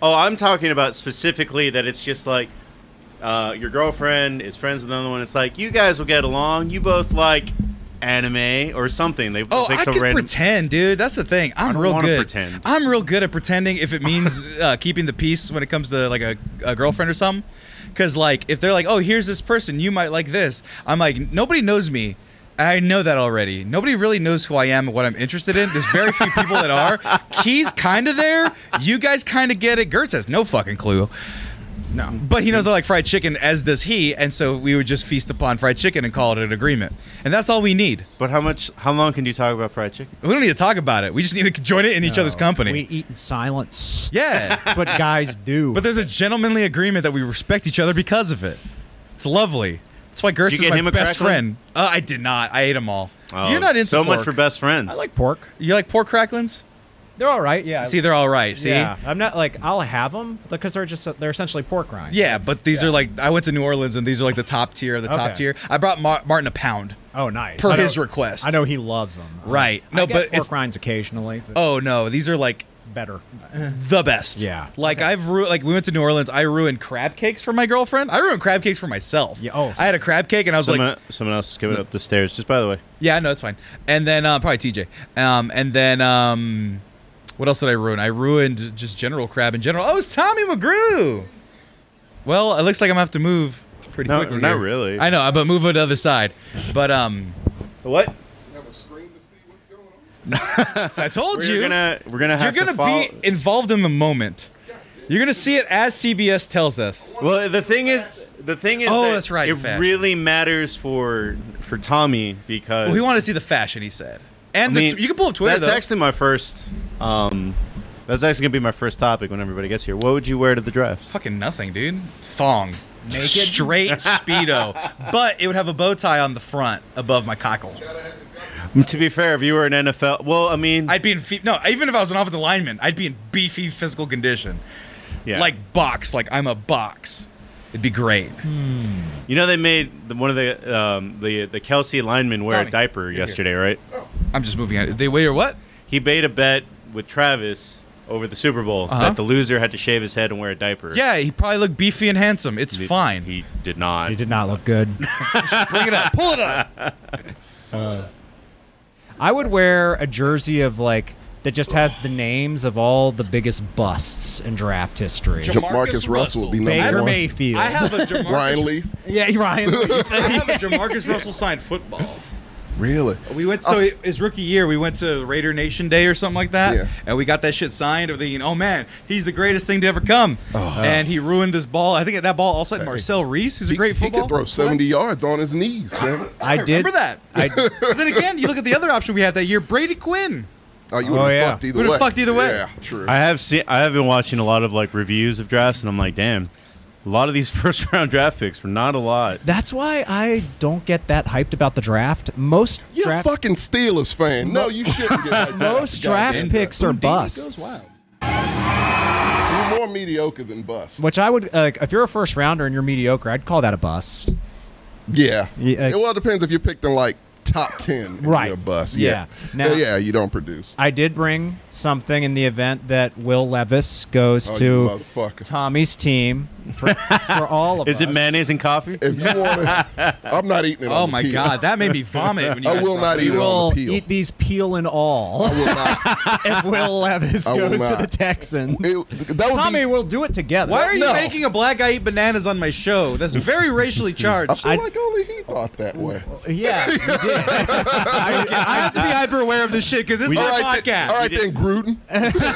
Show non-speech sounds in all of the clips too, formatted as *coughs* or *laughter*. Oh, I'm talking about specifically that it's just like uh, your girlfriend is friends with another one. It's like you guys will get along. You both like anime or something. They Oh, pick I some can random. pretend, dude. That's the thing. I'm don't real wanna good. pretend. I'm real good at pretending if *laughs* it means uh, keeping the peace when it comes to like a, a girlfriend or something. Because like if they're like, oh, here's this person, you might like this. I'm like, nobody knows me. I know that already. Nobody really knows who I am and what I'm interested in. There's very few people that are. Key's kind of there. You guys kind of get it. Gertz has no fucking clue. No. But he knows I like fried chicken, as does he, and so we would just feast upon fried chicken and call it an agreement. And that's all we need. but how much? How long can you talk about fried chicken? We don't need to talk about it. We just need to join it in each other's company. We eat in silence. yeah. *laughs* That's what *laughs* guys do. but there's a gentlemanly agreement that we respect each other because of it. It's lovely. That's why Gertz Did you is get my him a best crackling? friend. Uh, I did not. I ate them all. Oh, You're not into so much pork. for best friends. I like pork. You like pork cracklings? They're all right. Yeah. See, they're all right. See. Yeah. I'm not like I'll have them because they're just they're essentially pork rinds. Yeah, but these are like I went to New Orleans and these are like the top tier, of the top Okay. tier. I brought Mar- Martin a pound. Oh, nice. Per I know- his request. I know he loves them. Right. I No, get but pork it's- rinds occasionally. But Oh no, these are like better. the best. Yeah. Like I've ru- like we went to New Orleans. I ruined crab cakes for my girlfriend. I ruined crab cakes for myself. Yeah, oh. I had a crab cake and I was someone, like, someone else is giving up the stairs. Just by the way, yeah, no, it's fine. And then uh, probably TJ. Um, and then um, what else did I ruin? I ruined just general crab in general. Oh, it's Tommy McGrew. Well, it looks like I'm gonna have to move pretty No, quickly. not here. really. I know, but move on to the other side. *laughs* But um, what? Have a screen to see what's going on. I told We're you gonna we're gonna you're have gonna to follow. be involved in the moment. You're gonna see it as CBS tells us. Well, the thing is, the thing is, Oh, that that's right, It fashion. really matters for for Tommy because Well, he wanted to see the fashion, he said. And I mean, the, you can pull up Twitter, That's though. actually my first. Um, that's actually gonna be my first topic when everybody gets here. What would you wear to the draft? Fucking nothing, dude. Thong. Naked. Straight *laughs* Speedo. but it would have a bow tie on the front above my cockle. To be fair, if you were an NFL, well, I mean, I'd be in, fe- no, even if I was an offensive lineman, I'd be in beefy physical condition. yeah. Like box, like I'm a box. It'd be great. you know, they made the, one of the um, the the Kelsey linemen wear Tommy, a diaper you're yesterday, right? I'm just moving on. They wait or what? He made a bet with Travis over the Super Bowl Uh-huh. that the loser had to shave his head and wear a diaper. Yeah, he probably looked beefy and handsome. It's He- fine. He did not. They did not look good. *laughs* Bring it up. Pull it up. *laughs* I would wear a jersey of like that just has the names of all the biggest busts in draft history. Jam- Jamarcus Jamarcus Russell would be number Baker one. Mayfield. I have a Ryan Jamarcus, Leaf. yeah, *laughs* you're right. I have a Jamarcus Russell signed football. Really? We went Oh. so his rookie year. We went to Raider Nation Day or something like that, Yeah. and we got that shit signed. Of thinking, oh man, he's the greatest thing to ever come. And he ruined this ball. I think that ball also had Marcel Reese, who's a great Oh. He football. could throw 70 yards on his knees, Sam. I I remember did. that. I, *laughs* but then again, you look at the other option we had that year, Brady Quinn. Oh, you Oh, would have yeah. fucked either Would've way. fucked either way. Yeah, true. I have seen. I have been watching a lot of like reviews of drafts, and I'm like, damn, a lot of these *laughs* first round draft picks were not a lot. that's why I don't get that hyped about the draft. Most You're draft, a fucking Steelers fan. No, you shouldn't *laughs* get like that. most draft picks are busts. You're more mediocre than bust. Which I would like if you're a first rounder and you're mediocre, I'd call that a bust. yeah. Yeah, uh, it well depends if you're picked in like top 10 and Right. you're a bust. Yeah. Yeah. Now- yeah, you don't produce. I did bring something in the event that Will Levis goes Oh, you to motherfucker. Tommy's team for, for *laughs* all of Is us. it mayonnaise and coffee? If you *laughs* want to, I'm not eating it. Oh on the my peel. *laughs* God, that made me vomit. When you I guys will brought not that eat We it on will the peel. eat these peel and *laughs* all *laughs* I will not. if Will Levis I will goes to not. the Texans. It- that would Tommy, be, we'll do it together. Why are you No. making a black guy eat bananas on my show? That's very *laughs* racially I charged. feel like only he thought that way. *laughs* *laughs* Yeah, you did. I, I have to be hyper aware of this shit because this is We- my all right, then, podcast. all right then, Gruden.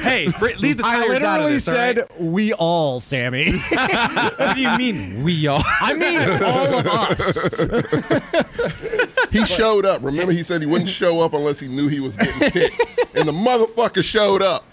Hey, br- leave the I tires out of literally this, all right? said we all, Sammy. *laughs* What do you mean we all? I mean all of *laughs* us. He showed up. Remember, he said he wouldn't show up unless he knew he *laughs* was getting picked. and the motherfucker showed up.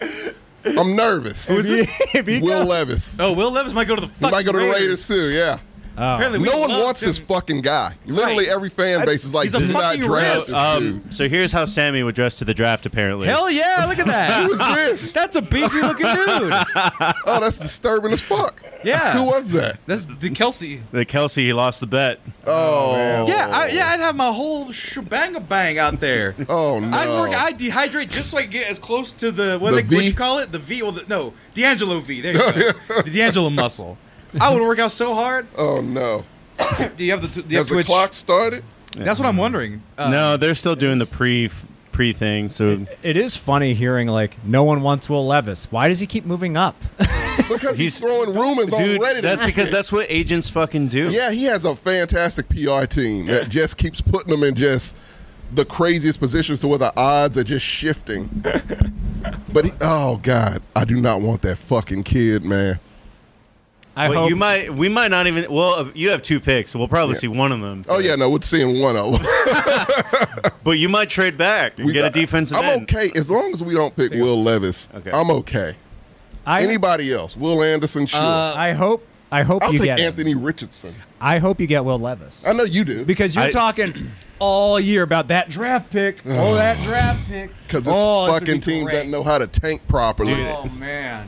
I'm nervous. If he- if he Will goes- Levis. *laughs* Oh, Will Levis might go to the He fucking might go to the Raiders Raiders. too, yeah. Apparently, we no one loved wants this him. fucking guy. Literally Right. every fan That's- base is like, he's a do not fucking draft risk. this dude. Um, so here's how Sammy would dress to the draft. Apparently, Hell yeah! Look at Who *laughs* that. *laughs* is this? That's a beefy looking *laughs* dude. Oh, that's disturbing as fuck. Yeah. Who was that? That's the Kelsey. the Kelsey he lost the bet. Oh, Yeah, I, yeah, I'd have my whole shebang a bang out there. Oh *laughs* no. I'd work. I'd dehydrate just so I could get as close to the what, The they, what V? you call it, the V. Well, the, no, D'Angelo V. *laughs* There you go. the D'Angelo muscle. I would work out so hard. oh no. Do you have the, do you have Has the Twitch? clock started? That's what I'm wondering. Uh, no, they're still doing the pre pre thing. So It is funny hearing like no one wants Will Levis. Why does he keep moving up? *laughs* Because he's, He's- throwing rumors dude, on Reddit. that's and because that's what agents fucking do. Yeah, he has a fantastic PR team that just keeps putting him in just the craziest positions to where the odds are *laughs* just shifting. but he, oh god, I do not want that fucking kid, man. I Well, hope you might. We might not even. Well, uh, you have two picks. So we'll probably see one of them. Oh yeah, no, we're seeing one of them. but you might trade back and *laughs* We get a got- defensive I'm end. okay as long as we don't pick Will Levis. Okay. I'm okay. I, Anybody else? Will Anderson? Sure. Uh, I hope I hope I'll you take get him. Anthony Richardson. I hope you get Will Levis I know you do because you're I- *clears throat* talking all year about that draft *sighs* pick. Oh, that draft pick. because this oh, would fucking be team great. doesn't know how to tank properly. Dude, Oh man,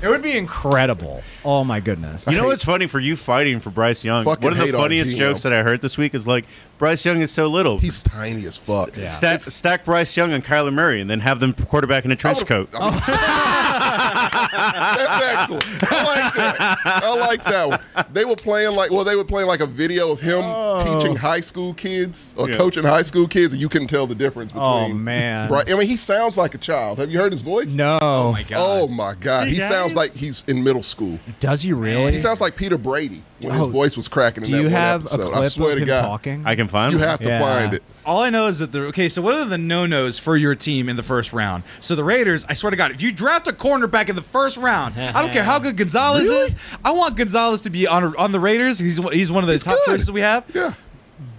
it would be incredible. Oh my goodness. You know what's funny for you fighting for Bryce Young? Fucking One of the hate on funniest Geno. jokes that I heard this week is like Bryce Young is so little. He's tiny as fuck. Stack, stack Bryce Young and Kyler Murray, and then have them quarterback in a trench coat. I would've- Oh. *laughs* That's excellent. I like that. I like that one. They were playing like well, they were playing like a video of him Oh. teaching high school kids or Yeah. coaching high school kids, and you couldn't tell the difference between. Oh, man. Right? I mean, he sounds like a child. Have you heard his voice? no. oh my god. Oh my God! He He sounds does? like he's in middle school. Does he really? He sounds like Peter Brady when Oh. his voice was cracking in Do that you one have episode. a I clip swear of to him God, talking? I can find you one. have to Yeah. find it. All I know is that the okay. So what are the no nos for your team in the first round? So the Raiders, I swear to God, if you draft a cornerback in the first round, I don't care how good Gonzalez is. I want Gonzalez to be on on the Raiders. He's he's one of the top good. choices we have. Yeah.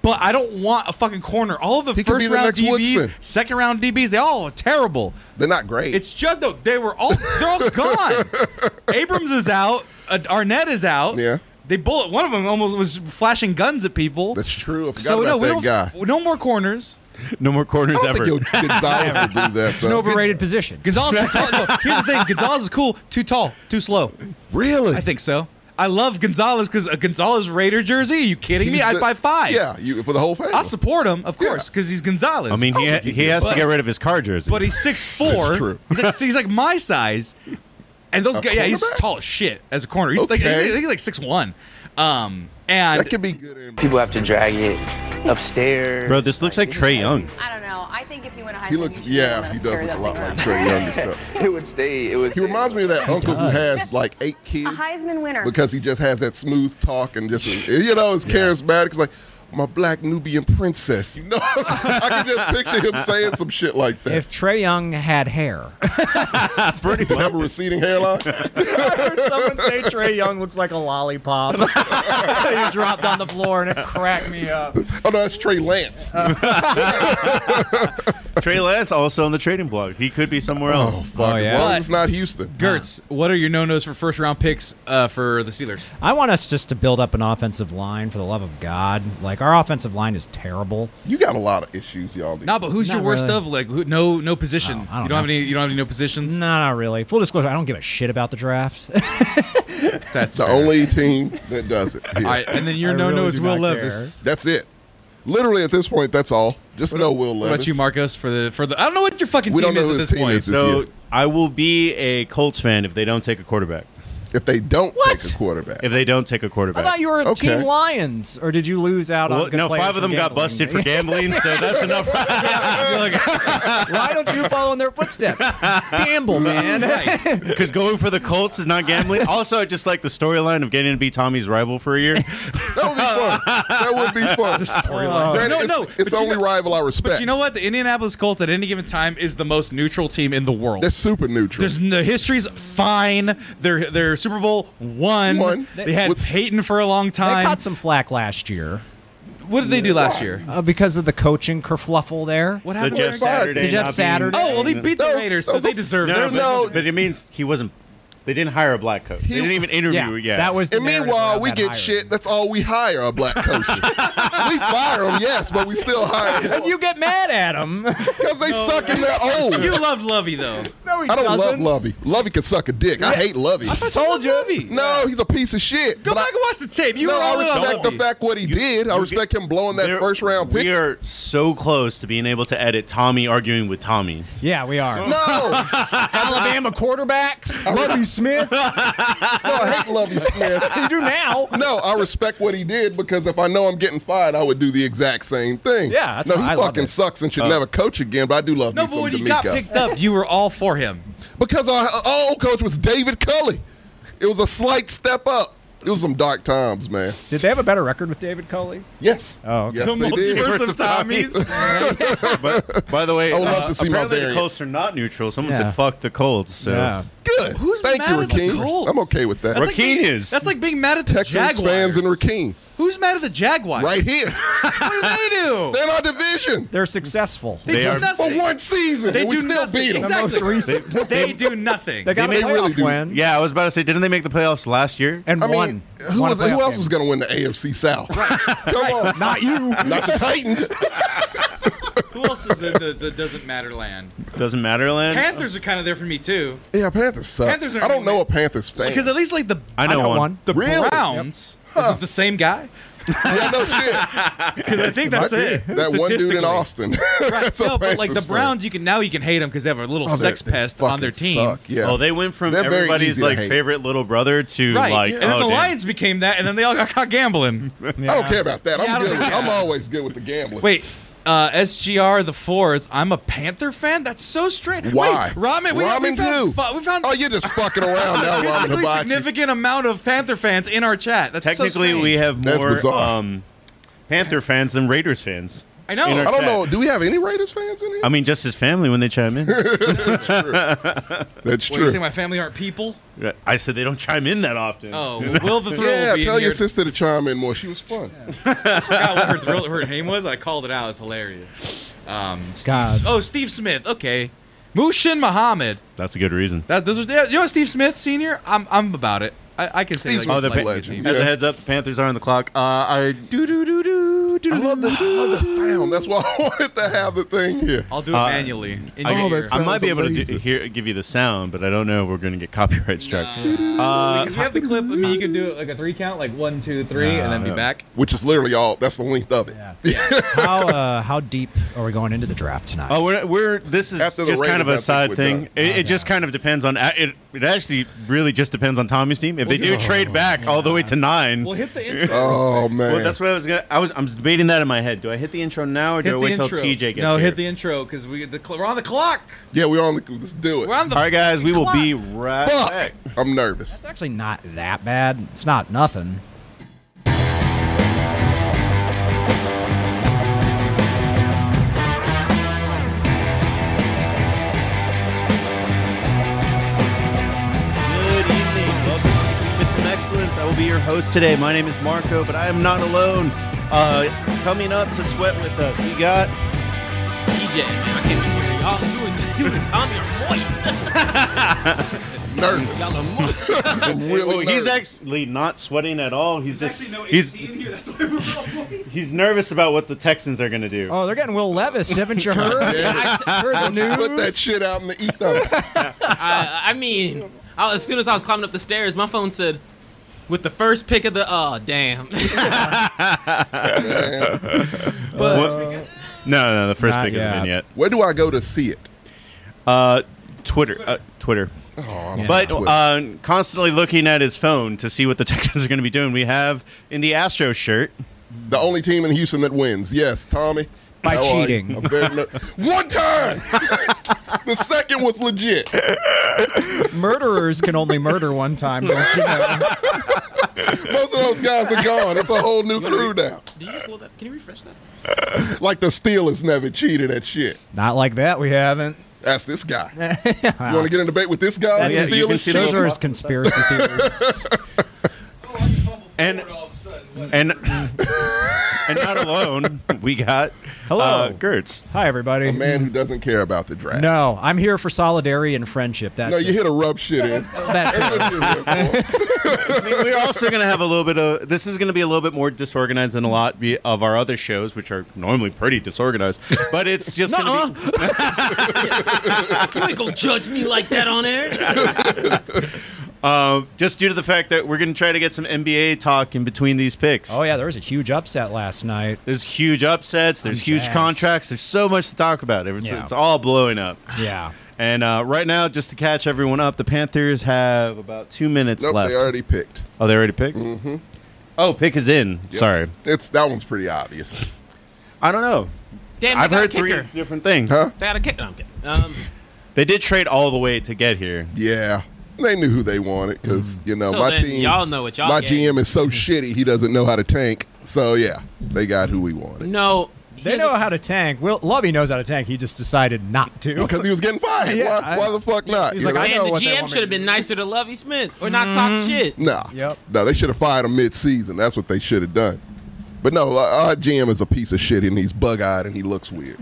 But I don't want a fucking corner. All of the He could first be the round next DBs, Woodson. second round DBs, they all are terrible. They're not great. It's just though they were all they're *laughs* all gone. Abrams is out. Uh, Arnett is out. Yeah. They bullet one of them almost was flashing guns at people. That's true. I forgot so about no, we that don't, guy. no more corners. No more corners I don't ever. think you'll- Gonzalez will *laughs* do that. an though. overrated position. Gonzalez too tall. No, here's the thing: *laughs* Gonzalez is cool. Too tall. Too slow. Really? I think so. I love Gonzalez because a Gonzalez Raider jersey. Are you kidding me? He's I'd the- buy five. Yeah, you for the whole family. I'll support him, of course, Yeah. because he's Gonzalez. I mean, he, think you he can. has to But- get rid of his car jersey. but he's six four. true. He's like, he's like my size, and those guys. Yeah, he's cornerback? tall as shit as a corner. He's like, Okay. I think he's like six one. Um, and That could be good. and- People have to drag it upstairs. Bro, this looks like this Trey is Young. I don't know. I think if you went to high He school, looks, you should be able yeah, to he does scare look a that lot thing like up. Trey Young himself. how- *laughs* It would stay. It would. He reminds me of that uncle who has like eight kids. Heisman winner. Because he just has that smooth talk and just, you know, is charismatic. It's like, my black Nubian princess. You know, *laughs* I can just picture him saying some shit like that. if Trey Young had hair, Pretty have a receding hairline. someone say Trey Young looks like a *laughs* lollipop. you dropped on the floor and it cracked me up. Oh, no, that's Trey Lance. Trey Lance also on the trading block. He could be somewhere oh, else. fuck. Oh, As yeah. long as it's not Houston. Gertz, what are your no nos for first round picks uh, for the Steelers? I want us just to build up an offensive line for the love of God. Like our offensive line is terrible. You got a lot of issues, y'all. do. Nah, but who's Not your worst really. of? Like, who, no, no position. Oh, I don't you don't have know. any. You don't have any no positions. No, not really. Full disclosure, I don't give a shit about the draft. That's the fair. only team that does it. here. All right, and then your I no no really is do Will not Levis. That's it. Literally, at this point, that's all. Just know Will What Levis. about you, Marcos? For the for the, I don't know what your fucking We team don't is know who at his this team point. is. So year. I will be a Colts fan if they don't take a quarterback. If they don't take a quarterback, If they don't take a *laughs* I quarterback. thought you were Okay. Team Lions, or did you lose out Well, on? good no, players five of from them got gambling? busted for gambling, so that's enough. *laughs* *laughs* Why don't you follow in their *laughs* footsteps? Gamble, man. *laughs* *laughs* Because going for the Colts is not gambling. Also, I just like the storyline of getting to be Tommy's rival for a year. that would be fun. that would be *laughs* fun. The storyline. No, it's, no, it's but you the only know- rival I respect. But you know what? The Indianapolis Colts at any given time is the most neutral team in the world. they're super neutral. There's the history's fine. Their their Super Bowl one. One. They had With- Peyton for a long They time. caught some flack last year what did they do last year? uh, because of the coaching kerfluffle there. What the happened? Jeff to their- Saturday. The Jeff not being- Saturday. Oh well, they beat the Those- Raiders, so those- they deserve. No, their no, No. but, but it means he wasn't They didn't hire a black coach. They didn't even interview yeah, it yet. that was. The And narrative meanwhile, around we that get hiring. shit. That's all we hire *laughs* a black coach. we fire them, yes, but we still hire them *laughs* You get mad at him. because they suck and they're old. You loved Lovey *laughs* though. *laughs* no, he I don't love doesn't. Lovey. Lovey can suck a dick. I hate Lovey. Told you. Lovey. No, he's a piece of shit. Go but I- back and watch the tape. You no, were all I in on respect the Lovey. fact what he did. I you respect him blowing that There- first round pick. We are so close to being able to edit Tommy arguing with Tommy. Yeah, we are. No, *laughs* Alabama quarterbacks. Lovey Smith. no, I hate Lovey Smith. You do now. *laughs* No, I respect what he did because if I know I'm getting fired, I would do the exact same thing. Yeah, that's no, why he I love fucking it. sucks and should never coach again. But I do love No, me but some when he D'Amico. got picked up, you were all for him. because our our old coach was David Culley. It was a slight step up. It was some dark times, man. Did they have a better record with David Culley? Yes. Oh, okay. yes, the they did. multiverse of *laughs* Tommies. But by the way, I would love uh, to see my apparently the variant. Colts are not neutral. Someone Yeah. said fuck the Colts. So Yeah. *laughs* Good. Who's Thank mad you, at the Rakeem. Colts? I'm okay with that. That's like being- Rakeem is. That's like being mad at the Texans Jaguars. fans and Rakeem Who's mad at the Jaguars? right here. What do *laughs* they do? They're in our division They're successful. They, do are- for nothing. one season. They and we do still nothing. beat them. Exactly. The most *laughs* recent. They do nothing. They got a They may playoff really do. win Yeah, I was about to say, didn't they make the playoffs last year? and I mean, won. who, Won a was, who playoff else game. was going to win the AFC South? *laughs* Come on, Not you. not the Titans. Who else is in the, the doesn't matter land? Doesn't matter, Land. Panthers are kind of there for me too, Yeah, Panthers suck. Panthers aren't I don't know even- a Panthers fan. because at least like the I know I got one. one. the Really? Browns is it the same guy? *laughs* yeah, no shit. *laughs* Because I think that's it. That one dude in Austin. *laughs* That's a No, but like Panthers the fan. Browns, you can now you can hate them because they have a little Oh, they- sex they pest on their fucking team. Suck. Yeah. Oh, they went from They're very everybody's easy to like hate. favorite little brother to Right, like and then oh, the damn. Lions became that, and then they all got caught gambling. I don't care about that. Yeah, I I'm don't good. think- I'm always good with the gambling. Wait, uh, SGR the fourth. I'm a Panther fan. That's so strange. why? Wait, ramen. We, ramen we found, too. fu- we found oh, you're just fucking *laughs* around now, Ramen statistically Hibachi. significant amount of Panther fans in our chat. That's so Technically, we strange. have That's more bizarre. um, Panther fans than Raiders fans. I know. in our I don't chat. know. Do we have any Raiders fans in here? I mean, just his family when they chime *laughs* in. That's What, you true. saying my family *laughs* aren't people? I said they don't chime in that often. Oh, well, Will the Thrill Yeah, will be tell in your here. sister to chime in more. She was fun. forgot *laughs* what her thrill, her name was. I called it out. It's hilarious. Um, Steve, God. Oh, Steve Smith. Okay, Mushin Muhammad. that's a good reason. That those are yeah, you know Steve Smith Senior. I'm I'm about it. I, I can say Steve like, Smith's it's a like legend. team. As Yeah. a heads up, the Panthers are on the clock. Uh, I Do do do do do. I love the, I love the sound. That's why *laughs* I wanted to have the thing here. I'll do it manually. In Oh, your that's ear. Uh, I might be able to do, amazing. hear, give you the sound, but I don't know if we're going to get copyright struck. Uh, because we have the clip. I mean, you can do it like a three count, like one, two, three, and then be back. Which is literally all. That's the length of it. how uh, how deep are we going into the draft *laughs* tonight? Oh, we're, we're this is After the just kind of a Raiders, I side think we're thing. done. It, it just kind of depends on it. It actually really just depends on Tommy's team. If they do trade back all the way to nine, We'll well, hit the intro. Oh man. that's what I was gonna. I was I'm debating that in my head. Do I hit the intro now or do hit I the wait intro. till TJ gets no, here? hit the intro because we the cl- we're on the clock. yeah, we're on the. Let's do it. We're on the. All right, guys, we will be clock. right Fuck. back. I'm nervous. It's actually not that bad. It's not nothing. Good evening. Welcome to Bits of Excellence. I will be your host today. My name is Marco, but I am not alone. Uh, coming up to sweat with us, we got TJ, man, I can't even hear y'all. You and you and Tommy are moist. Nervous. Y'all are moist. I'm really Oh, he's nervous. actually not sweating at all. He's just Actually, no he's AC in here. That's why we're all moist. he's nervous about what the Texans are going to do. Oh, they're getting Will Levis, haven't you heard? *laughs* I heard the news. Put that shit out in the ether. Uh, I, I mean, I, as soon as I was climbing up the stairs, my phone said, "With the first pick of the oh damn." No, no, the first Uh, Not pick hasn't been yet. yet. Where do I go to see it? Uh, Twitter, uh, Twitter. Oh, I'm But Twitter. uh, constantly looking at his phone to see what the *laughs* Texans are going to be doing. We have in the Astro shirt. the only team in Houston that wins. Yes, Tommy. By How are you? cheating. I'm very ner- One time. *laughs* the second was legit. Murderers can only murder one time, don't you know? *laughs* Most of those guys are gone. It's a whole new crew now. Do you just look that? Can you refresh that? Like the Steelers never cheated at shit. Not like that, we haven't. That's this *laughs* guy. You want to get in a debate with this guy? That's- the yeah, you can Steelers see cheated? Those are his conspiracy *laughs* theories. *laughs* And- And and not alone, we got Hello. uh, Gertz. Hi, everybody. A man who doesn't care about the draft. No, I'm here for solidarity and friendship. That's No, you it. *laughs* hit a rub shit in. that. too. That's what you're *laughs* here for. I mean, we're also going to have a little bit of. This is going to be a little bit more disorganized than a lot be- of our other shows, which are normally pretty disorganized. But it's just going to be. You ain't gonna judge me like that on air. Um, just due to the fact that we're going to try to get some NBA talk in between these picks. Oh yeah, there was a huge upset last night. There's huge upsets. There's huge jazzed. contracts. There's so much to talk about. It's, Yeah. it's all blowing up. Yeah. And uh, right now, just to catch everyone up, the Panthers have about two minutes Nope, left. they already picked. oh, they already picked. Mm-hmm. Oh, pick is in. Sorry, It's that one's pretty obvious. I don't know. Damn, I've they got heard a kicker. three different things. Huh? They got a kicker. No, I'm kidding. Um, They did trade all the way to get here. Yeah, they knew who they wanted because Mm. you know So Uh, my then team. y'all know what y'all My get. GM is so shitty he doesn't know how to tank. So yeah, they got who we *laughs* wanted no, They here's know a- how to tank. Will Lovey knows how to tank. He just decided not to. because he was getting fired. Yeah, why, I- why the fuck not? He's You like, know? I Man, know the what they GM want me should to have been nicer to Lovey Smith or not talk shit. Nah. Yep. No, they should have fired him mid-season. That's what they should have done. But no, our our GM is a piece of shit and he's bug-eyed and he looks weird.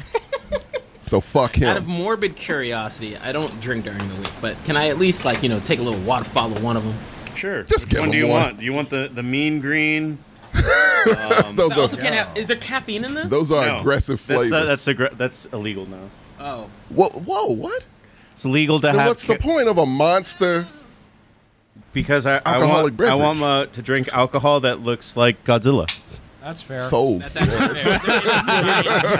so fuck Out of him. morbid curiosity, I don't drink during the week, but can I at least like you know take a little waterfall of one of them? Sure. Just give one. them do you one. want? Do you want the the mean green? I Those also are, can't have. Is there caffeine in this? those are No. aggressive flavors. That's, uh, that's, aggr- that's illegal now. oh, whoa, whoa, what? It's illegal to Then have. what's the point of a monster? Because I, I Alcoholic want I beverage. want uh, to drink alcohol that looks like Godzilla. That's fair. Sold. that's actually fair. There is caffeine.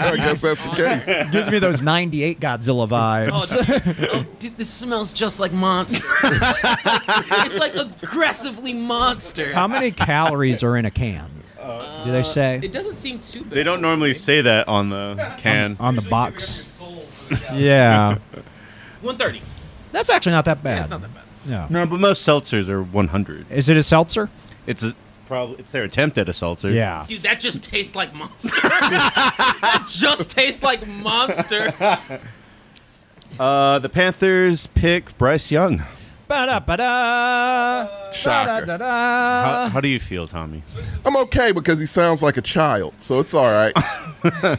*laughs* I guess that's the *laughs* case. Gives me those 98 Godzilla Oh, vibes. dude, oh, dude, this smells just like monster. *laughs* it's like aggressively monster. How many calories are in a can? Do they say Uh, It doesn't seem too bad. They don't normally say that on the can. on the box? Yeah. 130. That's actually not that bad. That's not that bad. Yeah. No, but most seltzers are 100. Is it a seltzer? It's a, probably it's their attempt at a seltzer. Yeah. Dude, that just tastes like monster. *laughs* that just tastes *laughs* like monster. Uh, the Panthers pick Bryce Young. Ba-da, ba-da, Shocker. How, Uh, ba-da-da-da. how do you feel, Tommy? I'm okay because he sounds like a child, so it's all right. I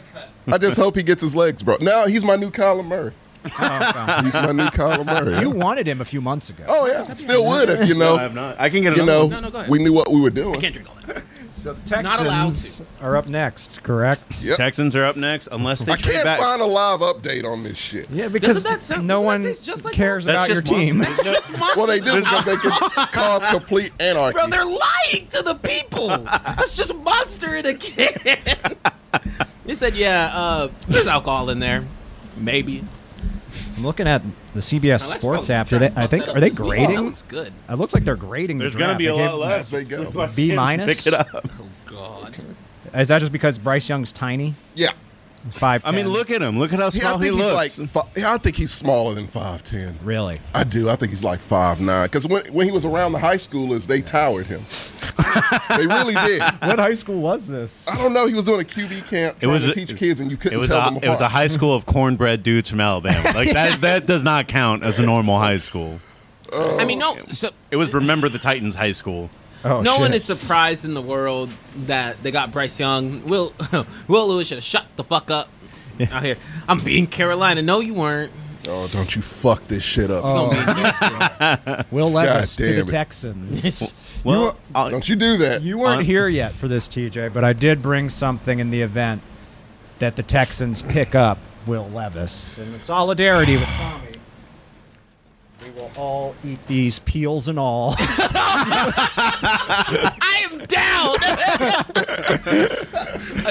just hope he gets his legs, bro. Now he's my new Colin Murray. He's my new Colin Murray. You wanted him a few months ago. oh yeah, still would if you I have know. not. Oh, I can get You know, No, no, go ahead. we knew what we were doing. Can't drink all that. so the Not allowed Texans are up next, correct? Yep. Texans are up next unless they I trade can't back. find a live update on this shit. Yeah, because Doesn't that sound- no doesn't one that taste just like cares That's about your just team. monster. There's no- Well, they do *laughs* because they can cause complete anarchy. Bro, they're lying to the people. That's just monster in a can. they said, yeah, uh, there's alcohol in there. Maybe. *laughs* I'm looking at the CBS I'll actually Sports probably app. try Do they, and I fuck think that up are they this week. That grading? one's good. It looks like they're grading. *laughs* There's the gonna draft. be a They gave- lot less. *laughs* They go. Unless B they minus? Pick it up. Oh, God. Is that just because Bryce Young's tiny? Yeah. Five. I mean, look at him. Look at how Yeah, I small think he he's looks. like. Fi- yeah, I think he's smaller than five ten. *laughs* Really? I do. I think he's like five nine. Because when when he was around the high schoolers, they *laughs* towered him. they really did. What high school was this? I don't know. He was doing a QB camp It trying was to a- teach kids, and you couldn't it was tell a, them apart. it was a high school of cornbread dudes from *laughs* Alabama. Like that that does not count as a normal high school. I mean, no. So, It was remember the Titans high school. Oh, no shit. one is surprised in the world that they got Bryce Young. Will *laughs* Will Lewis should have shut the fuck up out here. I'm being Carolina. No, you weren't. Oh, don't you fuck this shit up. Oh. I'm being Houston. Will Levis God to the damn it. Texans. *laughs* Well, I'll- Don't you do that. you weren't here yet for this, TJ, but I did bring something in the event that the Texans pick up Will Levis. And in solidarity with Tommy, we will all eat these peels and all. I am *laughs*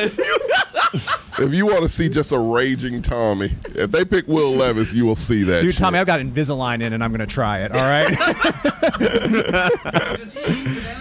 down. if you want to see just a raging Tommy, if they pick Will Levis, you will see that. Dude, shit. Tommy, I've got Invisalign in and I'm going to try it, all right?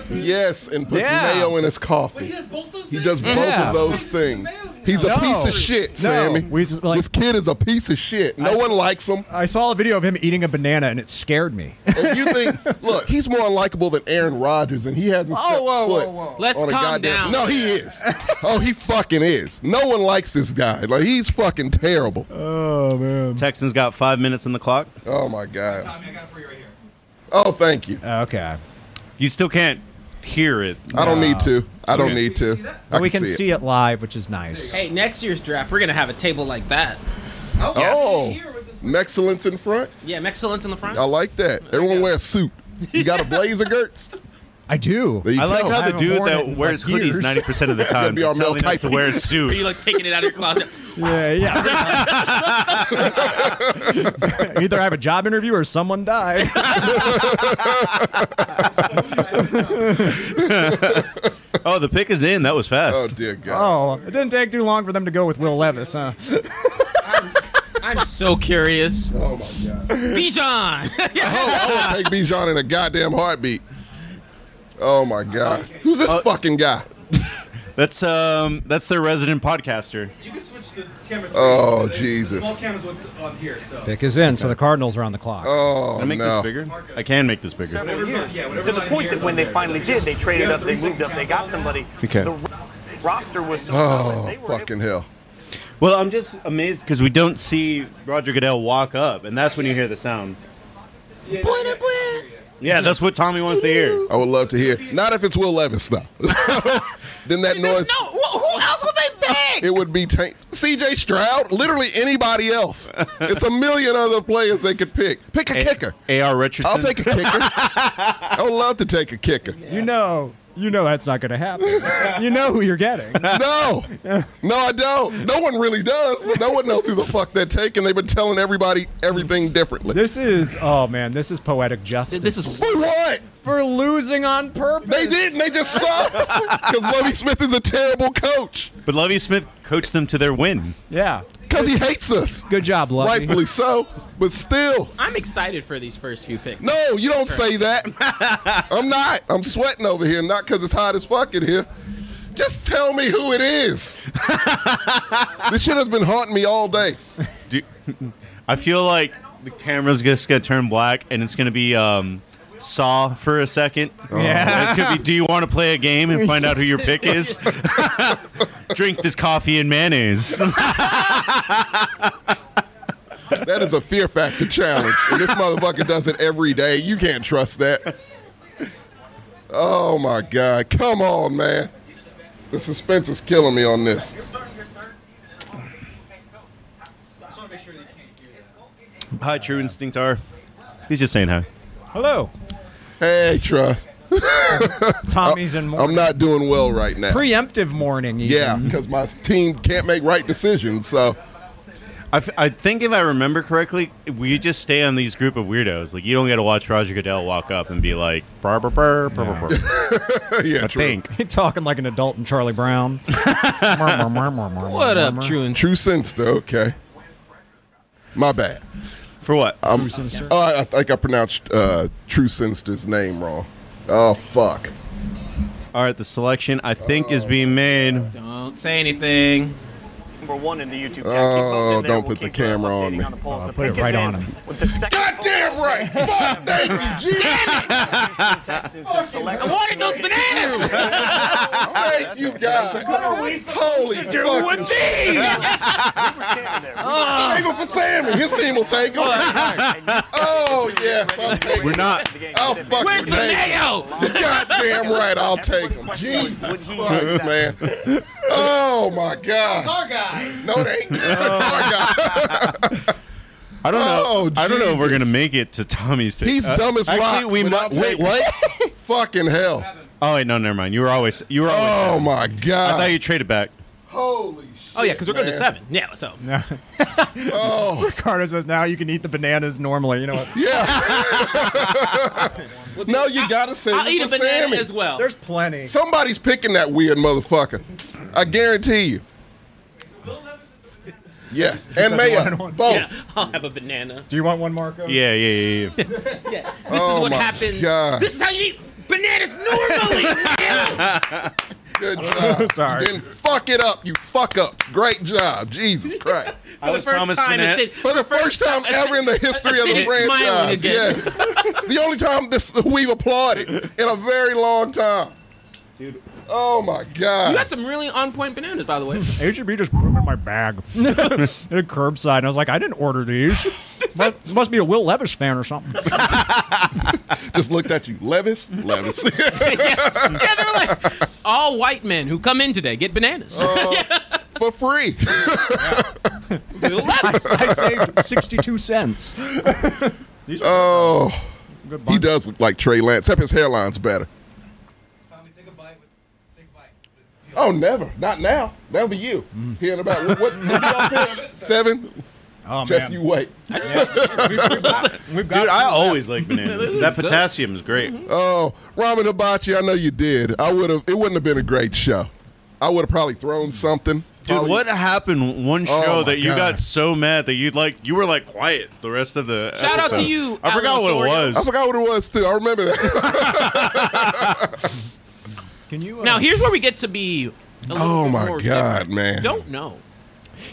yes, and puts Yeah. mayo in his Wait, coffee. he does both those He things? does both Yeah. of those things. He's a No. piece of shit, No. Sammy. We just, like- this kid is a piece of shit. No I- one *laughs* likes him. I saw a video of him eating a banana and it scared me. If you think, look, he's more unlikable than Aaron Rodgers, and he hasn't stepped foot Let's on a calm goddamn. down. No, he is. Oh, he fucking is. No one likes this guy. Like he's fucking terrible. Oh, man. Texans got five minutes on the clock. Oh my god. Oh, thank you. Uh, Okay. You still can't hear it. I don't need to. I don't need to. I we can it. see it. live, which is nice. Hey, next year's draft, we're gonna have a table like that. Oh, Oh, excellence in front. Yeah, excellence in the front. I like that. Everyone wear a suit. You got a blazer, Gertz? I do. There you I like go. how the haven't dude worn it that in, like, wears hoodies years. 90% *laughs* of the time That'd be is our Mel telling us to Kiper. wear a Are suit. you like taking it out of your closet? Yeah, *laughs* yeah. Either I have a job interview or someone died. *laughs* Oh, the pick is in. That was Oh fast. dear God. Oh, it didn't take too long for them to go with Will Levis, huh? I'm so curious. Oh, my God. Oh, Bijan. I would take Bijan in a goddamn heartbeat. Oh my God. Who's Uh, this fucking guy? Oh. That's um that's their resident podcaster. You can switch the camera. Oh, The- Jesus. The small camera's what's on here, so. Pick is in, so the Cardinals are on the clock. Oh Can I make no. this bigger? I can make this bigger. Whatever's on- yeah, whatever's to the on point here that is when on they there, finally so did, just- they traded Yeah, up, they recent moved up, they got somebody. Okay. The ro- roster was so solid. Oh They were able fucking hell. Well, I'm just amazed because we don't see Roger Goodell walk up, and that's when you hear the sound. Yeah, that's what Tommy wants to hear. I would love to hear. Not if it's Will Levis though. *laughs* then that noise. no, wh- who else would they pick? It would be tank. C.J. Stroud. Literally anybody else. It's a million other players they could pick. Pick a kicker. A.R. Oh, Richardson. I'll take *laughs* a kicker. I would love to take a kicker. You know, you know that's not going to happen. you know who you're getting. No, no, I don't. No one really does. No one knows who the fuck they're taking. They've been telling everybody everything differently. This is, oh man, this is poetic justice. This is For what? for losing on purpose. They didn't. They just sucked. Because Lovey Smith is a terrible coach. But Lovey Smith coached them to their win. Yeah. Because he hates us. Good job, Lovey. Rightfully so. But still, *laughs* I'm excited for these first few picks. no, you don't say that. I'm not. I'm sweating over here. Not because it's hot as fuck in here. Just tell me who it is. this shit has been haunting me all day. Do- I feel like the camera's just gonna turn black, and it's gonna be um, Saw for a second. Yeah. It's gonna be. Do you want to play a game and find out who your pick is? Drink this coffee and mayonnaise. That is a fear factor challenge. And this motherfucker does it every day. You can't trust that. Oh my God. Come on, man. The suspense is killing me on this. Hi, True Instinct R. He's just saying hi. Hello. Hey, Trust. Tommy's in I'm mourning. not doing well right now. Preemptive mourning. even. oh, yeah, *laughs* because my team can't make right decisions. So *laughs* I, f- I think if I remember correctly, we just stay on these group of weirdos. Like you don't get to watch Roger Goodell walk up and be like, "Brr, brr, brr, brr, brr, brr." yeah, I true. think. He talking like an adult in Charlie *laughs* Brown. What what up, True and True sense, though. Okay. My bad. For what? I'm, oh, I, I think I pronounced uh, True Sinister's name wrong. Oh fuck. All right, the selection I think is being made. Don't say anything. number one in the YouTube chat. Keep Oh, voting there. don't We'll put the keep, uh, camera on updating me. the polls. Oh, The put it pick is right in on him. With the second God damn right. *laughs* Fuck. Thank you, Jesus. Wanted those bananas. *laughs* Thank you, God. Holy fuck. with these? Uh. Save it for Sammy. His team will take him. *laughs* Oh, yes, I'll take We're not. I'll fucking Where's the take him. mayo? Goddamn right, I'll take him. Jesus Christ, man. Oh, my God. Our guy. No, they ain't. *laughs* It's our guy. I don't know. Oh, I don't know if we're gonna Jesus. make it to Tommy's pick. Uh, He's dumb as Actually, rocks, we but might. I'll Wait, take it. *laughs* what? Fucking hell. oh wait, no, never mind. You were always. You were always. Oh, seven. my I thought God. you traded back. Holy shit. Oh yeah, because we're going to man. seven. Yeah, so Oh, Carter says now you can eat the bananas normally. You know what? yeah. no, you gotta save I'll it eat a for banana Sammy. as well. There's plenty. Somebody's picking that weird motherfucker. I guarantee you. Yes, and one Mayo, on- both. yeah, I'll have a banana. Do you want one, Marco? Yeah, yeah, *laughs* yeah, yeah. Yeah, this Oh is what my happens. God. This is how you eat *laughs* bananas normally. *laughs* Good job. Sorry. Then fuck it up, you fuck ups. Great job, *laughs* Jesus Christ. I was promised banana- For the first *laughs* time ever in the history of the city smiling franchise, again. yes, the only time this we've applauded in a very long time. Oh my You God. got some really on point bananas, by *laughs* the way. HB E just put them in my *laughs* bag. at a curbside. And I was like, I didn't order *laughs* these. must, must be a Will Levis fan or something. Just looked at you, Levis, *laughs* Levis. yeah, they were like, all white men who come in today get bananas. Oh. for free. Little *laughs* lettuce. I saved 62 cents. oh, Good he bunch. does look like Trey Lance, except his hairline's better. Tommy, take a bite. With, take a bite. Oh, never. Not now. That'll be you. Here in about what, what, what y'all said? seven. Oh, Just man. you wait. We've got Dude, I always like bananas. That potassium is great. Oh, Ramen Hibachi, I know you did. I would have. It wouldn't have been a great show. I would have probably thrown something. Dude, Probably- what happened one show Oh my that you got God. so mad that you like you were like quiet the rest of the Shout out to episode? you, I forgot what it Alan Osorio. was. I forgot what it was too. I remember that. *laughs* Can you uh, *laughs* now here's where we get to be. a little oh bit my more God, different. man. Don't know.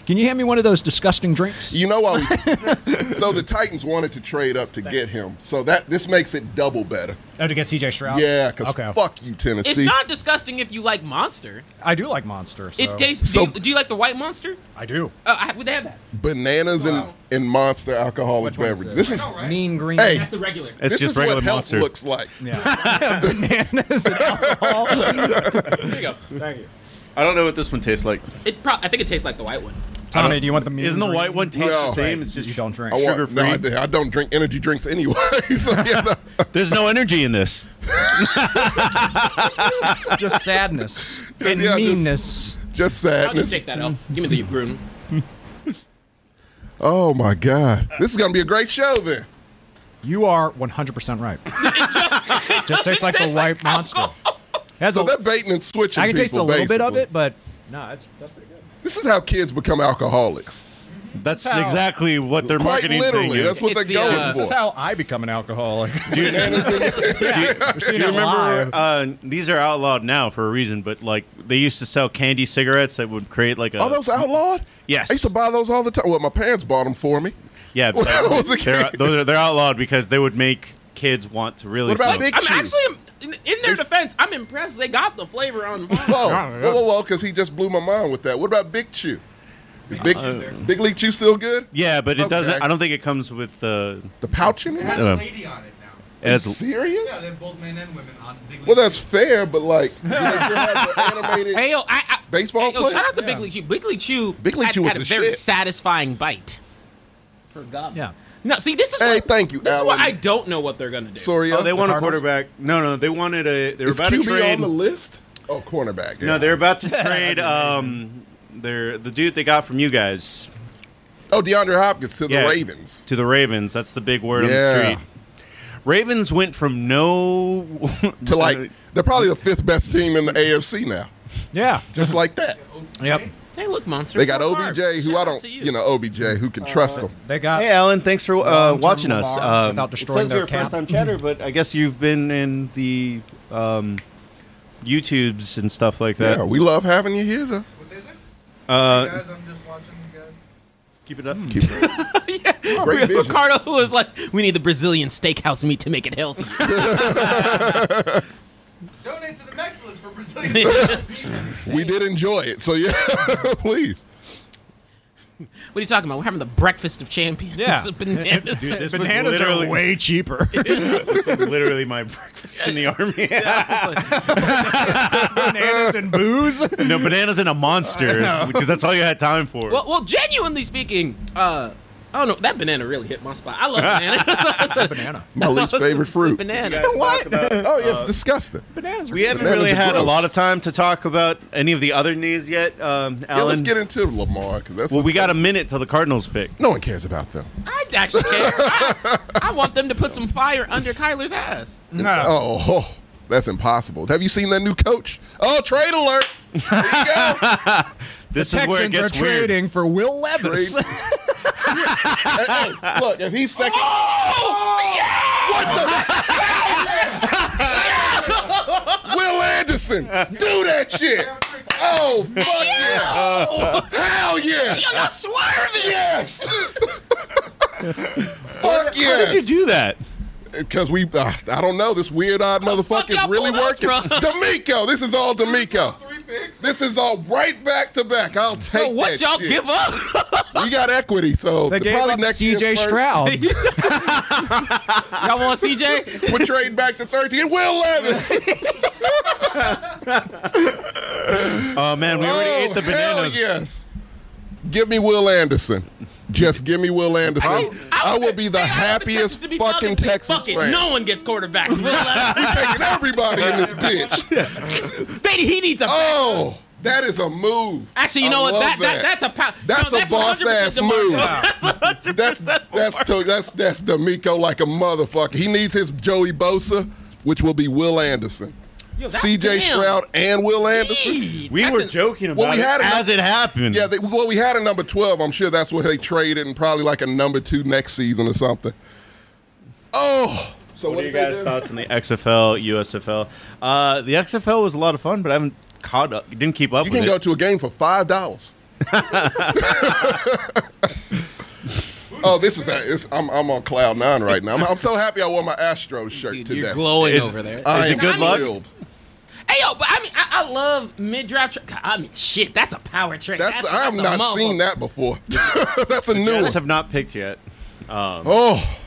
Can you hand me one of those disgusting drinks? You know why? *laughs* We, so the Titans wanted to trade up to get him. So that this makes it double better. Oh, to get CJ Stroud. Yeah, because okay. fuck you, Tennessee. It's not disgusting if you like Monster. I do like Monster. So It tastes. So- do, you, do you like the white Monster? I do. Uh, I, would they have that? Bananas Wow. and, and monster alcoholic Which one is beverage. it? This is Right. Mean green. Hey. That's the regular. It's this just is regular what health monster. looks like. *laughs* Yeah. Bananas *laughs* and alcohol. There you go. Thank you. I don't know what this one tastes like. It pro- I think it tastes like the white one. I Tommy, don't- do you want the mean Isn't the green? white one taste No. the same? It's just You don't drink. I want- Sugar-free? no, I, I don't drink energy drinks anyway. *laughs* so, *laughs* yeah, no. There's no energy in this. *laughs* Just sadness and Oh. *laughs* Yeah, just- meanness. Just I'll just sadness. take that out. Mm. Give me the green. Oh my god, this is gonna be a great show then. You are 100% *laughs* right. *laughs* just tastes like the white monster. Has So a- that baiting and switching. I can taste a people, little bit of basically. it, but no, that's that's pretty good. This is how kids become alcoholics. That's how- exactly what their Quite marketing thing literally, is. that's what It's they're the, going uh, for. This is how I become an alcoholic. *laughs* Dude, Do Do you remember? Uh, these are outlawed now for a reason, but like they used to sell candy cigarettes that would create like a. Are Oh, those outlawed? Yes. I used to buy those all the time. Well, my parents bought them *laughs* for me. *laughs* Yeah, when I was a they're, kid. those are, they're outlawed because they would make kids want to really. What about smoke. Big I'm Chew? actually in, in their They- defense. I'm impressed. They got the flavor on. mine. Whoa, Yeah, yeah. whoa, whoa, whoa, because he just blew my mind with that. What about Big Chew? Is Big, Big League Chew still good? Uh, Yeah, but it Okay. doesn't. I don't think it comes with. Uh, The pouch in It it? has Uh, a lady on it now. as, Yeah, Serious? they're both men and women on Big Well, League. that's fair, but *laughs* like, do they still have the animated- Hey, yo, I, I, Baseball hey, yo, player? shout out to Big League Chew. Big League Chew. Big League had- Chew was had the a very shit. satisfying bite. For God. Yeah. No, see, this is Hey, what, thank you, This is what Alan. I don't know what they're gonna do. Sorry, oh, they want a Cardinals? quarterback. No, no, they wanted a. They were Is about to QB trade. on the list? Oh, cornerback. Yeah. No, they're about to *laughs* trade. um, their the dude they got from you guys oh, DeAndre Hopkins to the Yeah. Ravens. to the Ravens. That's the big word on Yeah. the street. Ravens went from no *laughs* To Uh, like, they're probably the fifth best team in the AFC now. Yeah. Just like *laughs* that. Yep. Hey, look, monster. They got Four OBJ, carbs. who Shout I out don't, to Uh, you. know, OBJ, who can trust him. They got Hey, Alan, thanks for uh, Long-term watching us. Lamar Um, without it destroying says their you're a cap. first-time chatter, but I guess you've been in the um, YouTubes and stuff like that. Yeah, we love having you here, though. What is it? Uh, guys, I'm just watching you guys. keep it up. Keep it. Great vision. *laughs* Ricardo who was like, "We need the Brazilian steakhouse meat to make it *laughs* healthy." Donate to the Mexicans for Brazilian. That's We did enjoy it, so yeah, *laughs* please. *laughs* What are you talking about? We're having the breakfast of champions. *laughs* Yeah. bananas. Dude, *laughs* this was Bananas literally- are way cheaper. this was literally my *laughs* breakfast in the *laughs* army. *laughs* Bananas and booze. no bananas and a *laughs* monster is- because that's all you had time for. well, well, genuinely speaking, uh, I don't know. That banana really hit my spot. I love bananas. *laughs* So- so- Banana. My least favorite fruit. banana. *laughs* what? Oh, yeah, Uh, it's disgusting. Bananas. Are we haven't Bananas really are had a gross. lot of time to talk about any of the other news yet, um, Alan. Yeah, let's get into Lamar because that's well, we got a minute till the Cardinals pick. No one cares about them. I actually care. I, I want them to put some fire under Kyler's ass. *laughs* no. Oh, oh, *laughs* that's impossible. Have you seen that new coach? Oh, trade alert! There you go. This is where it Texans are gets weird. trading for Will Levis. Trade- Hey, hey, look, if he's *laughs* second, Oh, *laughs* Will Anderson, do that shit. Oh fuck yeah! Hell yeah! Y'all swerving. *laughs* Yes. Fuck How did you yes! do that? Because we, uh, I don't know, this weird eyed motherfucker is y'all really pull us working. from? D'Amico, this is all D'Amico. This is all right back to back. I'll take Yo, what that y'all shit. give up? We got equity, so *laughs* They gave probably up next year CJ first, *laughs* Stroud. y'all want CJ? *laughs* *laughs* We're trading back to 13. Will Levis. Oh man, we already oh, ate the hell bananas. yes. Give me Will Anderson. Just give me Will Anderson. I will be the Hey, I want the Texans happiest to be fucking to be Texas fucking- fan. No one gets quarterbacks. We'll let *laughs* him- He's taking everybody in *laughs* this bitch. They- he needs a. Oh, that is a move. Actually, you I know what? love That, that that's a pow- That's no, a boss 100% ass DeMarco. move. That's that's to, that's that's D'Amico like a motherfucker. He needs his Joey Bosa, which will be Will Anderson, Yo, that's C.J. damn. Stroud, and Will Anderson. Gee, We that's were an- joking about Well, we had it a- as it happened. Yeah, they, well, we had a number twelve. I'm sure that's what they traded, and probably like a number two next season or something. Oh, so what are you did they guys' do? thoughts on the XFL, USFL? Uh, the XFL was a lot of fun, but I haven't caught up. Didn't keep up You with can it. go to a game for five dollars. oh, this is it's, I'm, I'm on cloud nine right now. I'm, I'm so happy I wore my Astros shirt Dude, today. you're glowing Is- over there. I Is it am good luck? thrilled. Hey yo, but I mean, I, I love mid draft. Tra- I mean, shit, that's a power trade. That's, that's, I have that's a not mother- seen that before. *laughs* that's a new Cats one. have not picked yet. Oh,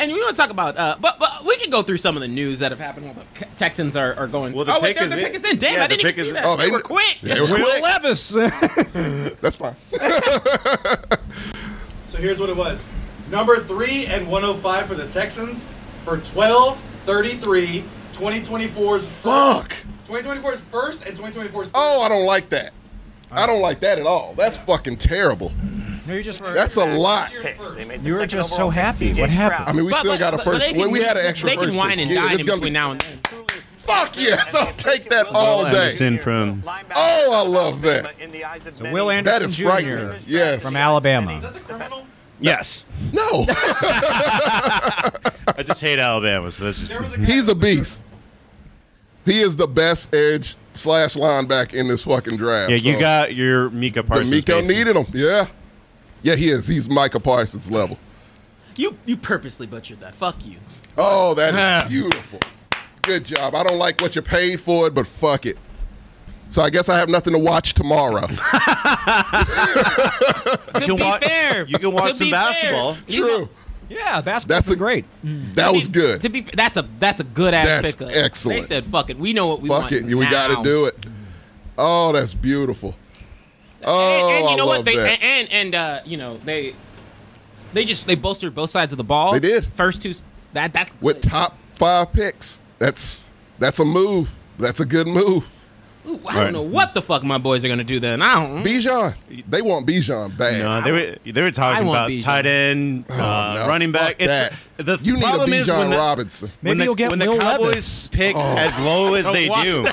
And we want to talk about, uh, but but we can go through some of the news that have happened while the Texans are, are going. Well, the oh wait, pick is there's a in. pick is in. Damn, Yeah, I the didn't pick is even see in. that. oh, they, were quick. They were Will quick. Levis. That's fine. *laughs* So here's what it was. Number 3 and 105 for the Texans for 12 33 2024's Fuck. 2024's first and 2024's Oh, I don't like that. I don't like that at all. That's fucking terrible. no, you just were. That's a lot. Picks. They made the You were second just overall so pick, happy. CJ What Stroud. happened? I mean, we But- still but- got a but first. they well, can- we had an extra They first. can wine and Yeah, dine it's in gonna be- between now and then. Fuck yes, I'll take that Will all day. Anderson. from- Oh, I love that. In the eyes of So many, Will That Anderson is Jr. frightening. Yes. from Alabama. Is that the criminal? Yes. *laughs* No, I just hate Alabama, so that's just. There was a guy- he's a beast. He is the best edge slash linebacker in this fucking draft. Yeah, you so got your Mika Parsons. D'Amico basically. needed him. Yeah, yeah, he is. He's Micah Parsons level. You you purposely butchered that. Fuck you. Oh, that is beautiful. Good job. I don't like what you paid for it, but fuck it. So I guess I have nothing to watch tomorrow. To be wa- fair, you can watch to some be fair, basketball. *laughs* you True. Yeah, basketball's That's a- been great. That was good. To be fair, that's a that's a good ass That's pickup. excellent. They said, "Fuck it, we know what we Fuck want." it. We now. got to do it. Oh, that's beautiful. Oh, and, and you know I what? love They that. and and uh, you know they they just they bolstered both sides of the ball. They did. first two. That that With top five picks, that's that's a move. That's a good move. Ooh, I Right. don't know what the fuck my boys are gonna do then. I don't. Bijan, they want Bijan bad. No, they were they were I talking want about Bijan. tight end, uh, Oh, no, running back. fuck It's that. the You need a problem is Bijan when the, Robinson. When Maybe the, you'll get when the Will Cowboys Levis. pick as low as they want do,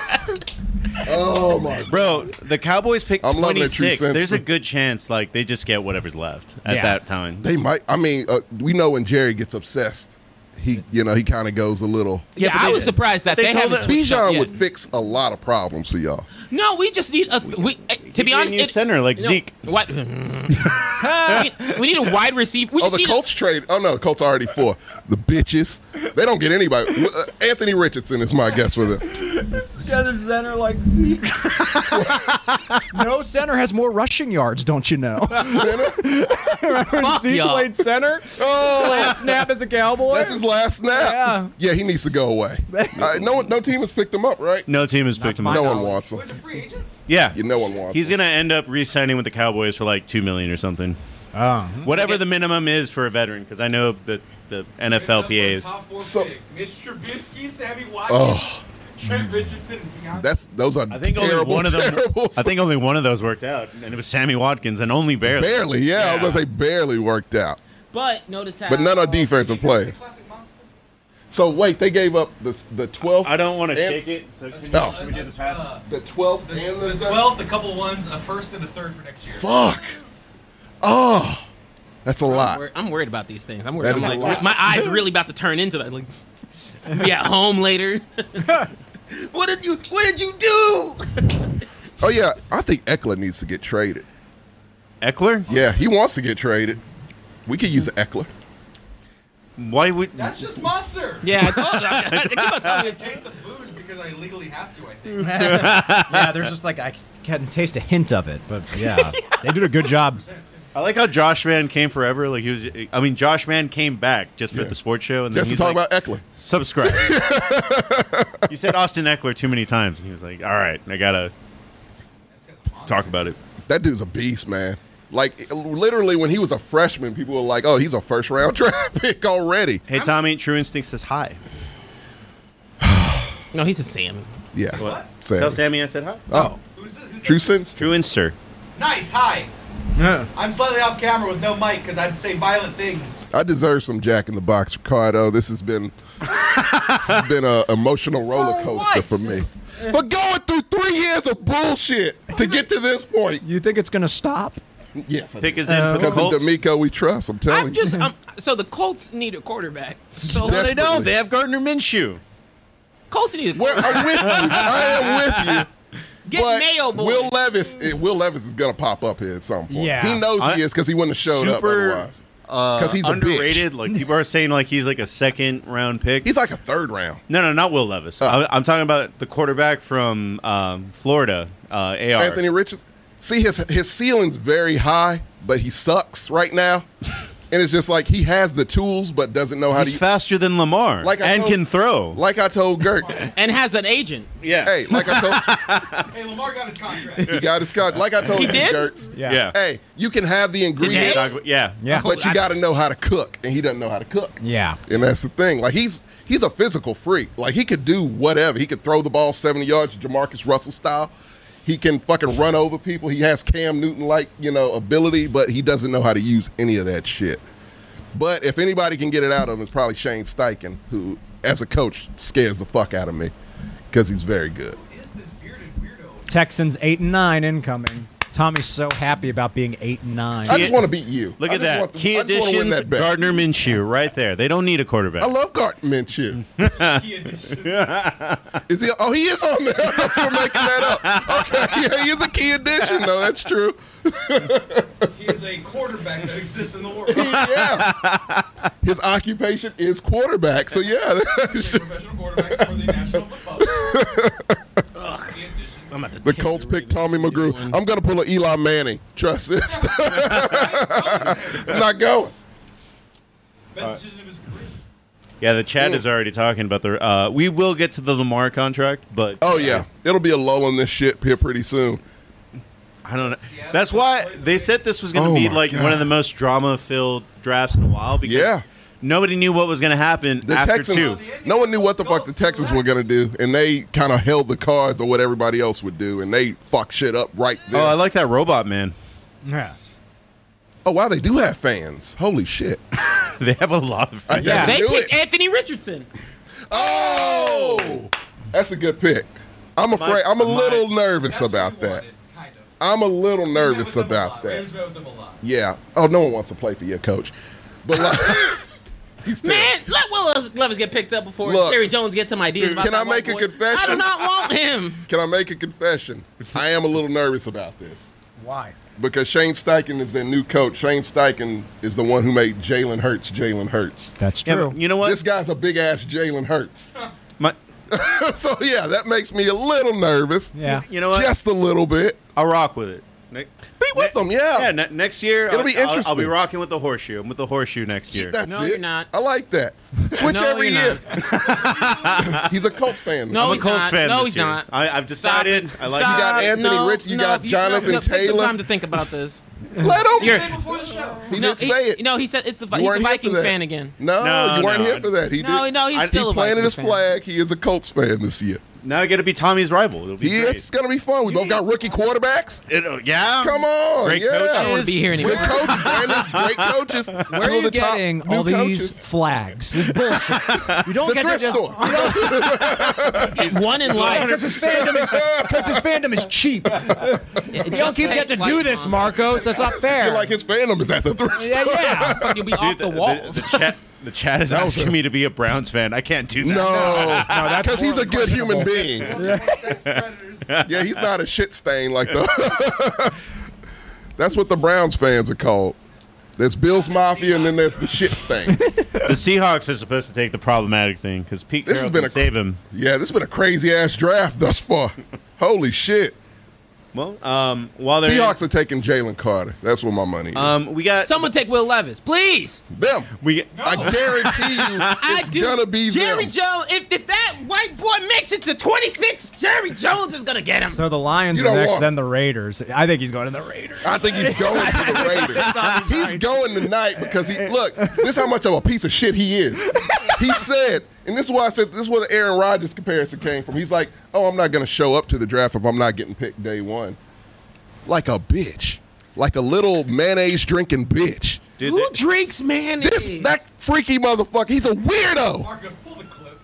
Oh my god. bro. The Cowboys pick I'm loving twenty the true six. sense. There's a good chance like they just get whatever's left at Yeah. that time. They might. I mean, uh, we know when Jerry gets obsessed, he you know he kind of goes a little. Yeah, but I they- was surprised that they they, told haven't us- switched up Bijan yet. would fix a lot of problems for y'all. No, we just need a. We, uh, to need be a honest, new center like Zeke. *laughs* What? we, need, we need a wide receiver. We Oh, just the need a- Colts trade. Oh no, the Colts are already four. The bitches. They don't get anybody. W- uh, Anthony Richardson is my guess for them. Got a center like Zeke. no center has more rushing yards, don't you know? *laughs* Fuck Zeke y'all. played center. Oh, last snap as a Cowboy. That's his last snap. Yeah. he needs to *laughs* go away. Uh, no, one- no team has picked him up, right? No team has picked him No up. one wants him. free agent? Yeah, Yeah, no one wants He's him. gonna end up re-signing with the Cowboys for like two million or something. oh. Whatever the minimum is for a veteran, because I know that the NFLPA is. Top four So- pick. Mitch Trubisky, Sammy Watkins, Oh, Trent Richardson, Deion. that's those are I think terrible. only one of them. terrible *laughs* I think only one of those worked out, and it was Sammy Watkins, and only *laughs* barely. barely. Yeah, I was gonna say barely worked out, But notice how. but none are defensive plays. Classic monster. So wait, they gave up the the twelfth. I don't want to and- shake it. So can, you, No. can we do the pass? Uh, The twelfth the, and the, the thir- 12th, a couple ones, a first and a third for next year. Fuck. Oh, that's a lot. I'm worried, I'm worried about these things. I'm worried. That I'm is a like, lot. my eyes really about to turn into that. Like, be at home later. what did you? What did you do? Oh yeah, I think Eckler needs to get traded. Eckler? Yeah, he wants to get traded. We could use Eckler. Why would? That's just monster. Yeah, I told you. I keep on I'm *laughs* telling you. gonna taste the booze because I legally have to. I think. *laughs* yeah, there's just like I can taste a hint of it, but yeah, they did a good job I like how Josh Man came forever. Like he was, I mean, Josh Man came back just for Yeah. the sports show, and then Just to he's talk like, about Eckler. *laughs* subscribe. you said Austin Eckler too many times, and he was like, "All right, I gotta talk about it." That dude's a beast, man. Like it- literally, when he was a freshman, people were like, "Oh, he's a first round *laughs* draft pick already." Hey, Tommy, True Instinct says hi. No, he's a salmon. Yeah. What? Sammy. Tell Sammy I said hi. Oh, Who's, who's true sense. True Inster. Nice. Hi. I'm slightly off camera with no mic because I'd say violent things. I deserve some Jack in the Box, Ricardo. This has been this has been an emotional *laughs* roller coaster for, me. For going through three years of bullshit to get to this point. You think it's gonna stop? Yes, I Pick do. is in for the because of Colts. D'Amico, we trust. I'm telling I'm *laughs* just. you. I'm, so the Colts need a quarterback. No, So they don't. Desperately. They have Gardner Minshew. Colts need a We're- quarterback. I'm with you. I am with you. *laughs* Get but Mayo boy. Will Levis, eh, Will Levis is gonna pop up here at some point. Yeah. he knows I- he is because he wouldn't have showed up super, uh, otherwise. Because he's a bitch. Underrated. *laughs* Like people are saying, like he's like a second round pick. He's like Oh. a third round. no, no, not Will Levis. I, I'm talking about the quarterback from um, Florida, uh, AR. Anthony Richards. See his his ceiling's very high, but he sucks right now. and it's just like he has the tools but doesn't know how He's to. faster than Lamar Like I and told- can throw. like I told *laughs* Gertz. and has an agent. yeah. hey, like I told *laughs* Hey, Lamar got his contract. he got his cut. Like I told He you, did? Gertz. Yeah. Yeah. Hey, you can have the Dog- ingredients, Today? yeah. Yeah. but you got to know how to cook, and he doesn't know how to cook. Yeah. And that's the thing. Like he's he's a physical freak. Like he could do whatever. He could throw the ball 70 yards, Jamarcus Russell style. He can fucking run over people. He has Cam Newton like, you know, ability, but he doesn't know how to use any of that shit. But if anybody can get it out of him, it's probably Shane Steichen, who as a coach scares the fuck out of me because he's very good. Is this bearded weirdo? Texans eight and nine incoming. Tommy's so happy about being eight and nine. I just want to beat you. Look I at just that. want to- Key I just wanna win additions, that bet. Gardner Minshew, right there. They don't need a quarterback. I love Gart Minshew. He edition. Is he? Oh, he is on there. *laughs* We're making that up. Okay, *laughs* yeah, he is a key addition, though. That's true. *laughs* He is a quarterback that exists in the world. He's yeah. His occupation is quarterback. So yeah. *laughs* a professional quarterback for the National Football League. He edition. *laughs* I'm about to the tear Colts your picked Tommy McGrew. I'm gonna pull an Eli Manning. Trust *laughs* this. *laughs* Not going. Best decision of his career. yeah, the chat is already talking about the. Uh, we will get to the Lamar contract, but Oh yeah. It'll be a lull in this shit here pretty soon. I don't know. That's why they said this was going to Oh be my like God. one of the most drama-filled drafts in a while because Yeah. nobody knew what was going to happen The after Texans. two. No one knew what the fuck the Texans were gonna do, and they kind of held the cards of what everybody else would do, and they fucked shit up right there. Oh, I Oh, like that robot man. *laughs* yeah. wow, they do have fans. Holy shit. They have a lot of. I Yeah. didn't They do picked it. Anthony Richardson. Oh, that's a good pick. I'm afraid. I'm a my- little nervous That's what about we that. wanted, Kind of. I'm a little We met nervous with them a about lot. that. Raiders met with them a lot. Yeah. Oh, no one wants to play for your coach. But like, *laughs* he's still- Man, let Will Levis get picked up before Look. Jerry Jones gets some ideas about Can I that make a white boy. I confession? do not want him. can I make a confession? I am a little nervous about this Why? because Shane Steichen is their new coach. Shane Steichen is the one who made Jalen Hurts. Jalen Hurts. That's Yeah, true. but you know what? This guy's a big ass Jalen Hurts. *laughs* My, so yeah, that makes me a little nervous. yeah. you know what? Just a little bit. I'll rock with it. Ne- Be with them. Yeah. Yeah, ne- next year It'll I'll- be I'll- I'll, be interesting. rocking with the horseshoe. I'm with the horseshoe next year. That's No, it. you're not. I like that. Switch No, every you're year. He's a Colts fan. No, though. I'm a he's Colts not. fan. No, this he's year. not. I, I've Stop decided. it. I like. Stop. You got Anthony no, Rich- you no, got no, Jonathan no, Take some Taylor. time to think *laughs* about this. Let him. You're- Day before the show. he no, didn't say it. He, no, he said it's the You he's a weren't here for Vikings that. fan again. No, No, you weren't no. here for that. He No, did. no, he's he still a planted Vikings his fan. flag. He is a Colts fan this year. Now I got to be Tommy's rival. It'll be He great. is gonna be fun. We both got rookie quarterbacks. It'll- uh, yeah. Come on, Great yeah. coaches. I don't want to be here Good anymore. coaches, Brandon. *laughs* Great coaches. Where Where are you getting all these flags? *laughs* This is bullshit. You don't The get thrift to just *laughs* store. *laughs* One in life. because his fandom is because his fandom is cheap. You don't keep get to do this, Marco. So it's *laughs* not fair. You're like his fandom is at the thrift yeah, store. yeah. Fuck, You'll be off the walls. The, chat, the chat *laughs* is was asking a- me to be a Browns fan. I can't do that. No, because he's a good human being. Multiple sex predators. Yeah, he's not a shit stain like the. *laughs* That's what the Browns fans are called. There's Bills Mafia, and then there's the shit stain. The Seahawks are supposed to take the problematic thing because Pete This Carroll has can been a- save him. Yeah, this has been a crazy ass draft thus far. Holy shit. Well, um, while they're Seahawks are taking Jalen Carter. That's where my money is. Uh, um, we got Someone take Will Levis, please. them. we I guarantee *laughs* you it's gonna be Jerry them. Jones. If, if that white boy makes it to 26, Jerry Jones is gonna get him. So the Lions You are don't next, want- then the Raiders. I think he's going to the Raiders. I think he's going to *laughs* the Raiders. He's going tonight because he look. This is how much of a piece of shit he is. He said, and this is why I said this is where the Aaron Rodgers comparison came from. He's like, oh, I'm not going to show up to the draft if I'm not getting picked day one, like a bitch, like a little mayonnaise drinking bitch. dude, Who they- drinks man? This that freaky motherfucker. He's a weirdo. Marcus, pull the clip.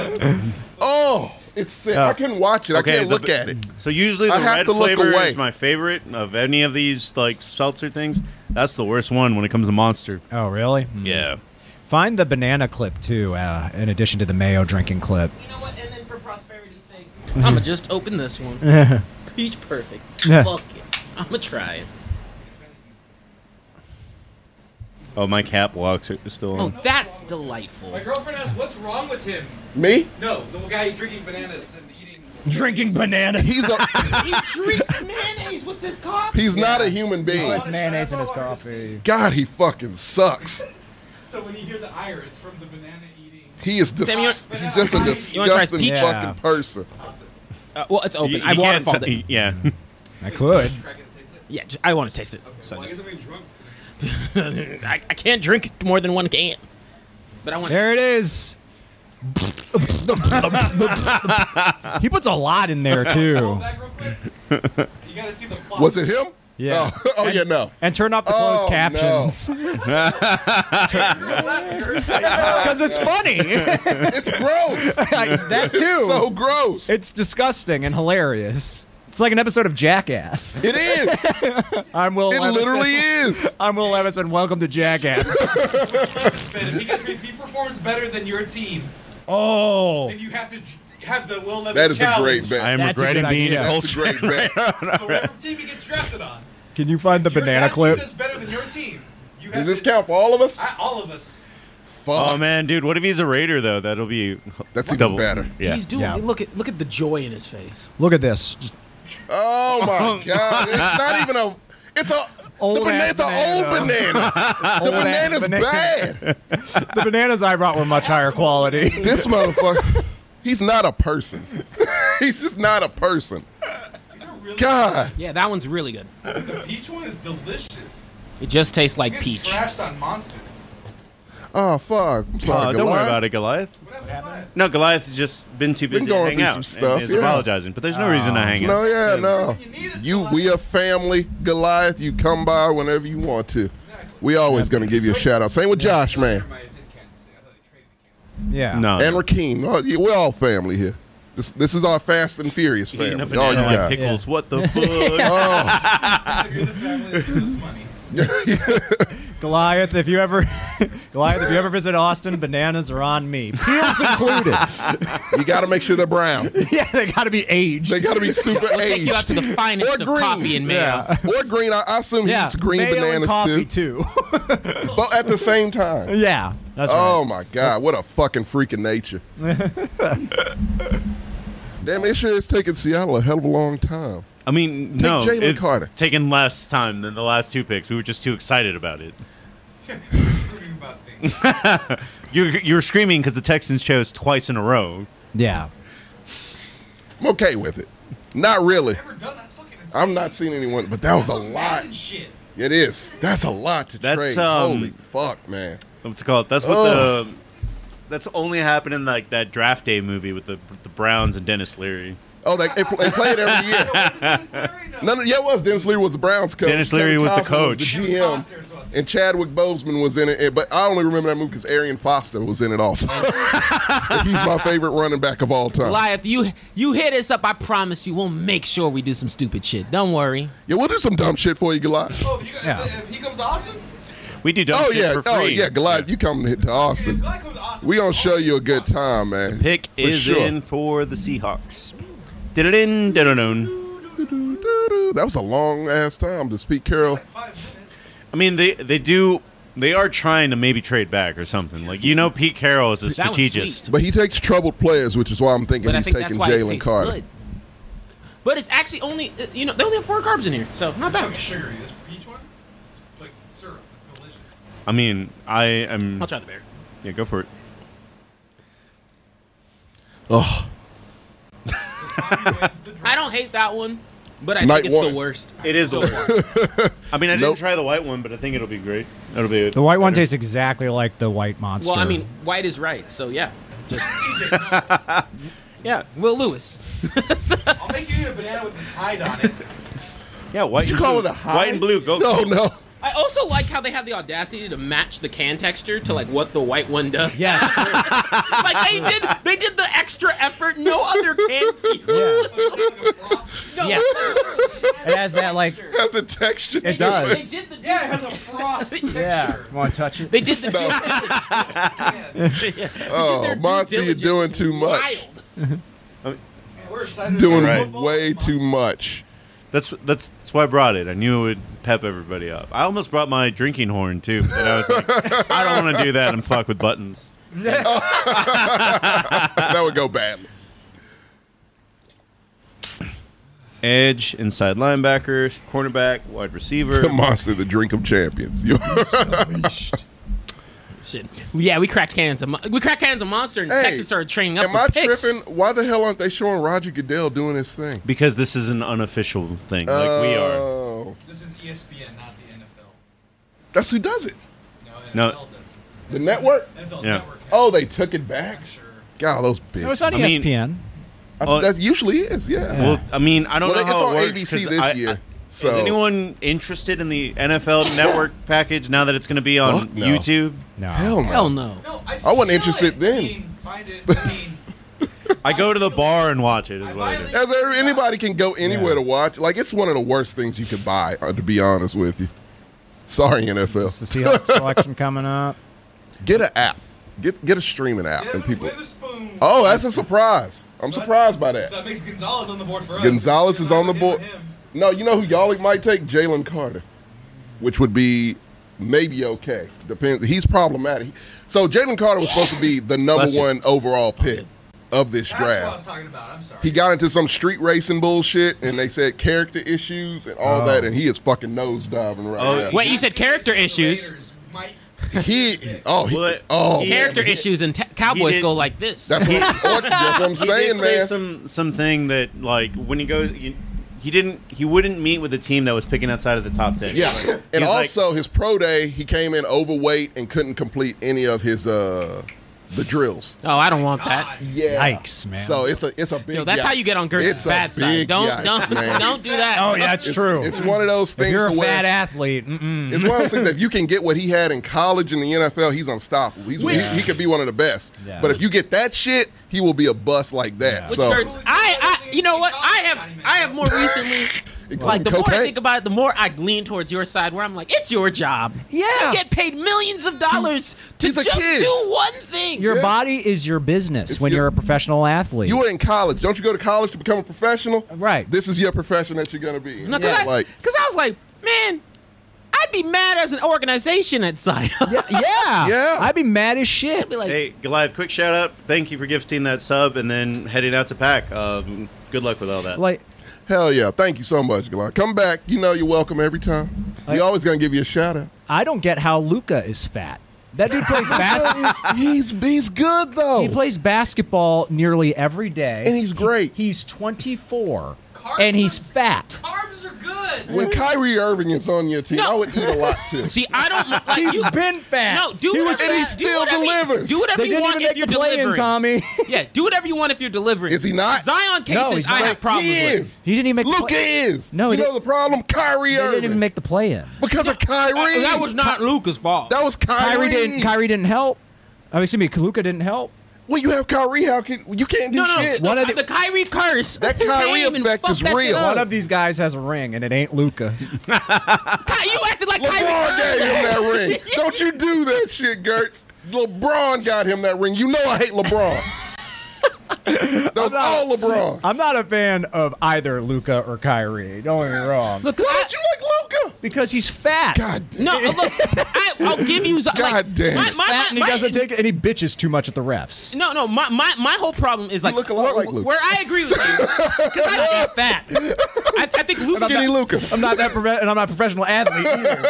*laughs* Oh, it's sick. I couldn't watch it. I can't the- look at it. So usually the I have red to look flavor away. is my favorite of any of these like seltzer things. That's the worst one when it comes to Monster. Oh, really? Yeah. Find the banana clip too, uh, in addition to the mayo drinking clip. You know what? And then for prosperity's sake, I'ma just open this one. *laughs* Peach perfect. Yeah. Fuck it. I'ma try it. Oh, my cap locks are still Oh, on. that's delightful. My girlfriend asked, "What's wrong with him?" Me? No, the guy drinking bananas and eating. Drinking banana. He's *laughs* a He drinks mayonnaise with this coffee. he's not a human being. it's mayonnaise in his coffee. God, he fucking sucks. So when you hear the ire, it's from the banana eating. He is dis- Sam, you he's just a you wanna try his disgusting peach? Yeah. fucking person. Uh, well, it's open. You- I you want can't to t- Yeah. I could. Crack it and taste it. Yeah, j- I want to taste it. So Well, I guess just- I'm getting drunk today. I, I can't drink more than one can. But I want. There it is. he puts a lot in there Pull too. back real quick. you gotta see the plot. Was it him? Yeah. Oh, *laughs* oh, yeah, no. *laughs* And turn off the closed Oh, captions *laughs* because it's funny. *laughs* It's gross. that too. It's so gross. It's disgusting and hilarious. It's like an episode of Jackass. it is. *laughs* It I'm Will. Levinson. *laughs* literally is. I'm Will Levis, and welcome to Jackass. *laughs* Ben, if he, gets, if he performs better than your team, Oh, then you have to j- have the Will Levis That is a challenge. great bet. I am That's a regretting good being idea. a That's a culture. *laughs* great bet. *laughs* So whatever team he gets drafted on, can you find the your- banana that clip? team is better than your team. You have Does this to, count for all of us? I, all of us. Fuck. Oh man, dude, what if he's a Raider though? That'll be That's even double better. Yeah. He's doing. Yeah. Look at look at the joy in his face. Look at this. Just Oh my god. It's not even a. It's a. Old the banana, ass it's an *laughs* old banana. the old ass banana's banana. bad. The bananas I brought were much higher quality. This motherfucker. He's not a person. *laughs* he's just not a person. These are really God. Yeah, that one's really good. The peach one is delicious. It just tastes You like get peach. trashed on monsters. Oh fuck. I'm sorry. Oh, don't worry Goliath. about it, Goliath. What happened? No, Goliath has just been too busy to going through hang out. some and stuff, is yeah. Ah, apologizing, but there's no reason to hang No, out. yeah, no. You need us, You, we a family, Goliath. You come by whenever you want to. We always gonna give you a shout out. Same with Josh, man, It's in Kansas City. I thought they traded Kansas *laughs* City. Yeah. No. and Rakeem. Oh, yeah, We're all family here. This, this is our Fast and Furious Eating family. a All you banana like *laughs* got. pickles. What the fuck? Oh, You're the family that lose money. Goliath, if you ever *laughs* Goliath, if you ever visit Austin, bananas are on me. *laughs* Peels included. you got to make sure they're brown. yeah, they gotta be aged. They got to be super We'll take aged. you out to the finest Or of green. coffee and mayo. or green. I, I assume he yeah. eats green mayo and bananas coffee too. too. But at the same *laughs* time. yeah. That's Oh my God! What a fucking freak of nature. Damn, it sure is taking Seattle a hell of a long time. I mean, no. Jalen it's Carter. Taken less time than the last two picks. We were just too excited about *laughs* it. We're screaming about things. *laughs* You you were screaming because the Texans chose twice in a row. Yeah. I'm okay with it. Not really. Never done that's fucking insane. I'm not seeing anyone, but that was a That's lot. Madden Shit. It is. That's a lot to That's, trade. um, Holy fuck, man. What's it called? That's what Ugh. the. That's only happened in like that draft day movie with the the Browns and Dennis Leary. Oh, they, they, pl- they play it every year. *laughs* None of, yeah, it was. Dennis Leary was the Browns coach. Dennis Leary Kevin was the Costner coach. the GM. And Chadwick Boseman was in it. and- But I only remember that movie because Arian Foster was in it also. Oh, *laughs* He's my favorite running back of all time. Goliath, you you hit us up. I promise you, we'll make sure we do some stupid shit. Don't worry. Yeah, we'll do some dumb shit for you, Goliath. Oh, if, you got, Yeah. if he comes awesome, We do dumb Oh, shit yeah. for free. Oh, yeah, Goliath, you come to if Austin. Goliath comes awesome, We gonna show oh, you a good fuck. time, man. Pick For is sure. in for the Seahawks. Did it in? That was a long ass time to speak Carol. Five minutes. I mean, they they do. They are trying to maybe trade back or something. Like you know, Pete Carroll is a That one's sweet. strategist. But he takes troubled players, which is why I'm thinking But I he's think taking that's why it Jalen tastes Carter. good. But it's actually only uh, you know they only have four carbs in here, so not It's fucking bad. sugary. This peach one, it's like syrup. It's delicious. I mean, I am. I'll try the bear. Yeah, go for it. Oh, I don't hate that one, but I Night think it's one. the worst. It *laughs* is the worst. I mean, I didn't Nope. try the white one, but I think it'll be great. It'll be The white one tastes exactly like the white monster. Well, I mean, white is right, so yeah. *laughs* Just *laughs* Yeah, Will Lewis. *laughs* I'll make you eat a banana with this hide on it. yeah. White. you and call blue. it a high? White and blue. Go. no, no. *laughs* I also like how they have the audacity to match the can texture to like what the white one *laughs* does. yes. like they did, they did the extra effort. No other *laughs* can. feels- yeah. No, *laughs* Yes. It has that like. Has a texture. It to They does. did the. Yeah, it has a *laughs* frost texture. *laughs* Yeah. Want to touch it? They did the. Oh, Monty, you're doing too much. Wild. We're excited. Doing about Right. football. way too much. That's that's that's why I brought it. I knew it would pep everybody up. I almost brought my drinking horn too, but I was like, *laughs* I don't want to do that and fuck with buttons. That would go badly. *laughs* Edge, inside linebacker, cornerback, wide receiver. The monster, the drink of champions. *laughs* You- Shit. Yeah, we cracked cans. Of, mo- we cracked cans of monster, and Hey, Texas started training up. Am with I picks. tripping? Why the hell aren't they showing Roger Goodell doing his thing? Because this is an unofficial thing, like we are. Oh, This is E ESPN, not the NFL. that's who does it. No, No. NFL doesn't. The network. NFL Yeah. Network. has Oh, they took it back. it, sure. God, those It was bitches. on E I mean- ESPN. I Oh. think that usually is. Yeah. Well, I mean, I don't Well, know how it it's works. on ABC 'cause this I- year. I- so Is anyone interested in the *laughs* NFL Network package now that it's going to be on Fuck no. YouTube? no. hell no. Hell no. No, I, I wasn't steal interested it. then. I mean, find it. I mean, I go to the bar and watch it. Is what I do. As there- anybody can go anywhere to watch. Like it's one of the worst things you could buy. uh, To be honest with you, sorry It's the NFL. Seahawks selection coming up. Get an app. Get get a streaming app Devin and people. Witherspoon. Oh, that's a surprise. I'm surprised by So that. that makes Gonzalez on the board for us. Gonzalez is Either on the him or board. him. No, you know who y'all might take? Jalen Carter, which would be maybe okay. Depends. He's problematic. So Jalen Carter was supposed to be the number Bless you. one overall pick of this That's what I was draft. talking about. I'm sorry. He got into some street racing bullshit, and they said character issues and all that, and he is fucking nosediving right Oh, now. Wait, you said character The issues. Raiders might- He, oh, he, Well, oh, he- Character man. issues and te- Cowboys did- go like this. That's what, I'm, that's what *laughs* I'm He did saying, say man. some something that like when he goes, you, he didn't. He wouldn't meet with a team that was picking outside of the top ten. Yeah, and He's like- also his pro day, he came in overweight and couldn't complete any of his uh the drills. Oh, I don't want that. Yeah, Yikes, man. So it's a it's a big. Yo, that's yikes. how you get on It's Gert's a bad big side. Don't yikes, don't man. don't do that. Oh, yeah, it's, true. It's one of those if things. you're a to where- fat athlete, mm-mm. It's one of those things that if you can get what he had in college in the NFL, he's unstoppable. He's, Which- he, he could be one of the best. Yeah. But if you get that shit, he will be a bust like that. Which So Gertz, I, I, you know what? I have, I have more recently. Like the more I Cocaine. think about it, the more I lean towards your side, where I'm like, it's your job. Yeah. you get paid millions of dollars to These are just kids. do one thing. your body is your business It's when your- you're a professional athlete. you were in college. Don't you go to college to become a professional? Right. This is your profession that you're gonna be. in. No, cause, I, Like 'cause I was like, man, I'd be mad as an organization at Zion. *laughs* yeah, *laughs* yeah. Yeah. I'd be mad as shit. I'd be like, Hey, Goliath, quick shout out. Thank you for gifting that sub and then heading out to pack. Um, good luck with all that. Like, hell yeah. Thank you so much, Galak. Come back. You know you're welcome every time. We Like- always gonna give you a shout out. I don't get how Luca is fat. That dude plays basketball. he's he's good though. He plays basketball nearly every day, and he's great. he's 24, and he's fat. Carbs are good. when Kyrie Irving is on your team, No. I would eat a lot too. see, *laughs* I don't like you. He's been fat. No, do He whatever, was- And he do still whatever you- delivers. do whatever They you didn't want even if make you're the play in, delivering. Tommy. Yeah, do whatever you want if you're delivering. Is he not? Zion cases, he's not. I have problems he with. is. He didn't even make the Luca play. is. No, you he know didn't- the problem, Kyrie They Irving. didn't even make the play in. because of Kyrie. That was not Luca's fault. That was Kyrie. Kyrie didn't. Kyrie didn't help. I mean, excuse me, Luca didn't help. When you have Kyrie, how can you can't do no, no, shit? no. One The, of the- the, Kyrie curse. That Kyrie came and effect fucked is that shit real. up. One of these guys has a ring, and it ain't Luca. Ky- you acted like Kyrie. LeBron Irving. gave him that ring. Don't you do that shit, Gertz. LeBron got him that ring. You know I hate LeBron. that was not- all LeBron. *laughs* I'm not a fan of either Luca or Kyrie. Don't get me wrong. Look, Why I, don't you like Because he's fat. God, No, look, I, I'll give you. Like, God damn. My, He's my, Fat and he my- doesn't take it, and he bitches too much at the refs. No, no, my, my, my whole problem is like look a lot where, like Luke. where I agree with you *laughs* because I think fat. I, I think Luca. skinny Luca. I'm not that, profe- and I'm not a professional athlete *laughs* either.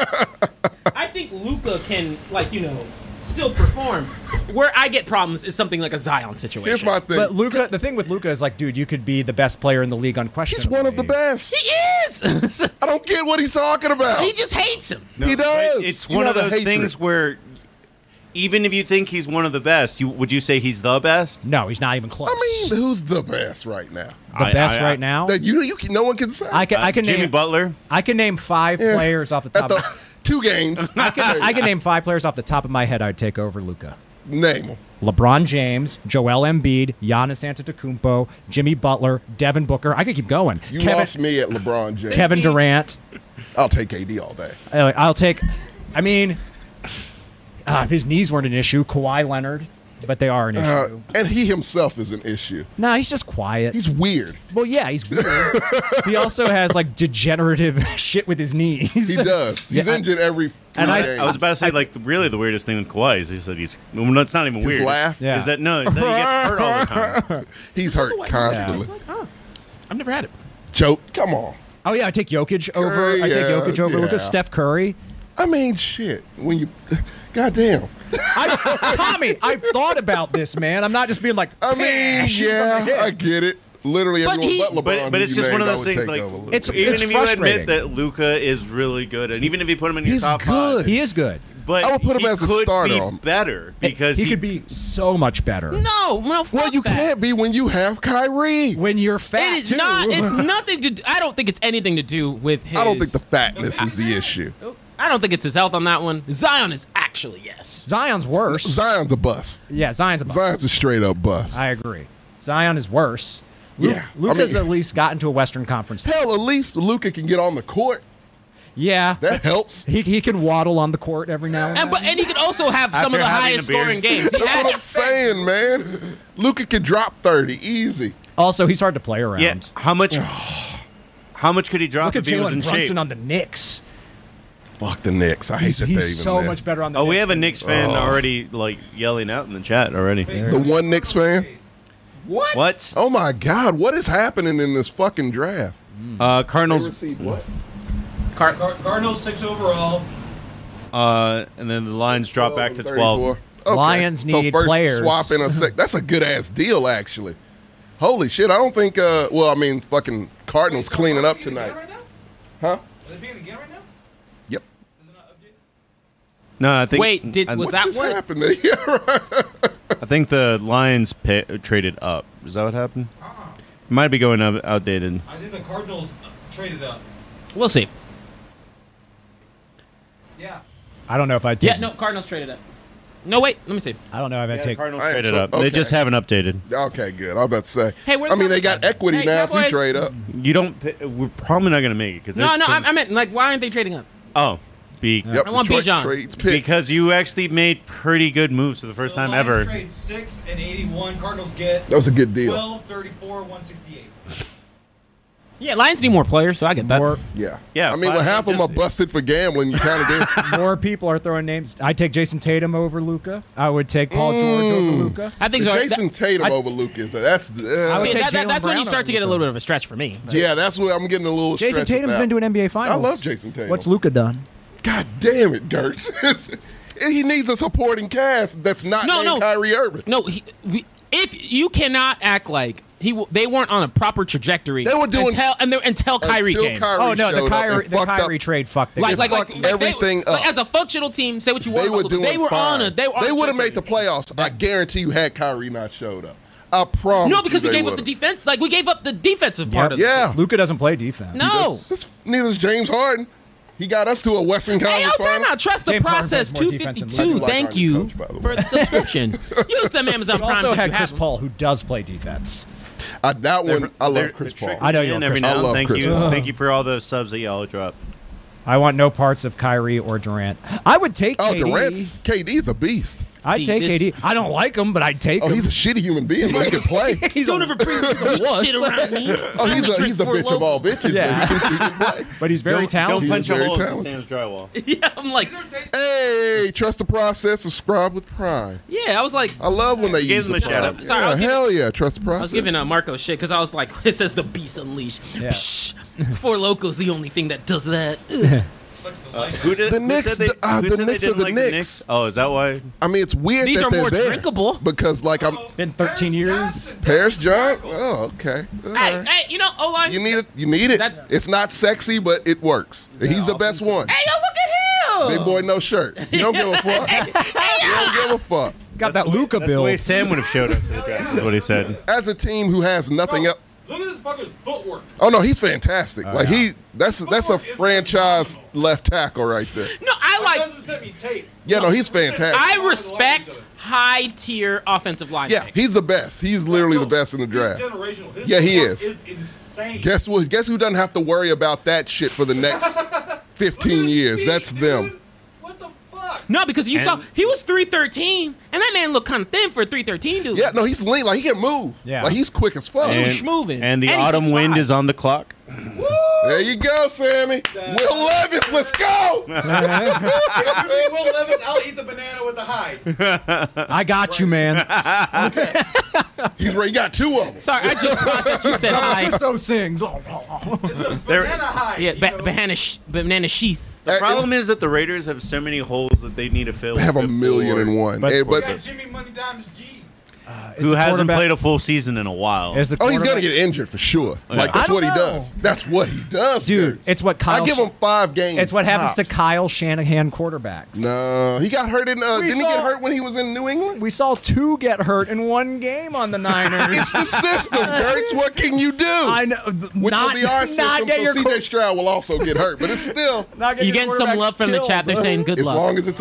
I think Luca can like you know still perform. Where I get problems is something like a Zion situation. Here's my thing. But Luca, the thing with Luca is like, dude, you could be the best player in the league unquestionably. He's one of the best. he is. *laughs* I don't get what he's talking about. he just hates him. He does. It's You one of have a those hatred. things where even if you think he's one of the best, you would you say he's the best? No, he's not even close. I mean, who's the best right now? the I- best I- uh, right now. That you, you can, no one can say. I can, I can Jimmy name, Butler. I can name five Yeah. players off the top. At *laughs* *laughs* the, of, two games. I can, I can name five players off the top of my head. I'd take over Luca. name them. LeBron James, Joel Embiid, Giannis Antetokounmpo, Jimmy Butler, Devin Booker. I could keep going. You Kevin, lost me at LeBron James. Kevin Durant. I'll take AD all day. Uh, I'll take. I mean, uh, if his knees weren't an issue, Kawhi Leonard, but they are an issue. Uh, and he himself is an issue. nah, he's just quiet. He's weird. well, yeah, he's weird. *laughs* he also has like degenerative *laughs* shit with his knees. He does. He's Yeah, I- injured every. And three I- games. I was about to say, like, the- really the weirdest thing with Kawhi is he said he's. Well, no, it's not even His weird. It's- laugh? Yeah. Is that no? Is that he gets hurt *laughs* all the time? he's hurt constantly. It's like, huh, I've never had it. Joke. Come on. *laughs* Oh yeah, I take Jokic over. Curry, I take yeah, Jokic over. Look yeah. at Steph Curry. I mean, shit. When you, goddamn. *laughs* I, Tommy, I've thought about this, man. I'm not just being like. I mean, "She's on my yeah, head." I get it. Literally But everyone he- but, LeBron. But, but who it's you just one of named, I those would things take like over Luka. It's- even if you frustrating. admit that Luca is really good, and even if you put him in your He's top good. five, He is good. but I would put him he as a could starter be on- better because he, could be so much better No, no. Fuck well, you that. can't be when you have Kyrie. when you're fat. It is too. not. It's nothing to. Do, I don't think it's anything to do with his. I don't think the fatness is the issue. I don't think it's his health on that one. Zion is actually yes. *laughs* Zion's worse. Zion's a bust. yeah, Zion's a bust. Zion's a straight up bust. I agree. Zion is worse. Lu- Yeah, I Luca's mean- at least gotten to a Western Conference. Hell, at least Luca can get on the court. Yeah, That helps. he, he can waddle on the court every now and And then. but and he could also have some of After the having highest a beer. scoring games. He That's had- what I'm saying, man. Luca can drop thirty easy. Also, he's hard to play around. yeah. How much? how much could he drop Look at if he was in Jalen Brunson shape? on the Knicks. Fuck the Knicks. I hate He's, that they even he's so there. much better on the. Oh, we Knicks have a than- Knicks fan already like yelling out in the chat already. The one Knicks fan. what? What? Oh my God, what is happening in this fucking draft? Uh, Cardinals, Received what? Car- Cardinals six overall. uh, and then the Lions drop back to 12. 34. Okay. Lions need so first players. Swap in a sec. *laughs* That's a good ass deal, actually. Holy shit! I don't think. Uh, well, I mean, fucking Cardinals cleaning up tonight, huh? Are they being again right now? Yep. No, I think. Wait, did- I, was What that just what- happened there? *laughs* Yeah, right. I think the Lions pa traded up. Is that what happened? Ah. It Might be going out- outdated. I think the Cardinals uh, traded up. *laughs* We'll see. Yeah. I don't know if I did. Yeah, no. Cardinals traded up. No, wait. Let me see. I don't know if I take. Cardinals I am traded so- up. They okay. just haven't updated. Okay, good. I'm about to say. Hey, where I the mean, they Cardinals- got equity Hey, now. yeah, If you boys. trade up, You don't. pa- We're probably not going to make it because No, no. I, I meant like, why aren't they trading up? oh, be, yep. I want Detroit Bijan. trades pick. because you actually made pretty good moves for the first So the time Lions ever. Trade six and eighty-one. Cardinals get that was a good deal. 12, 34, 168. Yeah, Lions need more players, so I get that. More, yeah. Yeah, I mean, five- when half of them just- are busted for gambling, you kind of *laughs* get. more people are throwing names. I take Jason Tatum over Luca. I would take Paul George over Luca. I think so. Jason That- Tatum I- over Lucas. That's I uh, would see, take that- that- Jaylen that's when you Brown start over to get a them. little bit of a stretch for me. yeah. That's where I'm getting a little. Jason stretched with Tatum's that. been doing NBA I Finals. love Jason Tatum. What's Luca done? God damn it, Gertz. *laughs* he needs a supporting cast that's not No, named no. Kyrie Irving. No, he, we, if you cannot act like he, w- they weren't on a proper trajectory. They were doing- until and they, until Kyrie Until came. Kyrie Oh no, showed the up Kyrie, and the fucked up. Kyrie trade fucked. the Like, game. like, like, fucked like they- everything like, up. as a functional team, say what you want. They were but doing They were fine. on a. They were. on a would have made the trajectory. playoffs. I guarantee you had Kyrie not showed up. I promise. No, because you we they gave up the would've. defense. Like we gave up the defensive part of it. Yeah. Luca doesn't play defense. No. That's, neither is James Harden. He got us to a Western Hey, yo, Conference time final. out. Trust the James Harden process. plays more defense than 252. Luka. I do like Thank Harden you coach, by the way. for the *laughs* subscription. Use them Amazon We Prime also if had you Chris have them. Paul, who does play defense. I, that one, I They're- love Chris they're Paul. tricking I know me you in love every Chris now Paul. and I love Thank Chris you, Paul. thank you for all those subs that y'all drop. I want no parts of Kyrie or Durant. I would take. Oh, KD. Durant's KD's a beast. I See, take this- AD. I don't like him, but I take Oh, him. *laughs* he's a shitty human being, but he can play. He's Don't a- ever bring this wuss. shit *laughs* around me. Oh, he's a, he's the Trick for bitch of local. all bitches. Yeah. Yeah. He, can, he can play. but he's very Don't- talented. He's Don't punch a very hole in talented. Sam's drywall. *laughs* Yeah, I'm like, Hey, trust the process. Subscribe with Pride. yeah, I was like, I love when they Give use him the a shout product. out. Sorry, I yeah, was giving- hell yeah, trust the process. I was giving uh, Marco shit because I was like, *laughs* it says the beast unleashed. Yeah. Psh, Four Locos the only thing that does that. Ugh. Sucks the life. Who did The who Knicks- Said they, the- uh, who the said Knicks they are didn't the like Knicks. The Knicks? Oh, is that why? I mean, it's weird These that are they're more there drinkable. because, like, *laughs* I'm been 13 years. Paris John. Oh, okay. All Hey, right. hey, you know, O line. You need it. You need it. That- it's not sexy, but it works. He's the best one. hey, yo, look at him. Big boy, Oh. no shirt. You don't *laughs* give a fuck. you don't give a fuck. Got that Luca That's the bill. way Sam would have showed up. to the draft, Is what he said. As a team who has Oh. nothing else. Look at this fucker's footwork. Oh no, he's fantastic. like he, that's that's a Footwork is franchise phenomenal. left tackle right there. No, I Like, like. doesn't send me tape. Yeah, no, he's fantastic. I respect high tier offensive line. Yeah, picks. he's the best. He's literally the Yo, best in the he's draft. Generational. His Yeah, he footwork is. Is insane. Guess what? Guess who doesn't have to worry about that shit for the next *laughs* Look at 15 his years? feet, That's dude. them. What the fuck? No, because you saw And- he was three thirteen, and that man looked kind of thin for a three thirteen dude. Yeah, no, he's lean. Like he can move. Yeah. like Oh, he's quick as fuck. And, schmoving. and the And he's autumn 6'5". wind is on the clock. there you go, Sammy. Will Levis, *laughs* let's go. You mean Will Levis, I'll eat the banana with the hide. I got you, man. *laughs* He's right. You got two of them. Sorry, I just processed. *laughs* You said I. so sings. It's the There- banana hide. Yeah, you ba- know? banana, sh- banana sheath. The problem is that the Raiders have so many holes that they need to fill. They have a before- million and one. But- Hey, You but got Jimmy Money Dimes G. Who hasn't played a full season in a while? Is the oh, he's gonna quarterback- get injured for sure. Like I that's don't what he know. does. That's what he does, Dude, Gertz. it's what Kyle. I give him five games. It's what happens to tops. Kyle Shanahan quarterbacks. No, he got hurt in. Uh, We didn't he saw- get hurt when he was in New England? We saw two get hurt in one game on *laughs* the Niners. It's the system, *laughs* Gertz. What can you do? I know, Which not, will be our system, not get your so qu- CJ Stroud will also get hurt, but it's still *laughs* not get You your getting some quarterbacks love from the killed, chat? They're bro. saying good as luck. long as it's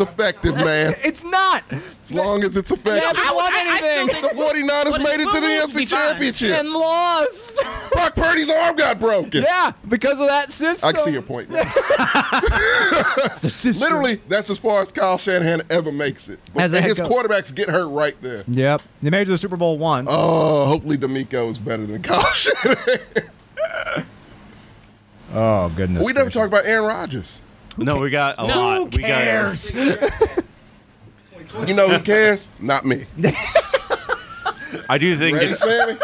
*laughs* effective, man. it's not. As long as it's Yeah, effective. but- want anything. *laughs* The 49ers But made it to the Boo-Boo's be NFC fine. Championship. And lost. Brock Purdy's arm got broken. yeah, because of that system. I can see your point. now. It's the system. Literally, that's as far as Kyle Shanahan ever makes it. But As a head his coach. quarterbacks get hurt right there. Yep. They made it to the Super Bowl once. Oh, hopefully D'Amico is better than *laughs* Kyle Shanahan. oh goodness. we never gracious. talked about Aaron Rodgers. no, we got a lot. Who We got- *laughs* cares? You know who cares? Not me. *laughs* I do think. Ready, it's- Sammy?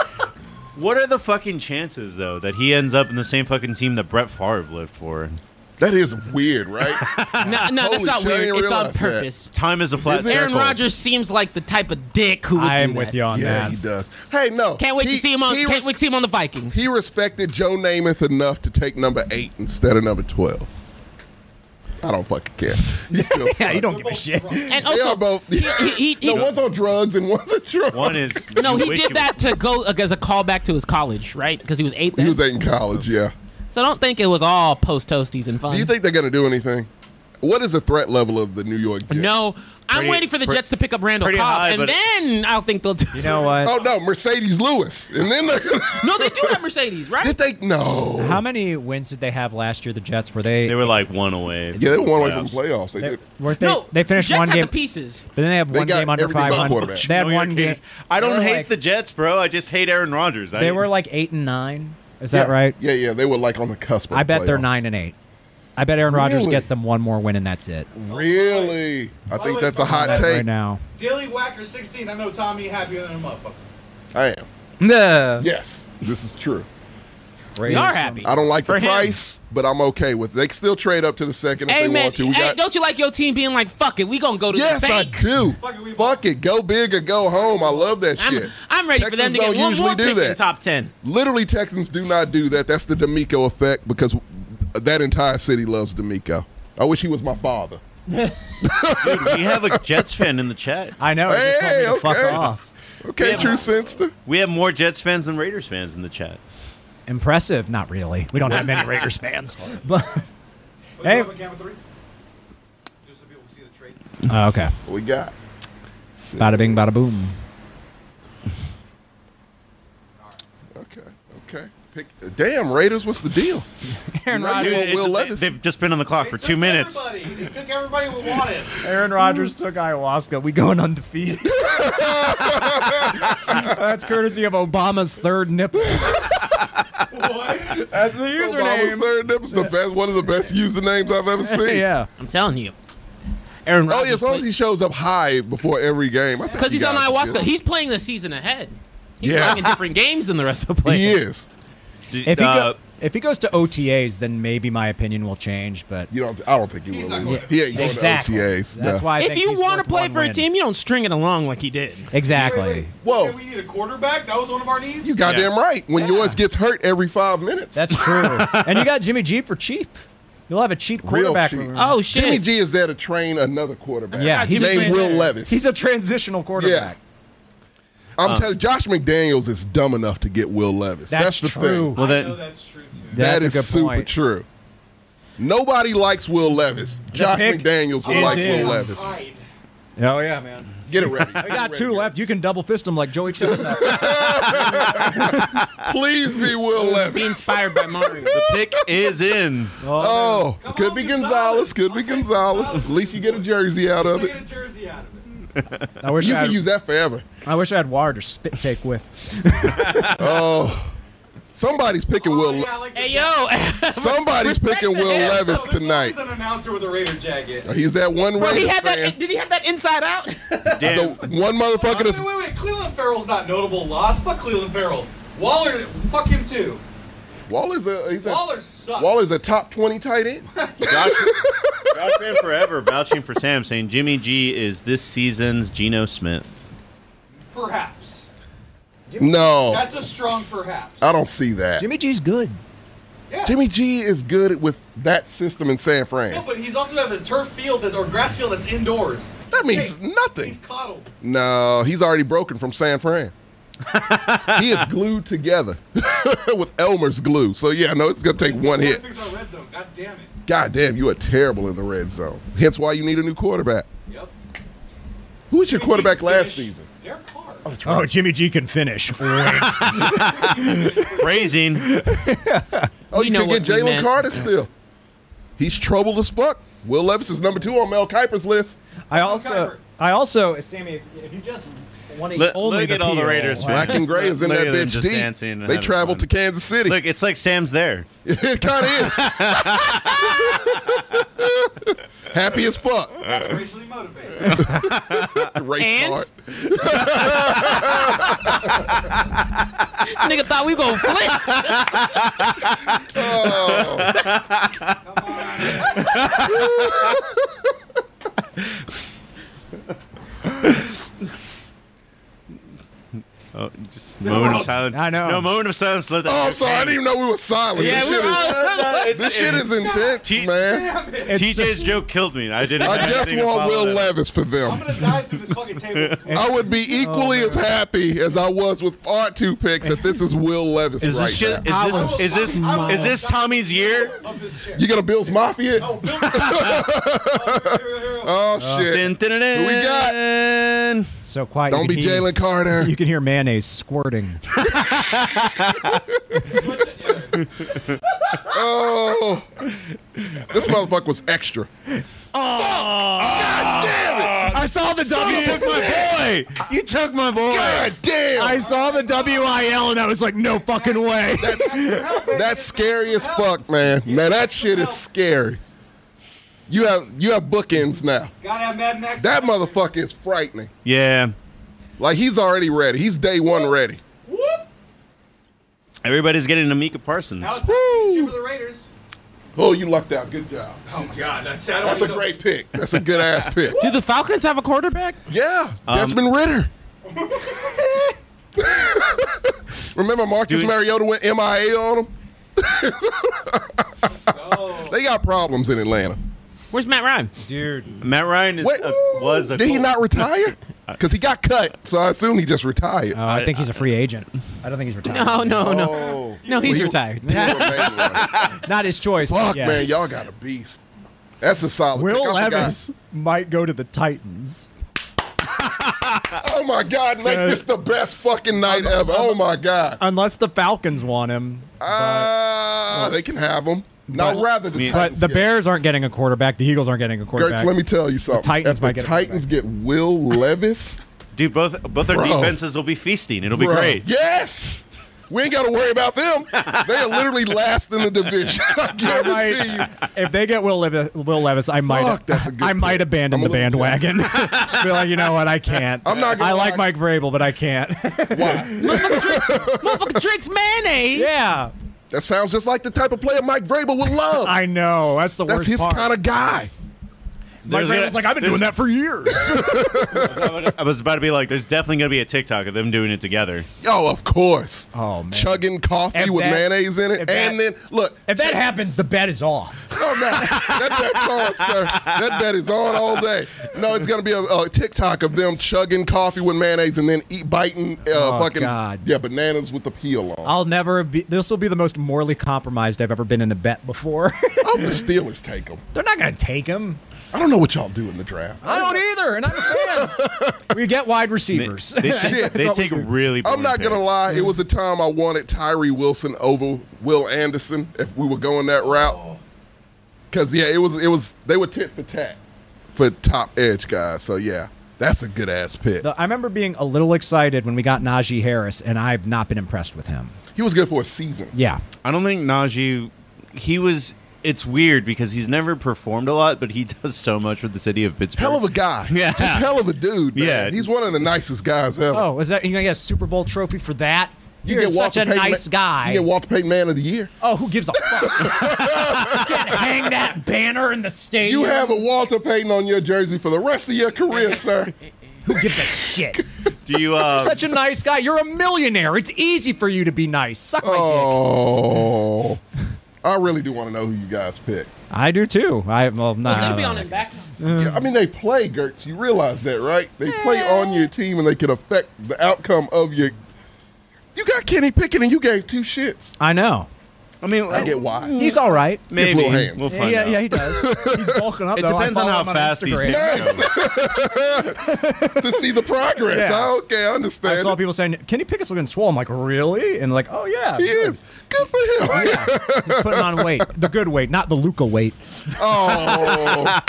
What are the fucking chances though that he ends up in the same fucking team that Brett Favre lived for? That is weird, *laughs* right? No, no, that's Holy not shit, I weird. didn't It's on realize that. purpose. Time is a flat Is it- circle. Aaron Rodgers seems like the type of dick who would I do am that. with you on yeah, he that. does. Hey, no. Can't wait he- to see him on. He, Can't res- wait to see him on the Vikings. he respected Joe Namath enough to take number eight instead of number twelve. I don't fucking care. He *laughs* still Yeah, sucks. you don't give a shit. and They also, are both. he- he- *laughs* he- no, one's on drugs and one's a drug. One *laughs* is. no, you he wish did that to go like, as a callback to his college, right? Because he was eight. he then. was eight in college. Yeah. So don't think it was all post toasties and fun. Do you think they're gonna do anything? What is the threat level of the New York Jets? No, I'm Pretty- waiting for the pre- Jets to pick up Randall Cobb, pretty high, and but- then I don't think they'll do. You know what? Oh no, Mercedes Lewis, and then they're gonna- *laughs* *laughs* No, they do have Mercedes, right? did they? No. How many wins did they have last year? The Jets were they? They were like one away. yeah, they were one away from playoffs. the playoffs. They, they did. weren't they? no, they finished Jets one have game, the pieces. but then they have They one got game under everything but 500. quarterback. They had No, you're one game. kidding. I they don't were hate like- the Jets, bro. I just hate Aaron Rodgers. I They didn't- were like eight and nine. Is yeah. that right? Yeah, yeah. They were like on the cusp. Of I the bet they're playoffs. nine and eight. I bet Aaron Rodgers Really? gets them one more win and that's it. Really? I think that's a hot That take. Right now. Daily Whacker 16. I know Tommy happier than a motherfucker. I am. No. Yes, this is true. We are happy. I don't like For the him. price, but I'm okay with. They can still trade up to the second if Hey they man, want to. We hey, got- don't you like your team being like, "Fuck it, we gonna go to yes, the I bank"? do. Fuck it, we- Fuck it, go big or go home. I love that shit. I'm, I'm ready for them Texans to get don't one usually more do pick in that. top ten. Literally, Texans do not do that. That's the D'Amico effect because that entire city loves D'Amico. I wish he was my father. Dude, we have a Jets fan in the chat. I know. he just told me Hey, to fuck okay. off. Okay, Yeah, true but- senster. We have more Jets fans than Raiders fans in the chat. Impressive. Not really. We don't have many Raiders fans. But But Hey. you have a camera three? Just so people can see the trade. Oh, okay. What we got? Bada bing, bada boom. Okay. Okay. Pick. Damn Raiders. What's the deal? Aaron You know Rodgers, you want Dude, Will it's- Levis? They've just been on the clock for They two took minutes. Everybody. They took everybody we wanted. Aaron Rodgers took ayahuasca. We going undefeated. That's courtesy of Obama's third nipple. Boy, That's the Obama's username. third nip is the best. One of the best usernames I've ever seen. yeah. I'm telling you. Aaron Oh yeah, Rodgers. as long as play- he shows up high before every game, I think Because you he's on guys ayahuasca. get it. He's playing the season ahead. He's Yeah. playing *laughs* in different games than the rest of the players. he is. Did- If he, uh, go, if he goes to OTAs, then maybe my opinion will change. But You don't. I don't think he He's will. not either. going to- He ain't going exactly, to OTAs. that's no. why. I if think you he's want to worth play one for win. a team, you don't string it along like he did. exactly. Wait, wait. Whoa. Said We need a quarterback. That was one of our needs. You goddamn right. When yours gets hurt every five minutes. That's true. and you got Jimmy G for cheap. You'll have a cheap Real quarterback. cheap. room. Oh shit! Jimmy G is there to train another quarterback. Yeah, he's his a name trainer. Will Levis. He's a transitional quarterback. Uh, I'm telling you, Josh McDaniels is dumb enough to get Will Levis. That's, That's the true. thing. well, I know then, that's true too. That's That a is good super point. true. Nobody likes Will Levis. Josh pick McDaniels would is like in. Will Levis. Hide. Oh yeah, man. Get it ready. Get We *laughs* it got ready, two guys. left. You can double fist him like Joey Chestnut. Please be Will Be Levis. inspired by Mario. the pick is in. Oh, could on, be Gonzalez. Gonzalez. Could be I'll take Gonzalez. Gonzalez. At least you get a jersey out of Look it. at a jersey out of it. I wish You I, can had, use that forever. I wish I had water to spit take with. Somebody's picking Oh, Will. yeah, I Le- like this Hey guy. *laughs* yo! Somebody's picking Will Levis Oh, there's tonight. always an announcer with a Raider jacket. He's that one Bro, he Raiders had fan. that. Did he have that inside out? The Damn. one motherfucker Wait, wait, that's wait, wait. Cleveland Farrell's not notable loss. Fuck Cleveland Farrell. Waller, fuck him too. Waller's a he's a Waller sucks. Waller's a top twenty tight *laughs* end. Josh, Josh Fan Forever vouching for Sam, saying Jimmy G is this season's Geno Smith. Perhaps. No, That's a strong perhaps. I don't see that. Jimmy G's good. Yeah. Jimmy G is good with that system in San No, Fran. but he's also have a turf field that, or grass field that's indoors. That He's means safe. nothing. He's coddled. No, he's already broken from San Fran. he *laughs* is glued together *laughs* with Elmer's glue. So yeah, no, it's gonna take one Gotta hit. Fix our red zone. God damn it. God damn, you are terrible in the red zone. Hence why you need a new quarterback. Yep. Who was your quarterback last Finish. season? Derek Carr. Oh, Jimmy G can finish. *laughs* Phrasing. Oh, We you can get know what we Jalen meant. *clears throat* Carter still. He's troubled as fuck. Will Levis is number two on Mel Kiper's list. I also, I also, Sammy, if, if you just want to Look- only look the at all the PO. Raiders Black and Gray is in Look that at them bitch just dancing and deep. They having traveled to fun. Kansas City. Look, it's like Sam's there. *laughs* it kind of *laughs* is. Happy as fuck. *laughs* That's racially motivated. Race And? card. *laughs* Nigga thought we gonna *laughs* flip. Oh, just moment of silence. I know. No moment of silence. Let that Oh, I'm sorry. I didn't even know we were silent. Yeah, this we shit, were is, all- it's- this shit it's- is intense, T- man. It's TJ's joke killed me. I didn't. have I just anything to want follow Will that. Levis for I'm them. gonna dive through this fucking table. *laughs* I would be equally Oh, as happy as I was with our two picks if this is Will Levis Is right this shit? now. Is this? will- Is this? I will Is this dive Tommy's through year? Of this chair. You gonna Bills Mafia? Oh, Oh, Bill- *laughs* Oh, here we go, here we go. shit. Dun, dun, dun, dun. Who we got? so quiet. Don't be Jalen Carter. *laughs* You can hear mayonnaise squirting. Oh, this motherfucker was extra. I saw the W. Took my boy. You took my boy. God damn. I saw the WIL and I was like, no fucking way. That's scary as fuck, man. Now that shit is scary. You have you have bookends now. Gotta have Mad Max. That motherfucker is frightening. Yeah. Like he's already ready. He's day one ready. Everybody's getting Amika Parsons. Now it's Woo. for the Raiders. Oh, you lucked out. Good job. Oh my God, that's, I don't That's a know. great pick. That's a good ass pick. Do the Falcons have a quarterback? Yeah, Desmond Ritter. *laughs* Remember Marcus Dude. Mariota went MIA on him? Oh, They got problems in Atlanta. Where's Matt Ryan? *laughs* Dude. Matt Ryan is Wait, a, was a. Did he Colt. not retire? Because he got cut, so I assume he just retired. Uh, I think he's a free agent. I don't think he's retired. No, no, no. Oh. No, he's Well, he- retired. he remained one. Not his choice. but Fuck, yes. man, y'all got a beast. That's a solid. pick. Will I forgot. Levis might go to the Titans. Oh my God, make this the best fucking night ever. Oh my God. Unless the Falcons want him. Ah, they can have them. No, but- rather the But Titans the get 'em. Bears aren't getting a quarterback. The Eagles aren't getting a Gertz, quarterback. let me tell you something. Titans if might the get a Titans get Will *laughs* Levis, Dude, both both our Bro. defenses will be feasting. It'll be bro, great. Yes, we ain't got to worry about them. They are literally last in the division. *laughs* I I guarantee you. might, if they get Will Levis, Will Levis I might, Fuck, that's a good I might pick. abandon I'm the a little- bandwagon. *laughs* Be like, you know what? I can't. I'm not gonna I like lie. Mike Vrabel, but I can't. *laughs* Why? Motherfucker drinks mayonnaise. yeah, that sounds just like the type of player Mike Vrabel would love. I know. That's the That's worst his part. kind of guy. Mike There's gonna- Vrabel's like, I've been there's- doing that for *laughs* years. I was about to be like, there's definitely going to be a TikTok of them doing it together. Oh, of course. Oh, man. chugging coffee If with that- mayonnaise in it, if and that- then look. if that happens, the bet is off. Oh, no, that bet's on, sir. That bet is on all day. No, it's gonna be a, a TikTok of them chugging coffee with mayonnaise and then eat biting uh, Oh, fucking God. yeah bananas with the peel on. I'll never be. This will be the most morally compromised I've ever been in a bet before. *laughs* I hope the Steelers take them. They're not going to take him. I don't know what y'all do in the draft. I don't either, and I'm a fan. *laughs* we get wide They, receivers. they take, they what we take do. really. I'm not gonna boring lie. It was a time I wanted Tyree Wilson over Will Anderson if we were going that route. Cause yeah, it was it was they were tit for tat for top edge guys. So yeah, that's a good ass *laughs* pick. The- I remember being a little excited when we got Najee Harris, and I've not been impressed with him. He was good for a season. Yeah, picks. I don't think Najee. He was. It's weird because he's never performed a lot, but he *laughs* does so much for the city of Pittsburgh. Hell of a guy. Yeah. Just hell of a dude. Man. Yeah. He's one of the nicest guys ever. Oh, is that you gonna get a Super Bowl trophy for that? You You are get such Walter a Payton Ma- nice You get guy. Walter Payton Man of the Year. Oh, who gives a *laughs* fuck? you can't hang that banner in the stadium. You have a Walter Payton on your jersey for the rest of your *laughs* career, sir. who gives a shit? *laughs* Do you? Uh, such a nice guy. You're a millionaire. It's easy for you to be nice. Suck my dick. Oh. I really do want to know who you guys pick. I do too. I well, nah, We're gonna be nah, on nah. him back. Mm. Yeah, I mean, they play, Gertz. You realize that, right? They play on your team and they can affect the outcome of your. You got Kenny Pickett and you gave two shits. I know. I mean, I get why. He's all right. his Oh. maybe little hands. we'll Yeah, find yeah, out. yeah, *laughs* he does. He's bulking up. It though. I depends on follow how him fast these Instagram. picks go. to *laughs* see the progress. Yeah. I- okay, I understand. I saw it. people saying, "Kenny Pickett's looking swole." I'm like, "Really?" And like, "Oh yeah, He is. Good for him. *laughs* He's putting on weight, the good weight, not the Luca weight." Oh.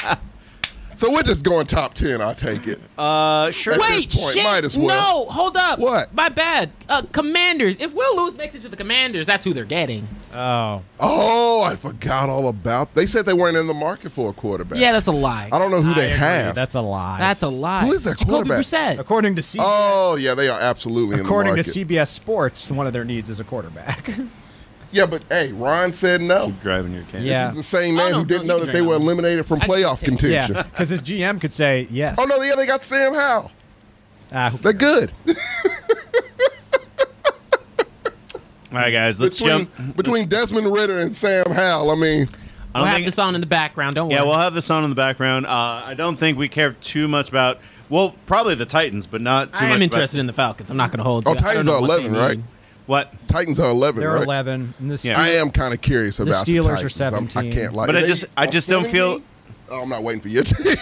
so we're just going top 10, I take it. Uh, sure. At this Wait, point, shit. might as well. No, hold up. What? My bad. Uh, commanders. If Will Lewis makes it to the Commanders, that's who they're getting. Oh, Oh, I forgot all about. They said they weren't in the market for a quarterback. Yeah, that's a lie. I don't know who they have. that's a lie. That's a lie. Who is their Jacoby quarterback? Brissett. according to C. Oh, yeah, they are absolutely according in the to market. CBS Sports, one of their needs is a quarterback. *laughs* yeah, but hey, Ron said no. Driving your can. Yeah. This is the same I man who don't didn't know know either, that they were no. eliminated from I can't playoff take it. yeah, contention. because his GM could say yes. *laughs* Oh no, yeah, they got Sam Howell. Ah, *laughs* who- They're good. All right, guys, let's between jump. between Desmond Ritter and Sam Howell, I mean, oh, I We'll don't have think this on in the background. Don't worry. Yeah, we'll have this on in the background. Uh, I don't think we care too much about. Well, probably the Titans, but not too I much. am interested in the Falcons. I'm not going to hold you. oh, I don't Titans know are what they 11, right? mean. what. Titans are 11, they're right? 11. And this Yeah. I am kind of curious about Steelers are the Titans. I'm- I 17. can't like, But I they- just- I are just don't 17? feel- Oh, I'm not waiting for *laughs* your team.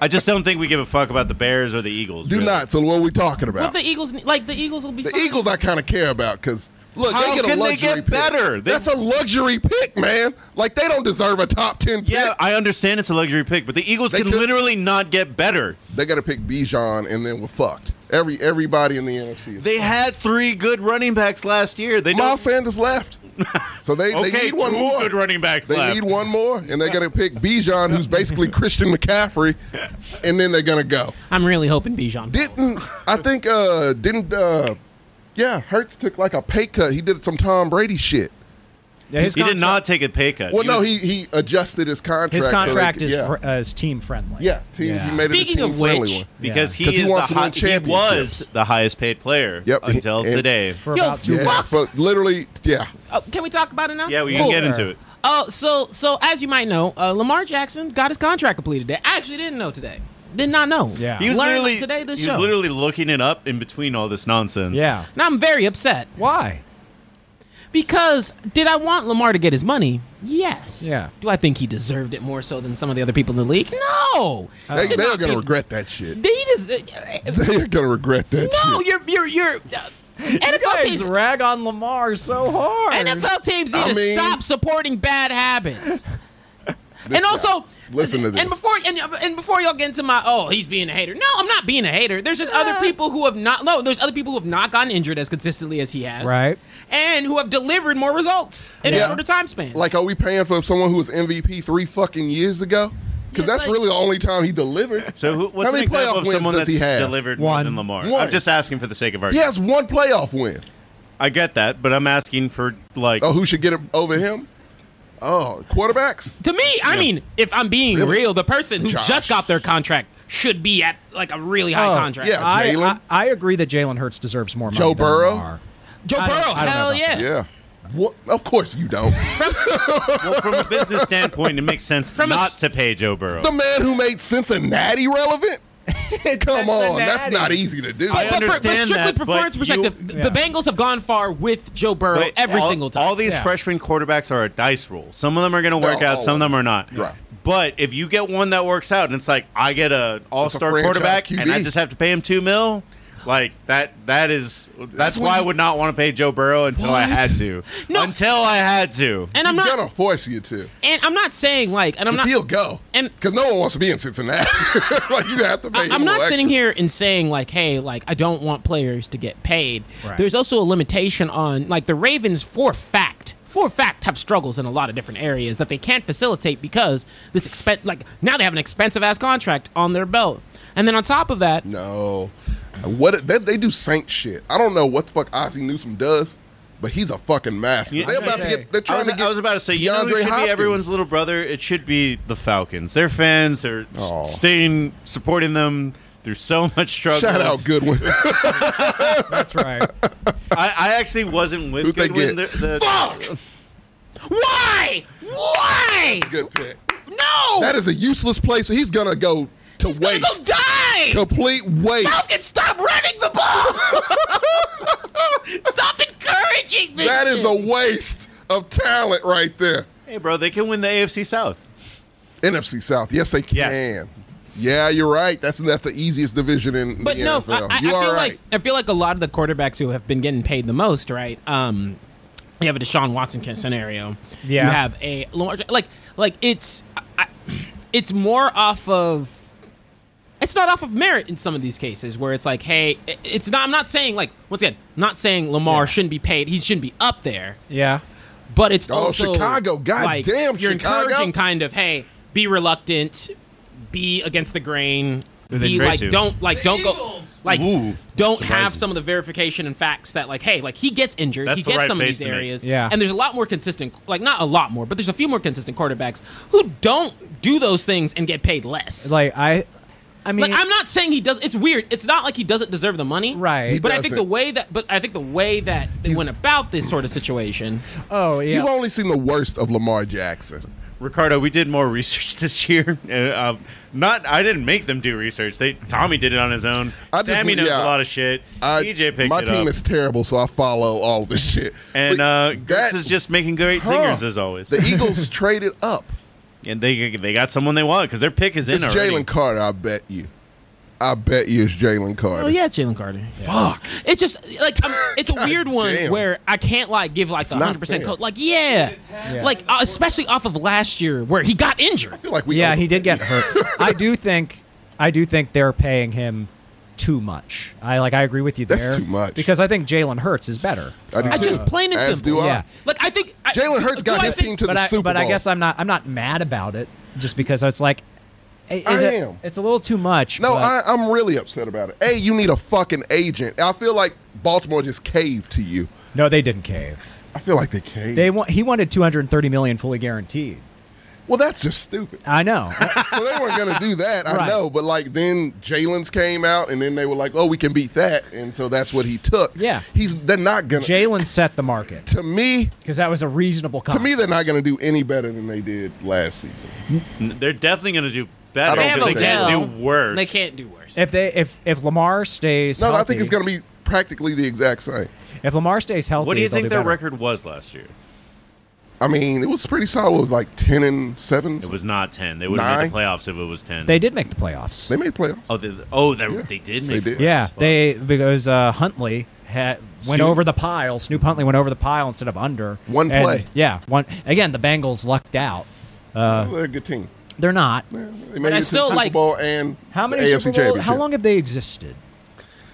I just don't think we give a fuck about the Bears or the Eagles. Do really. not. So what are we talking Well, about? the Eagles, like the Eagles, will be the fine. Eagles, I kind of care about because look, How they get a can they luxury get pick. better? They- That's a luxury pick, man. Like they don't deserve a top ten pick. Yeah, I understand it's a luxury pick, but the Eagles They can could- literally not get better. they got to pick Bijan, and then we're fucked. Every everybody in the NFC. Is They had three good running backs last year. They Miles don't. Sanders *laughs* left, so they, Okay, they need one two more. good running backs They left. need one more, and they're gonna pick Bijan, *laughs* who's basically Christian McCaffrey, and then they're gonna go. I'm really hoping Bijan. Didn't I think? uh Didn't? uh Yeah, Hertz took like a pay cut. He did some Tom Brady shit. yeah, his He did contract- not take a pay cut. Well, He no, was- he he adjusted his contract. His so they contract could- is yeah. fr- uh, is team friendly. Yeah, he, he made Speaking it a team of friendly which- one. because Yeah. he 'Cause he is wants the to win hot, he was championships. the highest paid player Yep, *laughs* he- until and- today. for Yo, about two Yeah, Fuck. but literally, yeah. Oh, can we talk about it now? Yeah, we Cool. can get into it. Oh, so so as you might know, uh, Lamar Jackson got his contract completed today. I actually didn't know today. Did not know. Yeah. He was Learned literally today. This he show. was literally looking it up in between all this nonsense. Yeah. and I'm very upset Why? Because did I want Lamar to get his money? Yes. Yeah. Do I think he deserved it more so than some of the other people in the league? No. Uh, They, Should they're not gonna be- regret that shit. *laughs* *laughs* They just. uh, They're gonna regret that *laughs* No, shit. you're you're you're. Uh, NFL guys teams, rag on Lamar so hard. NFL teams need I to mean- stop supporting bad habits. This and also, guy. listen to this. And before and, and before y'all get into my oh he's being a hater. No, I'm not being a hater. There's just other people who have not no. There's other people who have not gotten injured as consistently as he has. Right. And who have delivered more results in Yeah. a shorter time span. like, are we paying for someone who was MVP three fucking years ago? Because that's like- really the only time he delivered. So who, what's How an many example playoff of wins someone does that's he have? delivered more One. than Lamar? One. I'm just asking for the sake of He argument. has one playoff win. I get that, but I'm asking for like Oh, who should get it over him? Oh, quarterbacks. to me, I Yeah. mean, if I'm being Really? real, the person who Josh. just got their contract should be at like a really high Oh, contract. yeah. I, Jalen? I, I agree that Jalen Hurts deserves more money. Joe than Burrow? Lamar. Joe I Burrow, don't- I don't know hell about yeah. Yeah. What? Of course you *laughs* don't. well, from a business standpoint, it makes sense a not s- to pay Joe Burrow. the man who made Cincinnati *laughs* relevant. Come on, that's not easy to do. I Oh, But, for, but understand strictly that, but performance you- perspective, th- Yeah. the Bengals have gone far with Joe Burrow Wait, every all- single time. All these Yeah. freshman quarterbacks are a dice roll. Some of them are going to They're work out, all some of them are not. Right. But if you get one that works out, and it's like I get a All Star franchise quarterback, and I QB. just have to pay him two mil, like that. That is that's, when why I you- would not want to pay Joe Burrow until I had What? to. Until I had to. and I'm He's not gonna force you to. and I'm not saying like and I'm Because not he'll go. and- Because no one wants to be in Cincinnati. *laughs* like, you have *laughs* to pay I- him I'm a not lot. sitting here and saying like, hey, like I don't want players to get paid. Right. There's also a limitation on like the Ravens for fact, for fact have struggles in a lot of different areas that they can't facilitate because this expen like now they have an expensive ass contract on their belt. And then on top of that, No. What they, they do Saint shit. I don't know what the fuck Ozzie Newsome does, but he's a fucking master. Yeah, they're I'm about to gonna say- get they're I trying was, to get I was about to say, you know who DeAndre should Hopkins. be everyone's little brother? It should be the Falcons. Their fans are s- Aw. staying, supporting them through so much struggle. Oh. Shout out Goodwin. That's *laughs* right. I, I actually wasn't with Who'd they Goodwin. get? The- the- Fuck! why? Why? Good pick. No. That is a useless place. He's gonna go to He's gonna waste. go die. Complete waste. Falcons, stop running the *laughs* ball. stop encouraging this. That is shit. a waste of talent right there. Hey, bro, they can win the AFC South. NFC South. Yes, they can. Yes. Yeah, you're right. That's that's the easiest division *laughs* in But the no, I, NFL. I, I you feel are right. like I feel like a lot of the quarterbacks who have been getting paid the most, right? Um, you have a Deshaun Watson kind of scenario. Yeah. You have a Lamar, like like it's I, it's more off of it's not off of merit in some of these cases where it's like, hey, it- it's not. I'm not saying like once again, I'm not saying Lamar shouldn't be paid. He shouldn't be up there. Yeah. But it's Oh, also Chicago. God like, damn, You're Chicago. encouraging kind of hey, be reluctant, be against the grain, Who they be trade like to? don't like don't go Eagles. like Ooh, don't have surprising. some of the verification and facts that like hey like he gets injured, That's he the gets right some of face these to make. areas, Yeah. and there's a lot more consistent like not a lot more, but there's a few more consistent quarterbacks who don't do those things and get paid less. Like I, I mean, Like, I'm not saying he does. It's weird. It's not like he doesn't deserve the money, Right. He But I think doesn't. the way that, but I think the way that they went about this sort of situation, oh yeah. You've only seen the worst of Lamar Jackson. Ricardo, we did more *laughs* research this year. Uh, um, not, I didn't make them do research. They Tommy did it on his own. I just- Sammy knows yeah. a lot of shit. I, DJ picked my it team up. is terrible, so I follow all *laughs* this shit. and But uh, that- Gertz is just making great Huh. singers as always. *laughs* The Eagles traded up. and they they got someone they want because their pick is in It's already. Jalen Carter. I bet you. I bet you it's Jalen Carter. Oh yeah, it's Jalen Carter. Fuck. It's just like I'm, it's a weird one damn. where I can't like give like the not 100 percent fair. code. Like yeah, Yeah. like uh, especially off of last year where he got injured. I feel like we. yeah, he over- did get hurt. *laughs* I do think, I do think they're paying him too much. I like. I agree with you there. That's too much. because I think Jalen Hurts is better. I do I too. just plain and As do simple. I. Yeah. Like I think I- Jalen do- Hurts do got I his think- team to but the I, Super but Bowl. I guess I'm not. I'm not mad about it just because it's like. Is I it- am. It's a little too much. No, but- I, I'm really upset about it. A, you need a fucking agent. I feel like Baltimore just caved to you. no, they didn't cave. I feel like they caved. They want. He wanted 230 million fully guaranteed. well, that's just stupid. I *laughs* know. So they weren't gonna *laughs* do that. I Right. know, but like then Jalen's came out, and then they were like, "Oh, we can beat that," and so that's what he took. Yeah. he's they're not gonna. Jalen set the market to me, because that was a reasonable to comp. me, they're not gonna do any better than they did last season. They're definitely going to do I better. don't They have but a they can't Odell. do worse. They can't do worse. if they if if Lamar stays No, healthy, I think it's gonna be practically the exact same. If Lamar stays healthy, What do you they'll think do their better. record was last year? I mean, it was pretty solid. It was like ten and seven. It was not ten. They would have made the Nine? playoffs if it was ten. They did make the playoffs. they made playoffs. Oh, they, oh, they, Yeah, they did. they Make the did. playoffs. Yeah, Fuck. they because uh, Huntley had went Snoop. over the pile. Snoop Huntley went over the pile instead of under. One And, play. Yeah, one again. The Bengals lucked out. Uh, They're a good team. They're not. Yeah, They made I it still to the like- Super Bowl and How many the AFC Super Bowl, Championship. How long have they existed?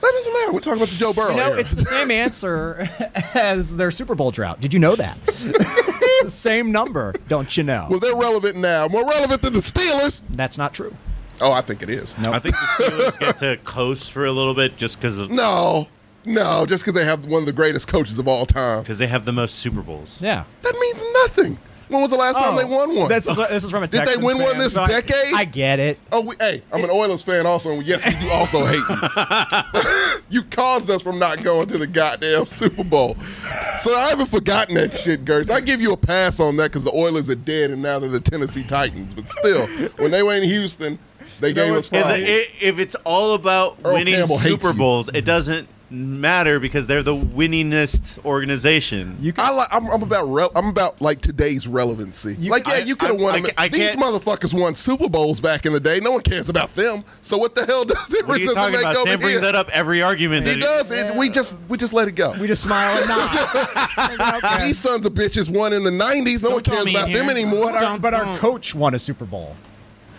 That doesn't matter. We're talking about the Joe Burrow. You know, era. it's the *laughs* same answer *laughs* as their Super Bowl drought. Did you know *laughs* that? It's the same number, don't you know? well, they're relevant now. More relevant than the Steelers. That's not true. Oh, I think it is. I think the Steelers get to coast for a little bit just because of No, no. Just because they have one of the greatest coaches of all time, because they have the most Super Bowls. Yeah. that means nothing. When was the last time they won one? Oh, That's, this is from a Did they Texans win one fan, this so I- decade? I get it. Oh, we, hey, I'm an Oilers fan also, and yes, we do also hate you. you caused us from not going to the goddamn Super Bowl. So I haven't forgotten that shit, Gertz. I give you a pass on that because the Oilers are dead, and now they're the Tennessee Titans. But still, when they were in Houston, they gave us If, problems. the- i- if it's all about Earl winning Campbell hates Super you. Bowls, it doesn't matter because they're the winningest organization. I like, I'm, I'm about rel- I'm about like today's relevancy. like, yeah, I- you could have I- won. I them. ca- I These can't- motherfuckers won Super Bowls back in the day. No one cares about them. So what the hell does it what are you talking about? Sam brings that up every argument. He that does. It, we just we just let it go. We just smile and *laughs* nod. Okay. These sons of bitches won in the '90s. No one throw cares me in about here. them anymore. But our, Don't- but our don't- coach won a Super Bowl.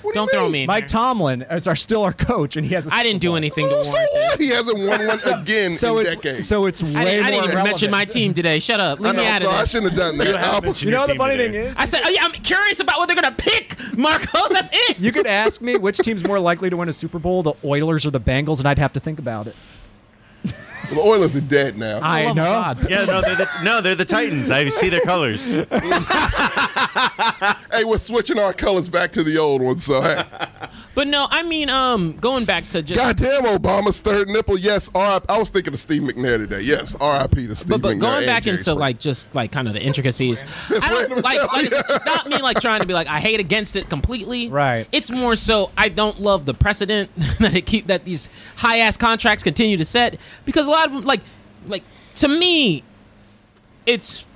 What do you Don't throw mean? me in Mike here. Tomlin is our still our coach, and he has. A I Super didn't do Bowl. anything to So warrant this. what? He hasn't won one again So in it's decades. so it's way I didn't, I more didn't even relevant. mention my team today. Shut up. I Leave know. me out So I of this. shouldn't have done that. have I'll- mentioned You know your the team funny today. thing is, I said, oh, yeah, I'm curious about what they're gonna pick, Marco. *laughs* That's it. you could ask me which team's more likely to win a Super Bowl, the Oilers or the Bengals, and I'd have to think about it. the Oilers are dead now. I know. Yeah, no, they're the, no, they're the Titans. I see their *laughs* colors. hey, we're switching our colors back to the old one. So *laughs* hey, But no, I mean, um, going back to just goddamn Obama's third nipple. Yes, R.I.P. I was thinking of Steve McNair today. Yes, R.I.P. to Steve but, but McNair. going and back Jerry into Springer. like just like kind of the *laughs* intricacies, That's I don't random as like, hell, *laughs* like it's- yeah. it's not me like trying to be like I hate against it completely. Right. It's more so I don't love the precedent *laughs* that it keep that these high ass contracts continue to set because a lot of them like like to me, it's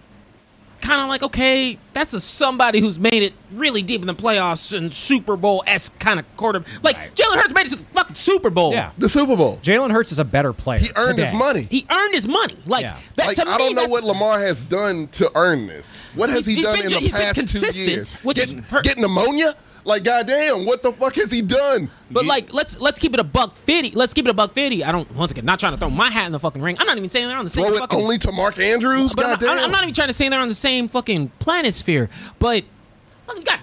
kind of like okay, that's a somebody who's made it really deep in the playoffs and Super Bowl esque kind of quarter. Like Jalen Hurts made it to the fucking Super Bowl. Yeah. the Super Bowl. Jalen Hurts is a better player. He earned his today. money. He earned his money. Like Yeah. that Like, to me. I don't know that's- what Lamar has done to earn this. What has He's- he he's done been- in the he's been past consistent, two years? which is Get- per- get pneumonia? Like, goddamn, what the fuck has he done? But like, let's let's keep it a buck fifty. Let's keep it a buck fifty. I don't once again not trying to throw my hat in the fucking ring. I'm not even saying they're on the same Throw it fucking. only to Mark Andrews? but I'm, not, Goddamn. I'm not even trying to say they're on the same fucking planisphere. But fucking got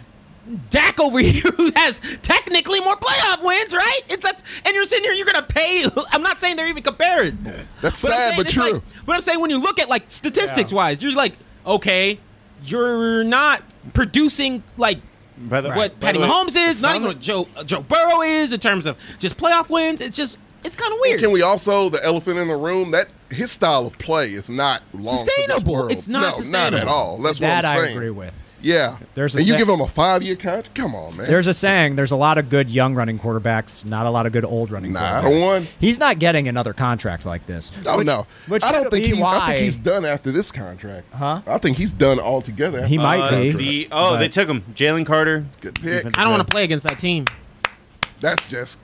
Dak over *laughs* here who has technically more playoff wins, right? It's that's and you're sitting here, you're gonna pay. *laughs* I'm not saying they're even comparable. That's I'm sad, saying but it's true. Like, but I'm saying when you look at like statistics wise, you're like, okay, you're not producing like By the- what by the Patty way, Mahomes is, not from even what Joe uh, Joe Burrow is in terms of just playoff wins. It's just it's kind of weird. Can we also the elephant in the room that his style of play is not long for this Sustainable. world. It's not no, not at sustainable. all. That's That what I'm I saying. agree with. Yeah, There's a and you sec- give him a five year contract. Come on, man. There's a saying. There's a lot of good young running quarterbacks, not a lot of good old running. Nah, I quarterbacks. don't want- He's not getting another contract like this. Oh which- no! which I don't could think be he's. I why- think he's done after this contract. Huh? I think he's done altogether. He after might this Uh, be. the- contract. oh, they took him. Jalen Carter. Good pick. I don't want to play against that team. That's just.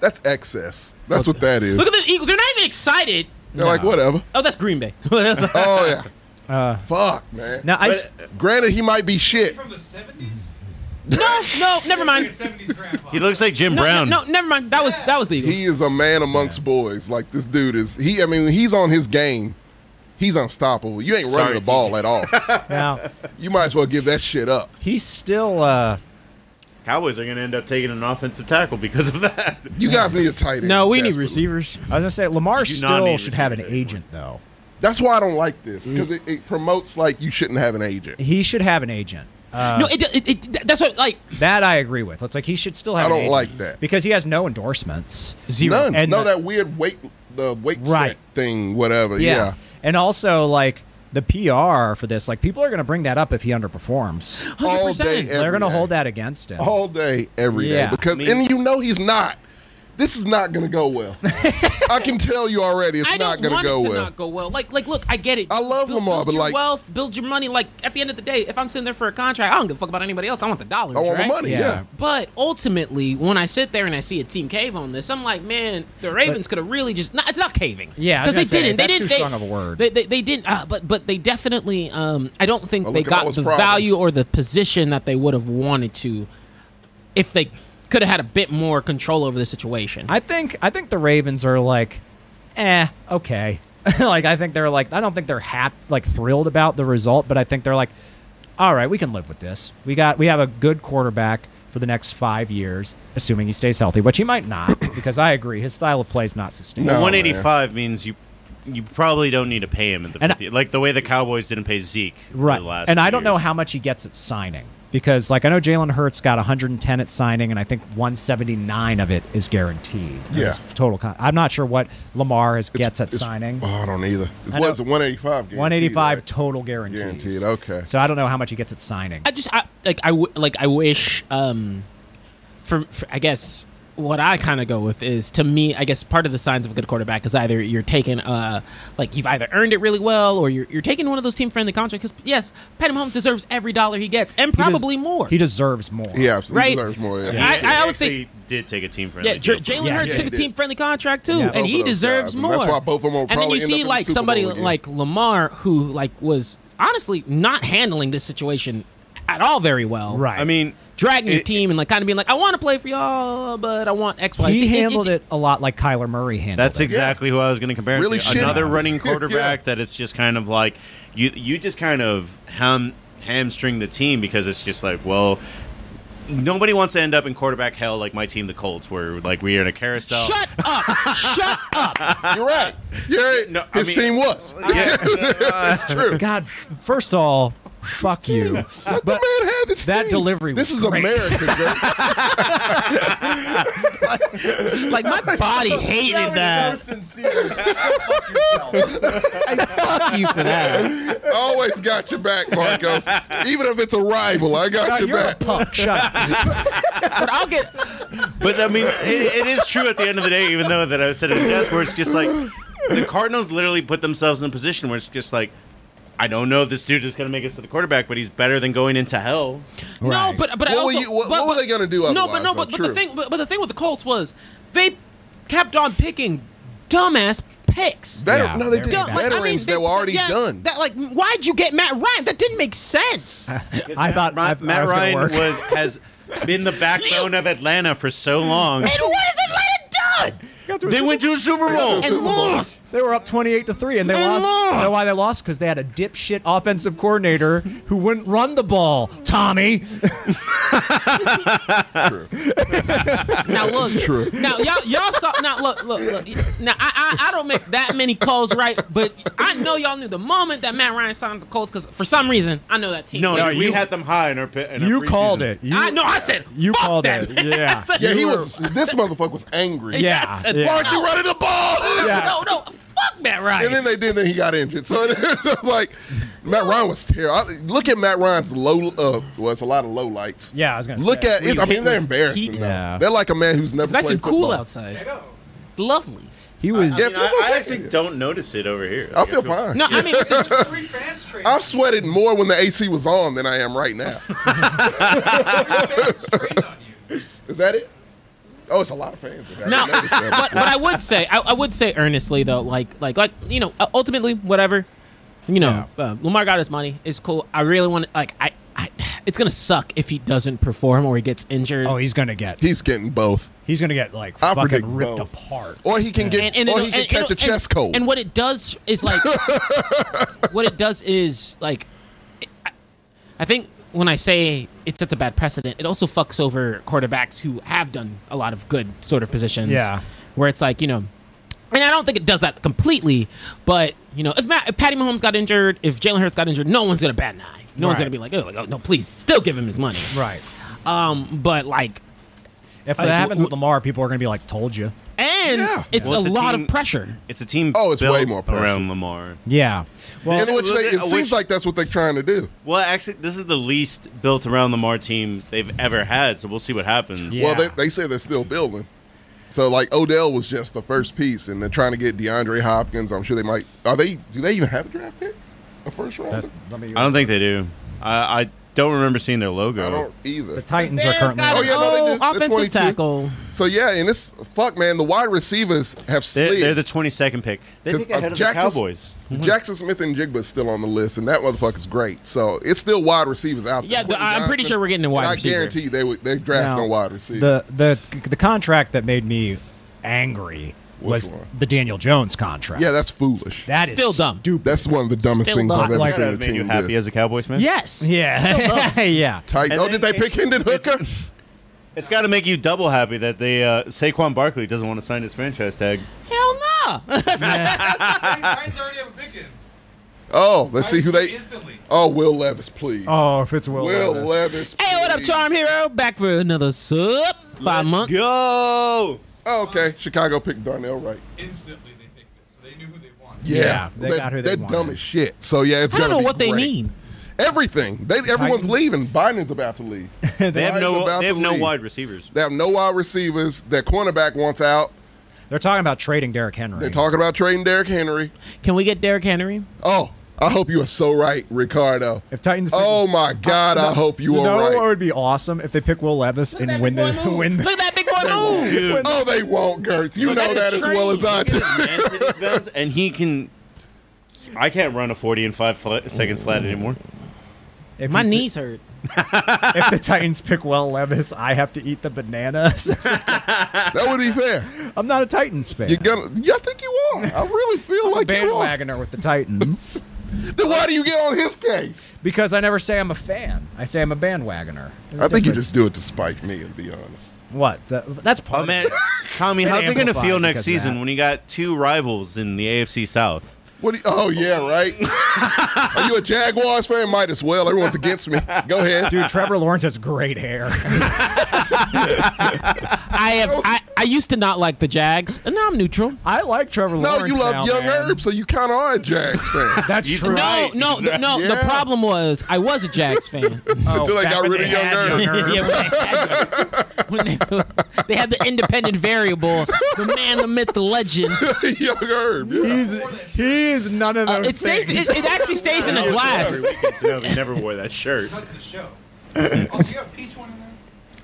That's excess. That's what that is. Look at the Eagles; they're not even excited. They're like whatever. Oh, that's Green Bay. *laughs* That's like- Oh yeah. Fuck man. Now I. s- Granted, he might be shit. From the 70s? no, no, never Like a mind. 70s grandpa. He looks like Jim No, Brown. No, no, never mind. That was that was the Eagles. He is a man amongst boys. Like this dude is. He. I mean, he's on his game. He's unstoppable. You ain't running Sorry, the ball at all. Now you might as well give that shit up. he's still. Uh, Cowboys are going to end up taking an offensive tackle because of that. You guys need a tight end. No, we need desperately. receivers. I was gonna say Lamar do not still need should have an receivers anymore. agent though. That's why I don't like this because it, it promotes like you shouldn't have an agent. He should have an agent. Uh, no, it, it, it, that's what like that I agree with. It's like he should still have. I an don't agent like that. because he has no endorsements. zero. None. And no, the- that weird weight, the weight Right. set thing, whatever. Yeah. And also like the PR for this, like people are gonna bring that up if he underperforms. All 100%. day. Oh, They're every They're gonna day. hold that against him. all day, every day Yeah. because I mean- and you know he's not. This is not going to go *laughs* well. I can tell you already, it's I not don't going to want go it to well. not go well. Like, like, look, I get it. I love build, Lamar, build but, your like- wealth, build your money. Like, at the end of the day, if I'm sitting there for a contract, I don't give a fuck about anybody else. I want the dollars. I want right? my money. Yeah. But ultimately, when I sit there and I see a team cave on this, I'm like, man, the Ravens could have really just. Not, it's not caving. Yeah, I was because they gonna say, didn't. that's They didn't. too they, strong of a word. They, they, they didn't. Uh, but but they definitely. Um, I don't think Well, they look at all got his the problems. value or the position that they would have wanted to, if they could have had a bit more control over the situation. I think I think the Ravens are like, eh, okay. *laughs* like I think they're like I don't think they're hap- like thrilled about the result, but I think they're like, all right, we can live with this. We got we have a good quarterback for the next five years, assuming he stays healthy, which he might not, *coughs* because I agree his style of play is not sustainable. No, 185 means you you probably don't need to pay him at the And I- 50, like the way the Cowboys didn't pay Zeke for Right. the last and I few don't know years. how much he gets at signing because, like, I know Jalen Hurts got 110 at signing, and I think 179 of it is guaranteed. of Yeah. his Total. Con- I'm not sure what Lamar is, It's- gets at it's- signing. Oh, I don't either. It I was know. 185 guaranteed, 185 right? total guarantees. Guaranteed, okay. So I don't know how much he gets at signing. I just I, like I w- like I wish um for, for I guess what I kind of go with is to me I guess part of the signs of a good quarterback is either you're taking uh like you've either earned it really well or you're you're taking one of those team friendly contracts cuz yes Patty Mahomes deserves every dollar he gets and He des- probably more. He deserves more. He absolutely Right. deserves more. Yeah. I- He I would actually did take a team friendly. yeah, J- deal. Jalen Yeah, Hurts yeah, took he a did. team friendly contract too, Yeah. and Both he of those guys, deserves and more. that's why both of them will And then probably end you up see in the like Super Bowl somebody again. like Lamar who like was honestly not handling this situation at all very well. Right. I mean, dragging your It- team and like kind of being like, I want to play for y'all, but I want X, Y, he Z." handled it, a lot like Kyler Murray handled that's it. exactly who I was going to compare it Really to. shitty. *laughs* Another running Yeah. quarterback that it's just kind of like you you just kind of ham hamstring the team because it's just like well. Nobody wants to end up in quarterback hell like my team, the Colts, where like we are in a carousel. Shut up! Shut up! You're right. You're right. No, I His mean- uh, team was. Yeah. That's true. God, first of all, fuck you. But the man had this that team. delivery was This is great. *laughs* America. bro. Like *laughs* my body hated that. sincere. Fuck yourself. Fuck you for that. I always got your back, Marcos. Even if it's a rival, I got God, your you're a back. punk. Shut up. But I'll get. But I mean, it, it is true at the end of the day, even though that I said it in jest, where it's just like the Cardinals literally put themselves in a position where it's just like, I don't know if this dude is going to make us to the quarterback, but he's better than going into hell. No, Right. but but I What were also you- what- but, what were they gonna do No, otherwise, but no, though? but, but the True. thing, but, but the thing with the Colts was they kept on picking dumbass picks. Veter- Yeah, no, they they're did Dumb- Don't- like, I mean, veterans they- that were already yeah, done. That like, why'd you get Matt Ryan? That didn't make *laughs* sense. I thought I- I Matt, Matt was gonna Ryan work. was has been the backbone of Atlanta for so long. and what has Atlanta done? They went to a Super Bowl. Super Bowl. lost. They were up 28 to 3 and they And lost. lost. You know why they lost? Because they had a dipshit offensive coordinator who wouldn't run the ball, Tommy. Now look, now y'all y'all saw. Now look, look, look. Now I, I I don't make that many calls right, but I know y'all knew the moment that Matt Ryan signed the Colts because for some reason I know that team. No, no, was- we had them high in our. pi- In our You called preseason. it. You, I know. I said You "Fuck called that." it. Yeah. *laughs* I said, yeah, he "Fuck was. This motherfucker was angry. Yeah. I said, yeah. Why aren't you running the ball? Yeah. *laughs* No, no, fuck Matt Ryan. And then they did. Then he got injured. So *laughs* it was like Matt Ryan was terrible. I- Look at Matt Ryan's low. Uh, well, it's a lot of low lights. Yeah, I was gonna Look say. at. It's, I mean, they're embarrassing. heat. though. Yeah. They're like a man who's never. it's nice played and cool football. outside. Lovely. He was. I, mean, Yeah, it feels I, I okay. actually don't notice it over here. I Like, feel fine. No, I mean, with this, Three fans straight. I sweated more when the AC was on than I am right *laughs* now. *laughs* fans trained on you. Is that it? Oh, it's a lot of fans. I No, didn't notice that. but, but I would say I, I would say earnestly though, like like like you know, uh, ultimately whatever, you know, uh, Lamar got his money. It's cool. I really want to like I, I, it's gonna suck if he doesn't perform or he gets injured. Oh, he's gonna get. He's getting both. He's gonna get like I predict fucking ripped both. apart. Or he can get, and, and or it'll- he can and- catch it'll- a chest and- cold. And what it does *laughs* is like, what it does is like, I- I think when I say it sets a bad precedent, it also fucks over quarterbacks who have done a lot of good sort of positions. Yeah. where it's like you know. And I don't think it does that completely, but you know, if, Matt, if Patty Mahomes got injured, if Jalen Hurts got injured, no one's gonna bat an eye. No one's Right. gonna be like, oh, like, oh, no, please, still give him his money. Right. Um, but like, If Like, that happens w- with Lamar, people are gonna be like, "Told you." and Yeah. it's Well, a it's a lot team- of pressure. It's a team. Oh, it's built way more pressure. around Lamar. Yeah. Well, And which they, it Which- seems like that's what they're trying to do. Well, actually, this is the least built around Lamar team they've ever had, so we'll see what happens. Yeah. Well, they, they say they're still building. So like Odell was just the first piece, and they're trying to get DeAndre Hopkins. I'm sure they might. Are they? Do they even have a draft pick? A first round? That- let me- I don't think they do. I, I don't remember seeing their logo. I don't either. the Titans are currently. Oh, yeah, no, they do. They're offensive 22. tackle. So yeah, and it's fuck, man. The wide receivers have slid. They're, they're the 22nd pick. They 'Cause, think uh, ahead of the Jackson- Cowboys. Jackson Smith and Jigba is still on the list, and that motherfucker's great. So it's still wide receivers out there. Yeah, Quentin I'm pretty sure we're getting a wide and receiver. I guarantee you they would they draft Now, on wide receiver. the the the contract that made me angry Which was one? the Daniel Jones contract. yeah, that's foolish. that is Still dumb. Stupid. that's one of the dumbest Still things not I've ever like- seen a That made you team happy do. as a Cowboys fan? Yes. *laughs* Yeah, yeah. Tight. And Oh, then did they it- pick Hendon Hooker? *laughs* It's got to make you double happy that they uh, Saquon Barkley doesn't want to sign his franchise tag. Hell *laughs* no. Titans already have a pick in. Oh, let's see who they. Instantly. Oh, Will Levis, please. Oh, if it's Will, Will Levis. Levis. hey, what up, please. Charm Hero? Back for another sub. 5 months. Go. Oh, okay, Chicago picked Darnell Wright. Instantly they picked it. So they knew who they wanted. Yeah, Yeah, they got who they are dumb wanted. as shit. So yeah, it's I don't gonna know be what they great. need. Everything. They everyone's Titans? leaving. Biden's about *laughs* to leave. They have no. about They have to no leave. wide receivers. They have no wide receivers. Their cornerback wants out. They're talking about trading Derrick Henry. They're talking about trading Derrick Henry. Can we get Derrick Henry? Oh, I hope you are so right, Ricardo. If Titans- Oh my God, I hope you know are right. what would be awesome if they pick Will Levis and win the *laughs* win Look the at that big boy move. Dude, oh, they won't, Gertz. You know that's a that as train. well as I look do. at his man to these guns, and he can. I can't run a forty and five fl- seconds flat anymore. if My you- knees hurt. If the Titans pick Will Levis, I have to eat the *laughs* bananas. That would be fair. I'm not a Titans fan. You're gonna. Yeah, I think you are. I really feel like you are. bandwagoner with the Titans Then why do you get on his case? because I never say I'm a fan. I say I'm a bandwagoner. There's I a think you difference. just do it to spike me, to be honest. what the, that's part. Oh *laughs* man, of it. Tommy, Been how's it gonna amplified feel because next of season that. when you got two rivals in the AFC South? What? Do you, oh yeah, *laughs* right. Are you a Jaguars fan? Might as well. Everyone's against me. Go ahead. Dude, Trevor Lawrence has great hair. I have. I, I used to not like the Jags. and Now I'm neutral. I like Trevor no, Lawrence. you love now, Young man. Herb, so you kind of are a Jags fan. *laughs* That's You- true. Right, no, no, th- no. The Yeah. problem was I was a Jags fan. *laughs* Oh, Until they back got when rid of they Young had Herb. yeah, when they had, when they, they had the independent variable, the man, the myth, the legend. Uh, Young Herb. Yeah. He's he's none of those it stays. things. It, it actually stays in a glass. Every weekend, so he never wore that shirt. Cut to the show. Also, you have peach one in there?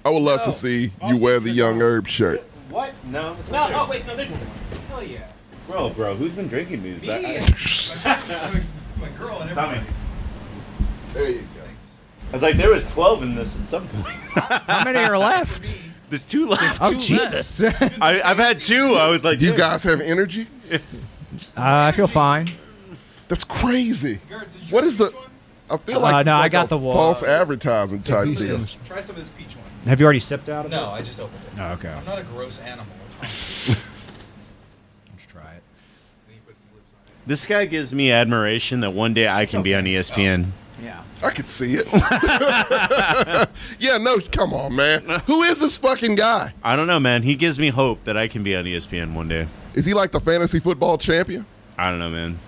I would love Oh. to see you wear the Young Herb shirt. What? No. No, oh wait, no, there's one. Hell yeah. Bro, bro, who's been drinking these? Me and *laughs* my, my girl and Tommy. everybody. There you go. I was like, there was twelve in this at some point. How many are left? *laughs* There's two left. Oh Jesus! *laughs* uh, I, I've had two. I was like, Do you dude. guys have energy? I feel fine. That's crazy. Gertz, did you What try is the? peach one? I feel like Uh, it's no, I like got a the wa- false advertising type deal. Houston's. Try some of this peach one. Have you already sipped out of it? No, I just opened it. Oh, okay. I'm not a gross animal. Let's try it. Then he puts his lips on it. This guy gives me admiration that one day I can be on E ESPN. I could see it. *laughs* yeah, no, come on, man. Who is this fucking guy? I don't know, man. He gives me hope that I can be on E ESPN one day. Is he like the fantasy football champion? I don't know, man.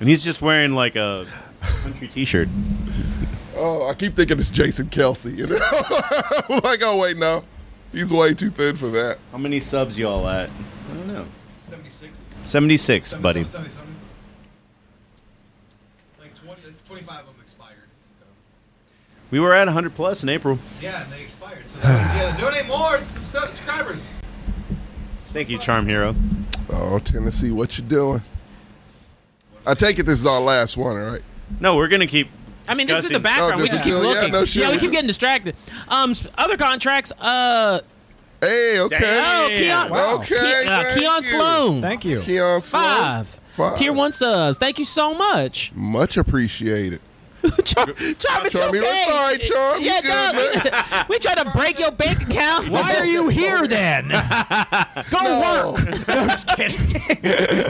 And he's just wearing like a country T-shirt. Oh, I keep thinking it's Jason Kelsey. You know? I'm *laughs* like, oh wait, no, he's way too thin for that. How many subs y'all at? I don't know. 76? Seventy-six, buddy. 77, 77. Like 20, like 25 of them expired. So. We were at 100 plus in April. *sighs* Yeah, and they expired. So that means, yeah, donate more to some sub- subscribers. Thank you, Charm Hero. Oh, Tennessee, what you doing? I take it this is our last one, all right? No, we're gonna keep. I mean, this is the discussing- background. Oh, we this just is keep still- yeah, looking. no, sure. yeah, we keep getting distracted. Um, s- other contracts. Uh, Hey, okay, oh, Yeah. Keon, Wow. okay, Ke- uh, thank Keon you. Sloan. Thank you. Keon Sloan, Five. Five. Tier one subs. Thank you so much. *laughs* much appreciated. Char- Charm, it's Charm, you're okay. fine, Charm. You Yeah, good, no, *laughs* we try to break your bank account. Why are you here then? *laughs* Go No. work. No, just kidding.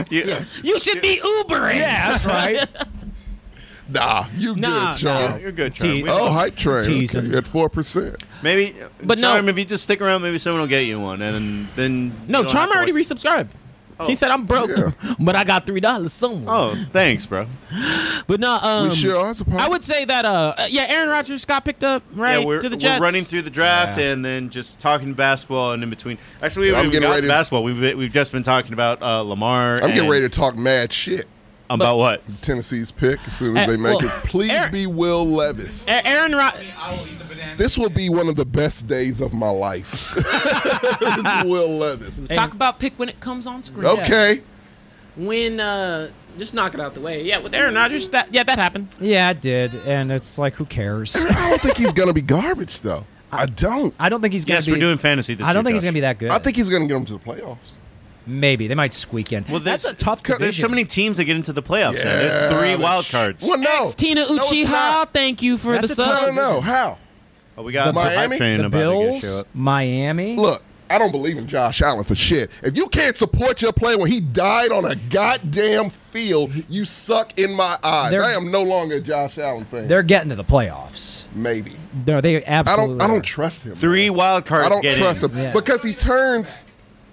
Yeah. You should be Ubering. Yeah. That's right. Nah, you Nah, good, You're- Charm? You're good, Charm. We- Oh, hype train Teasing. okay, at four percent. Maybe, But no- Charm, if you just stick around, maybe someone will get you one, and then you *laughs* No, don't have Charm to already watch- resubscribed. He said, "I'm broke, *laughs* but I got three dollars somewhere." Oh, thanks, bro. But no, um, we sure are supposed I would say that uh, uh, yeah, Aaron Rodgers got picked up right yeah, we're, to the we're Jets. running through the draft and then just talking basketball and in between. Actually, we I'm haven't even getting got ready to to- basketball. We've we've just been talking about uh, Lamar. I'm getting and- ready to talk mad shit. about what? Tennessee's pick as soon as Uh, they make well, it. Please Eric- Eh. be Will Levis. A- Aaron Rod. I will eat the banana. This will be one of the best days of my life. *laughs* It's Will Levis. Talk about pick when it comes on screen. Okay. When uh, just knock it out the way. Yeah, with Aaron Rodgers, that yeah, that happened. Yeah, I did, and it's like, who cares? *laughs* I don't think he's gonna be garbage though. I don't. I don't think he's gonna Yes, be. we're doing fantasy this I don't year, think he's Josh. gonna be that good. I think he's gonna get him to the playoffs. maybe they might squeak in. Well, that's there's- a tough division. There's so many teams that get into the playoffs. now. Yeah, There's three that's- wild cards. Well, no. Thanks, Tina No, it's Uchiha. not. Thank you for That's the a tough I sub. don't know how. Oh, we got the Miami? hype train the about to get show Bills, up. Miami. Look, I don't believe in Josh Allen for shit. If you can't support your player when he died on a goddamn field, you suck in my eyes. They're- I am no longer a Josh Allen fan. they're getting to the playoffs. Maybe. No, they I absolutely. don't. I are. don't trust him. Three wild cards. I don't get trust in. him Yeah. because he turns.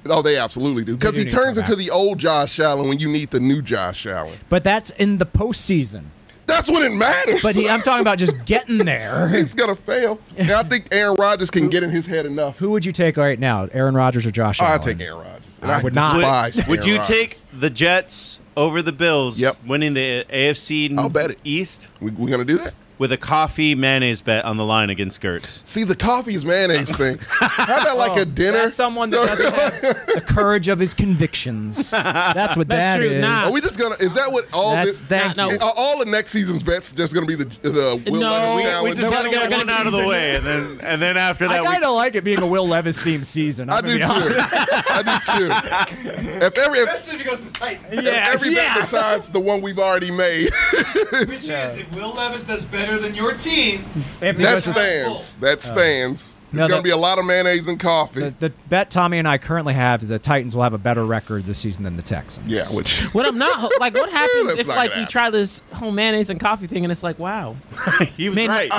Oh, they absolutely do. Because do he need to come turns into back. the old Josh Allen when you need the new Josh Allen. But that's in the postseason. That's when it matters. But he, I'm talking about just getting there. *laughs* he's gonna fail. And I think Aaron Rodgers can get in his head enough. Who would you take right now, Aaron Rodgers or Josh Allen? I take Aaron Rodgers. And I I, would not. despise Would, would Aaron you Rodgers. take the Jets over the Bills? Yep. Winning the AFC I'll bet it. East We, we're gonna do that. with a coffee mayonnaise bet on the line against Gertz. See the coffee is mayonnaise thing. *laughs* How about like a dinner? That's someone that doesn't have. the courage of *laughs* his convictions. That's what That's that true. is. Nah. Are we just gonna? Is that what all That's this? thank No, no. you. Are all the next season's bets just gonna be the the Will No, Levis we- we challenge? We just no, gotta no, get no, one no, out of the season. way, and then and then after I that, we kind of like it being a Will Levis themed season. I I'm do gonna be honest. too. I do too. If every if Especially if he goes to the Titans. If every bet besides the one we've already made. Which is, if Will Levis does better than your team, Anthony that Wilson- stands. That stands. no, There's going to the- be a lot of mayonnaise and coffee. The, the bet Tommy and I currently have is the Titans will have a better record this season than the Texans. yeah, which. *laughs* What I'm not ho- like. *laughs* What happens That's if not like gonna you happen. try this whole mayonnaise and coffee thing and it's like, wow, *laughs* he was Man, right.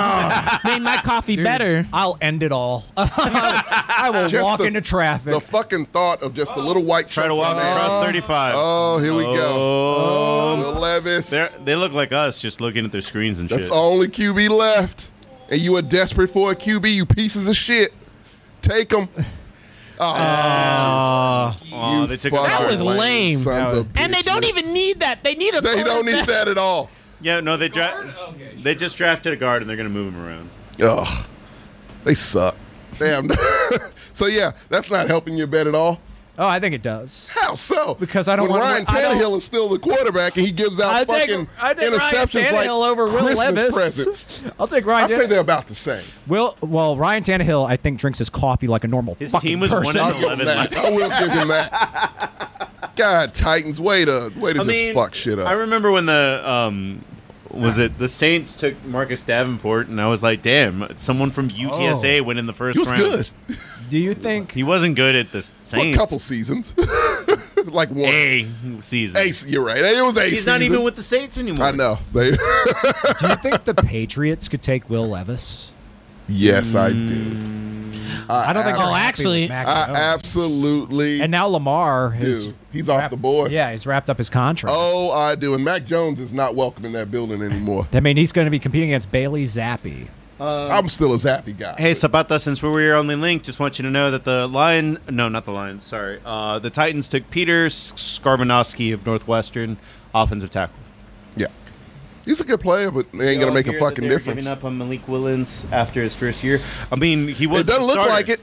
made my coffee Dude, *laughs* better. I'll end it all. *laughs* I will Just walk the- into traffic. The fucking thought of just the little white Try to walk across 35. Oh, here we go. Oh. Will Levis. They're, they look like us just looking at their screens and That's shit. only QB left. And you are desperate for a QB, you pieces of shit. Take them. Oh, Uh, Aw, you they took it fucking hard. That was lame. Sons of and they don't bitches. even need that. They need a. They don't need that at all. Yeah, no, they dra- Guard? Okay, they just drafted a guard and they're gonna move him around. Ugh, they suck. Damn. *laughs* so yeah, that's not helping your bet at all. oh, I think it does. How so? Because I don't When wanna- Ryan I don't- Tannehill is still the quarterback and he gives out I take, fucking I take interceptions Ryan like Tannehill over Will Christmas Levis. *laughs* presents. I'll take Ryan. I say Tannehill. they're about the same. Will well Ryan Tannehill I think drinks his coffee like a normal His fucking team was one person. and I'll give him 11 that. last. I will give him that. God, Titans, way to way to I just mean, fuck shit up. I remember when the um, was it the Saints took Marcus Davenport, and I was like, damn, someone from UTSA went in the first Oh. he was round. good Do you think oh. He wasn't good at the for a Saints. couple seasons, *laughs* like one. a season. Hey, you're right. Hey, It was a He's season. not even with the Saints anymore. I know. They, *laughs* do you think the Patriots could take Will Levis? yes, I do. Mm. I don't think. Oh, they're happy actually- with Mac I Jones. absolutely oh. And now Lamar has do. He's off wrapped- the board. Yeah, he's wrapped up his contract. Oh, I do. And Mac Jones is not welcome in that *laughs* building anymore. I mean, he's going to be competing against Bailey Zappi. *laughs* I'm still a zappy guy. Uh, Hey Sabata, since we were your only link, just want you to know that the Lion, no, not the Lions, sorry, uh, the Titans took Peter Skarmanowski of Northwestern, offensive tackle. yeah. He's a good player, but they ain't gonna make a fucking difference. Giving up on Malik Willens after his first year. I mean, he was. It doesn't look like it,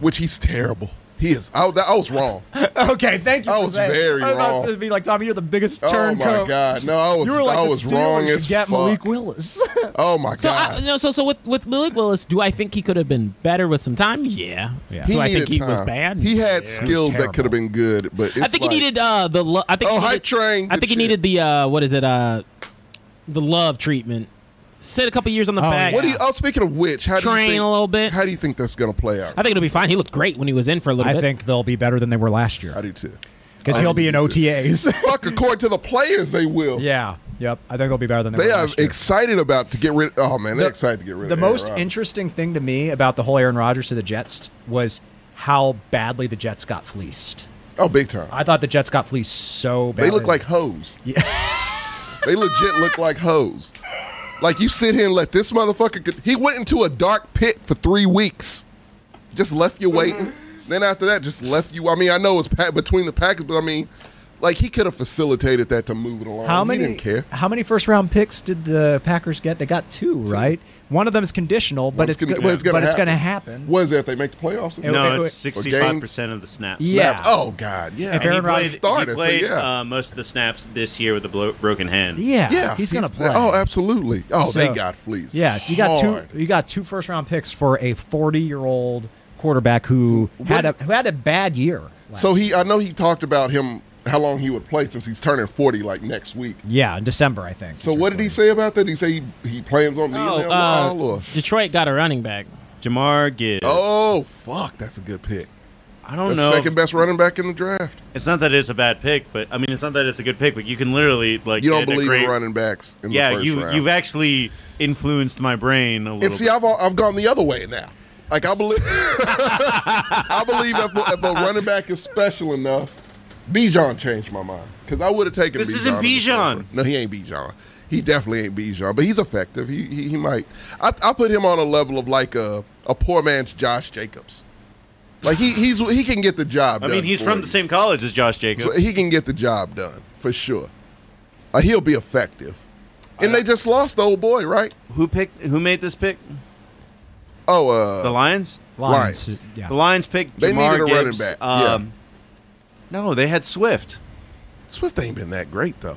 which he's terrible. He is. I, I was wrong. Okay, thank you. I for was that. very I'm about wrong. to be like Tommy. You're the biggest Oh turncoat. my god! No, I was. You were like I the was Steelers wrong should as get Malik fuck. Willis. Oh my So god! I, no, so so with with Malik Willis, do I think he could have been better with some time? Yeah. Yeah. Do I think needed he was time. bad? He had skills terrible. that could have been good, but it's I think like, he needed uh the lo- I think Oh, he needed, hype train, I good think he shit. needed the uh what is it uh the love treatment. Sit a couple years on the Oh, back. What do you? Oh, speaking of which, how do you Train think, a little bit. How do you think that's gonna play out? I think it'll be fine. He looked great when he was in for a *laughs* little I bit. think they'll be better than they were last I year do too. because I he'll be in really do. OTAs. *laughs* Fuck, according to the players, they will. yeah. Yep. I think they'll be better than they, They were are last year. excited about to get rid. Oh man, they're The- excited to get rid The of most Aaron Rodgers. interesting thing to me about the whole Aaron Rodgers to the Jets was how badly the Jets got fleeced. Oh, big time. I thought the Jets got fleeced so bad. They look like hoes. *laughs* they legit look like hoes. Like you sit here and let this motherfucker. could- He went into a dark pit for three weeks. Just left you waiting. then after that, just left you. I mean, I know it was pa- between the packets, but I mean, like he could have facilitated that to move it along. how He many didn't care. how many first round picks did the Packers get? They got two, right? One of them is conditional, but One's it's, gonna- go- but it's gonna but it's going to happen. happen. What is that? They make the playoffs? It- No, it's Or games? sixty-five percent of the snaps. Yeah. Snaps. Oh God. Yeah. If Aaron he played, Rodgers- started, he so played yeah. uh, most of the snaps this year with a blo- broken hand. Yeah, yeah. he's going to play. Oh, absolutely. Oh, they So- got fleas. Yeah, you got Hard. two. You got two first round picks for a forty year old quarterback who had a who had a bad year. last- So he, I know he talked about him how long he would play since he's turning forty like next week. yeah, in December I think. So what did he say about that? He say he, he plans on me Oh, and uh, or Detroit got a running back. Jamar Gibbs. oh fuck, that's a good pick. I don't That's know. second best running back in the draft. It's not that it's a bad pick, but I mean, it's not that it's a good pick, but you can literally like You don't get a believe great- in running backs in Yeah, the first you round. you've actually influenced my brain a little. and see, I've al- I've gone the other way now. Like I believe, *laughs* I believe if, a- if a running back is special enough, Bijan changed my mind because I would have taken. This Bijan isn't in the first Bijan. round. No, he ain't Bijan. He definitely ain't Bijan, but he's effective. He he, he might. I, I put him on a level of like a a poor man's Josh Jacobs. Like he he's he can get the job. I mean, done he's for from you. the same college as Josh Jacobs. So he can get the job done for sure. Uh, he'll be effective. And they just lost the old boy, right? who picked? Who made this pick? Oh, uh, The Lions. Lions, Lions. yeah. The Lions picked They Jamar needed a running Gibbs. back, yeah. Um, No, they had Swift. Swift ain't been that great though.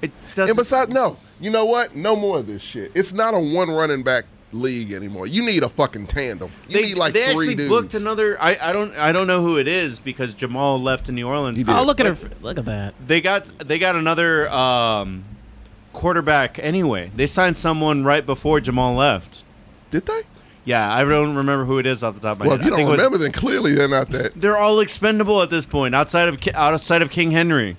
It doesn't. And besides, no, you know what? No more of this shit. It's not a one running back league anymore. You need a fucking tandem. You they need like they three actually dudes. booked another. I, I don't I don't know who it is because Jamal left to New Orleans. Uh, He did. Oh, look at her! Look at that. They got they got another um, quarterback anyway. They signed someone right before Jamal left. Did they? Yeah, I don't remember who it is off the top of my Well, head. if you I don't think it was- remember, then clearly they're not that. they're all expendable at this point outside of Ki- outside of King Henry.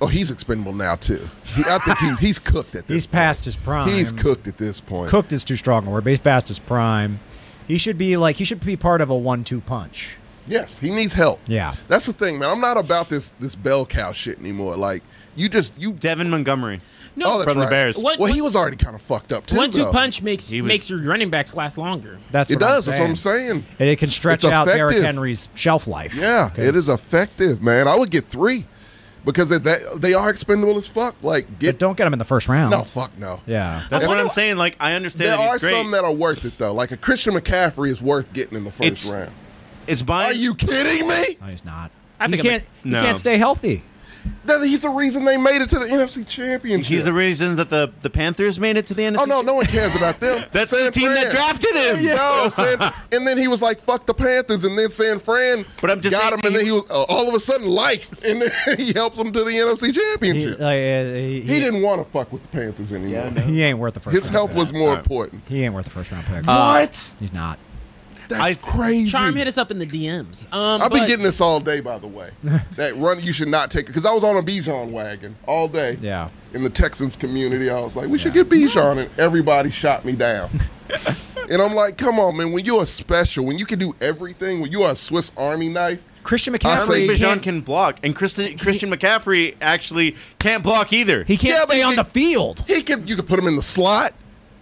Oh, he's expendable now too. He, I think he's he's cooked at this. he's past his prime. he's cooked at this point. Cooked is too strong a word, but he's past his prime. He should be like he should be part of a one two punch. Yes, he needs help. Yeah. that's the thing, man. I'm not about this this bell cow shit anymore. Like you just you. Devin Montgomery. oh, that's from the right. Bears. What- well, he what- was already kind of fucked up too. One two though. punch makes He was- makes your running backs last longer. That's It what I'm does. That's what I'm saying. saying. And it can stretch It's out Derrick effective. Henry's shelf life. Yeah, it 'Cause is effective, man. I would get three because if that they are expendable as fuck. Like But get don't get him in the first round. no fuck no. Yeah. That's what wonder I'm wh- saying. Like I understand There that are he's great. some that are worth it though. Like a Christian McCaffrey is worth getting in the first It's- round. it's Are buying you kidding me? No, he's not. I he think I'm can't. he No. can't stay healthy. That he's the reason they made it to the NFC Championship. He's the reason that the the Panthers made it to the NFC. Oh no, no one cares about them. *laughs* That's the team that drafted him. No, *laughs* San, and then he was like, "Fuck the Panthers," and then San Fran But I'm just got saying him, and then he was uh, all of a sudden life, *laughs* and then he helps them to the NFC He, Championship. like, uh, he, He didn't want to fuck with the Panthers anymore. he ain't worth the first. His round health pick. was more Alright. important. He ain't worth the first round pick. What? he's not. That's I- crazy. Charm hit us up in the DMs. Um, I've been but- getting this all day, by the way. that run you should not take because I was on a Bijan wagon all day. Yeah. In the Texans community, I was like, we should get Bijan, and everybody shot me down. and I'm like, come on, man. When you are special, when you can do everything, when you are a Swiss Army knife, Christian I McCaffrey. say Bijan Bijan can't- can block, and Christian Christian McCaffrey actually can't block either. He can't Yeah, but stay he on can- the field. he can. You can put him in the slot.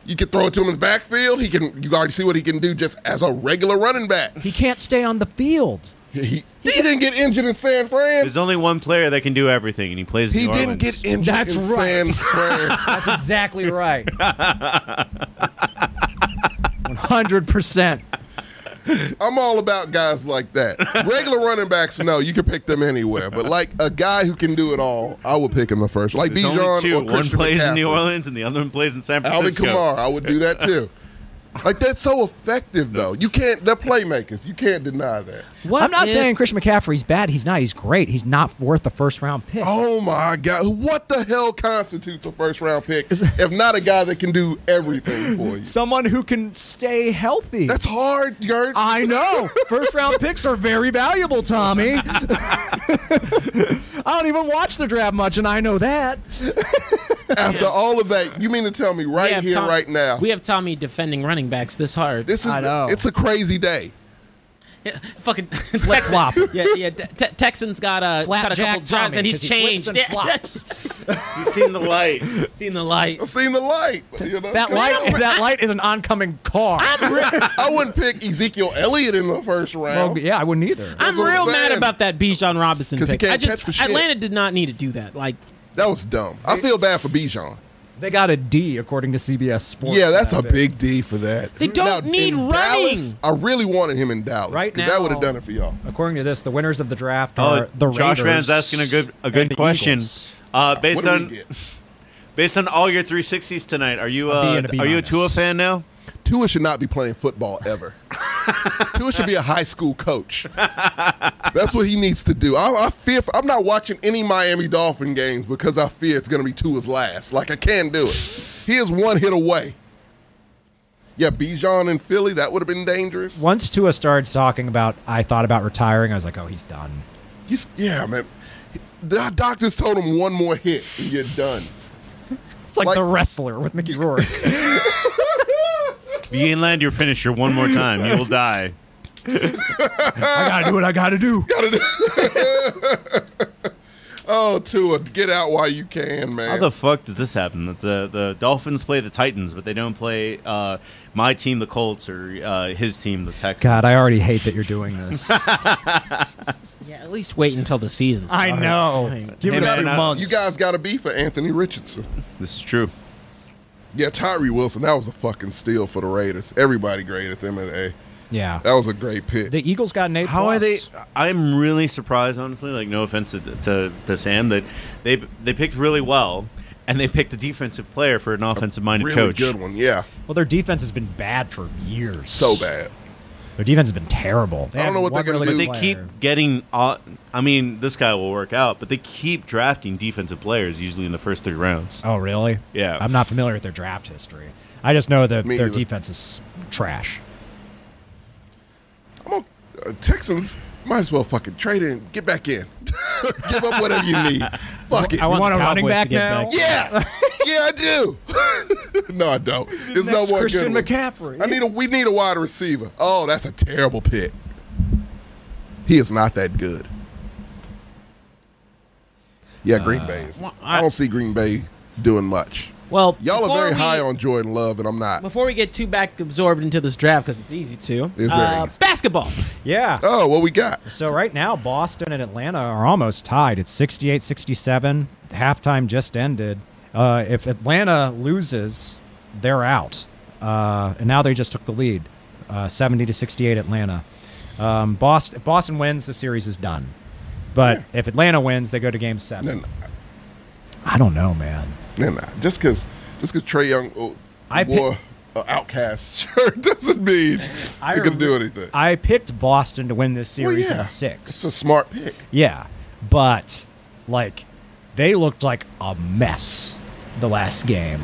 You can throw it to him in the backfield. He can. You already see what he can do just as a regular running back. He can't stay on the field. He, he, he didn't get injured in San Fran. There's only one player that can do everything, and he plays. He New didn't Orleans. get injured That's in right. *laughs* San Fran. That's exactly right. One hundred percent. I'm all about guys like that. Regular running backs, no, you can pick them anywhere. But like a guy who can do it all, I would pick him the first. Like There's only Bijan two. or One Christian plays in New McCaffrey. Orleans, and the other one plays in San Alvin Francisco. Kamara, I would do that too. Like that's so effective though. You can't. They're playmakers. You can't deny that. What I'm not if- saying Christian McCaffrey's bad. He's not. He's great. He's not worth the first round pick. Oh my God! What the hell constitutes a first round pick if not a guy that can do everything for you? Someone who can stay healthy. That's hard, Gert. I know. *laughs* First round picks are very valuable, Tommy. I don't even watch the draft much, and I know that. After all of that, you mean to tell me we right have here, Tom- right now? We have Tommy defending running backs this hard. this is. I know. It's a crazy day. *laughs* fucking Texans. flop. Yeah, yeah. Te- *laughs* Te- Texans got a got a couple Flapjack drives Tommy, and he's 'cause he flips changed. and Yeah. flops. *laughs* He's seen the light. Seen the light. I've seen the light. You know, That come light, *laughs* on. that light is an oncoming car. I wouldn't pick Ezekiel Elliott in the first round. Well, yeah, I wouldn't either. I'm what I'm real mad saying. about that Bijan Robinson 'Cause he pick. can't I just catch for shit. Atlanta did not need to do that. Like That was dumb. I feel bad for Bijan. They got a D according to CBS Sports. Yeah, that's a That big D for that. They don't need in Dallas, I really wanted him in Dallas. Right 'cause that now- would have done it for y'all. According to this, the winners of the draft are Oh, the Josh Raiders. Van's asking a good a and good the question. Eagles. Uh, What based do we on get? based on all your 360s tonight, are you A B uh, and a B are you a minus. Tua fan now? Tua should not be playing football ever. Tua should be a high school coach. That's what he needs to do. I, I fear. For, I'm not watching any Miami Dolphin games because I fear it's going to be Tua's last. Like I can do it. He is one hit away. Yeah, Bijan in Philly. That would have been dangerous. Once Tua started talking about, I thought about retiring. I was like, oh, he's done. He's, yeah, man. The doctors told him one more hit and you're done. It's like, Like- the wrestler with Mickey *laughs* Rourke. If you ain't land your finisher one more time, you will die. I gotta do what I gotta do. Oh, Tua, get out while you can, man. How the fuck does this happen? That the the Dolphins play the Titans, but they don't play uh, my team, the Colts, or uh, his team, the Texans. God, I already hate that you're doing *laughs* this. yeah, at least wait until the season. I starts. know. Give Hey, it a man, few I- months. you guys got to be for Anthony Richardson. This is true. Yeah, Tyree Wilson. That was a fucking steal for the Raiders. Everybody graded them at A. yeah. That was a great pick. The Eagles got an A. How are they? plus. I'm really surprised, honestly. Like, no offense to, to, to Sam, that they they picked really well, and they picked a defensive player for an offensive-minded really coach. good one. Yeah, Well, their defense has been bad for years. so bad. Their defense has been terrible. They I don't had know what one they're gonna really But do. they good keep player. getting. Uh, I mean, this guy will work out, but they keep drafting defensive players usually in the first three rounds. Oh, really? Yeah. I'm not familiar with their draft history. I just know that Me their either. defense is trash. I'm on, uh, Texans might as well fucking trade in, get back in, *laughs* give up whatever you need. *laughs* Fuck it. I want, want a the running Cowboys to back get now. back. yeah, yeah, I do. *laughs* no, I *laughs* don't. There's no Next one Christian good. one. McCaffrey. I need a. We need a wide receiver. Oh, that's a terrible pick. He is not that good. Yeah, Uh, Green Bay. Is, well, I, I- don't see Green Bay doing much. Well, Y'all before are very we- high on Jordan Love, and I'm not. Before we get too back absorbed into this draft, because it's easy to. very uh, easy. Basketball. *laughs* Yeah. Oh, what we got? So right now, Boston and Atlanta are almost tied. It's 68-67. Halftime just ended. Uh, if Atlanta loses, they're out. Uh, and now they just took the lead, uh, 70 to 68 Atlanta. Um, Boston, if Boston wins, the series is done. But if Atlanta wins, they go to Game Seven. They're not. I don't know, man. They're not. Just because just cause Trey Young oh, I pick- wore an outcast *laughs* shirt doesn't mean I they can rem- do anything. I picked Boston to win this Well, series yeah. in six. It's a smart pick. Yeah, but like they looked like a mess the last game.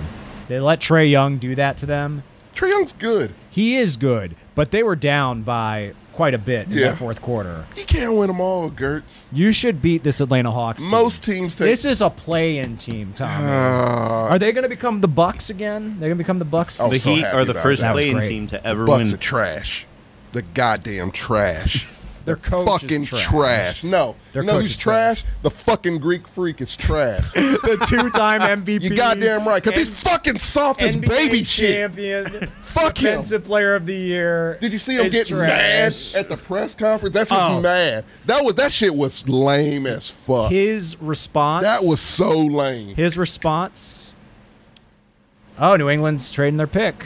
They let Trey Young do that to them. Trey Young's good. He is good, but they were down by quite a bit in Yeah. that fourth quarter. He can't win them all, Gertz. You should beat this Atlanta Hawks. Team. Most teams take. This is a play-in team, Tommy. uh, Are they going to become the Bucks again? They're going to become the Bucks. Oh, the so Heat happy are the about first that. That was playing great. team to ever Bucks win. are trash. The *laughs* goddamn trash. Their The coach is fucking trash. No, Their you know coach who's is trash. trash? The fucking Greek freak is *laughs* trash. the two-time MVP. *laughs* You goddamn right, because he's fucking soft as NBA baby shit. champion. Fuck him. Defensive Player of the Year. Did you see him is get trash. mad at the press conference? That's his Oh. mad. That was that shit was lame as fuck. His response. that was so lame. His response. Oh, New England's trading their pick.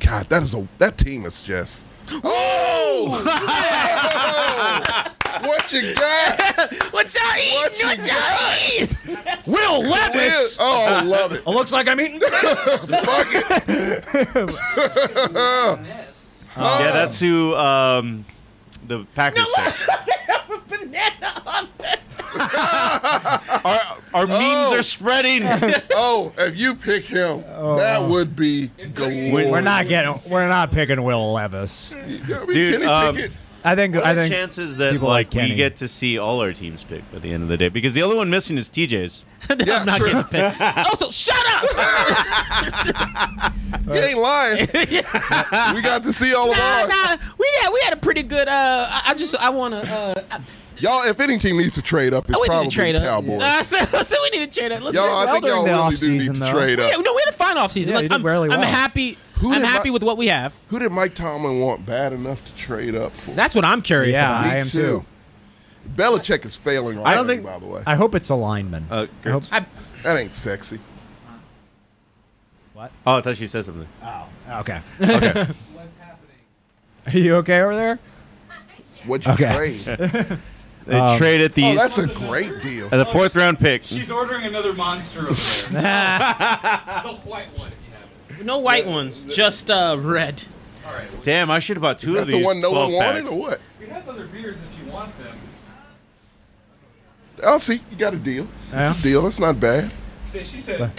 God, that is a that team is just. Oh, *laughs* Yeah! what you got? What y'all eat? What you got? eat? Will Liz? Oh, I love it. It looks like I'm eating. Fuck it. yeah, that's who um, the Packers. picked. *laughs* our our memes Oh. are *laughs* spreading. Oh, if you pick him, that would be glorious. We're not getting. We're not picking Will Levis. Yeah, I mean, Dude, Kenny um, Pickett- I think What I are the think chances that people like like we Kenny. get to see all our teams picked by the end of the day? Because the only one missing is TJ's. Yeah, I'm not true. getting *laughs* picked. also, shut up! You ain't lying. we got to see all of nah, ours. nah, we had we had a pretty good. Uh, I, I just I want to. Uh, I- Y'all, if any team needs to trade up, it's Oh, we probably need to trade the up. Cowboys. Uh, so, so we need to trade up. Let's Y'all, get I think during y'all the really do need offseason, to though. trade up. Yeah, no, we had a fine offseason. Yeah, like, you did I'm, really I'm well. happy. Who I'm did happy Mi- with what we have. Who did Mike Tomlin want bad enough to trade up for? That's what I'm curious Yeah, about. Me I am too. Belichick is failing already, don't think- by the way. I hope it's a lineman. Uh, I hope, that ain't sexy. Oh, I thought she said something. okay. Okay. Are you okay over there? What'd you Okay. *laughs* trade? They Um, trade at the Oh, that's Oh, a great deal. at the fourth round pick. She's ordering another monster over *laughs* there. the white one, if you have it. No white ones, just uh, red. All right. well, Damn, I should have bought two Is of that these. the one no one 12 wanted packs. or what? We have other beers if you want them. I'll Oh, see. You got a deal. It's Yeah. a deal. That's not bad. She said,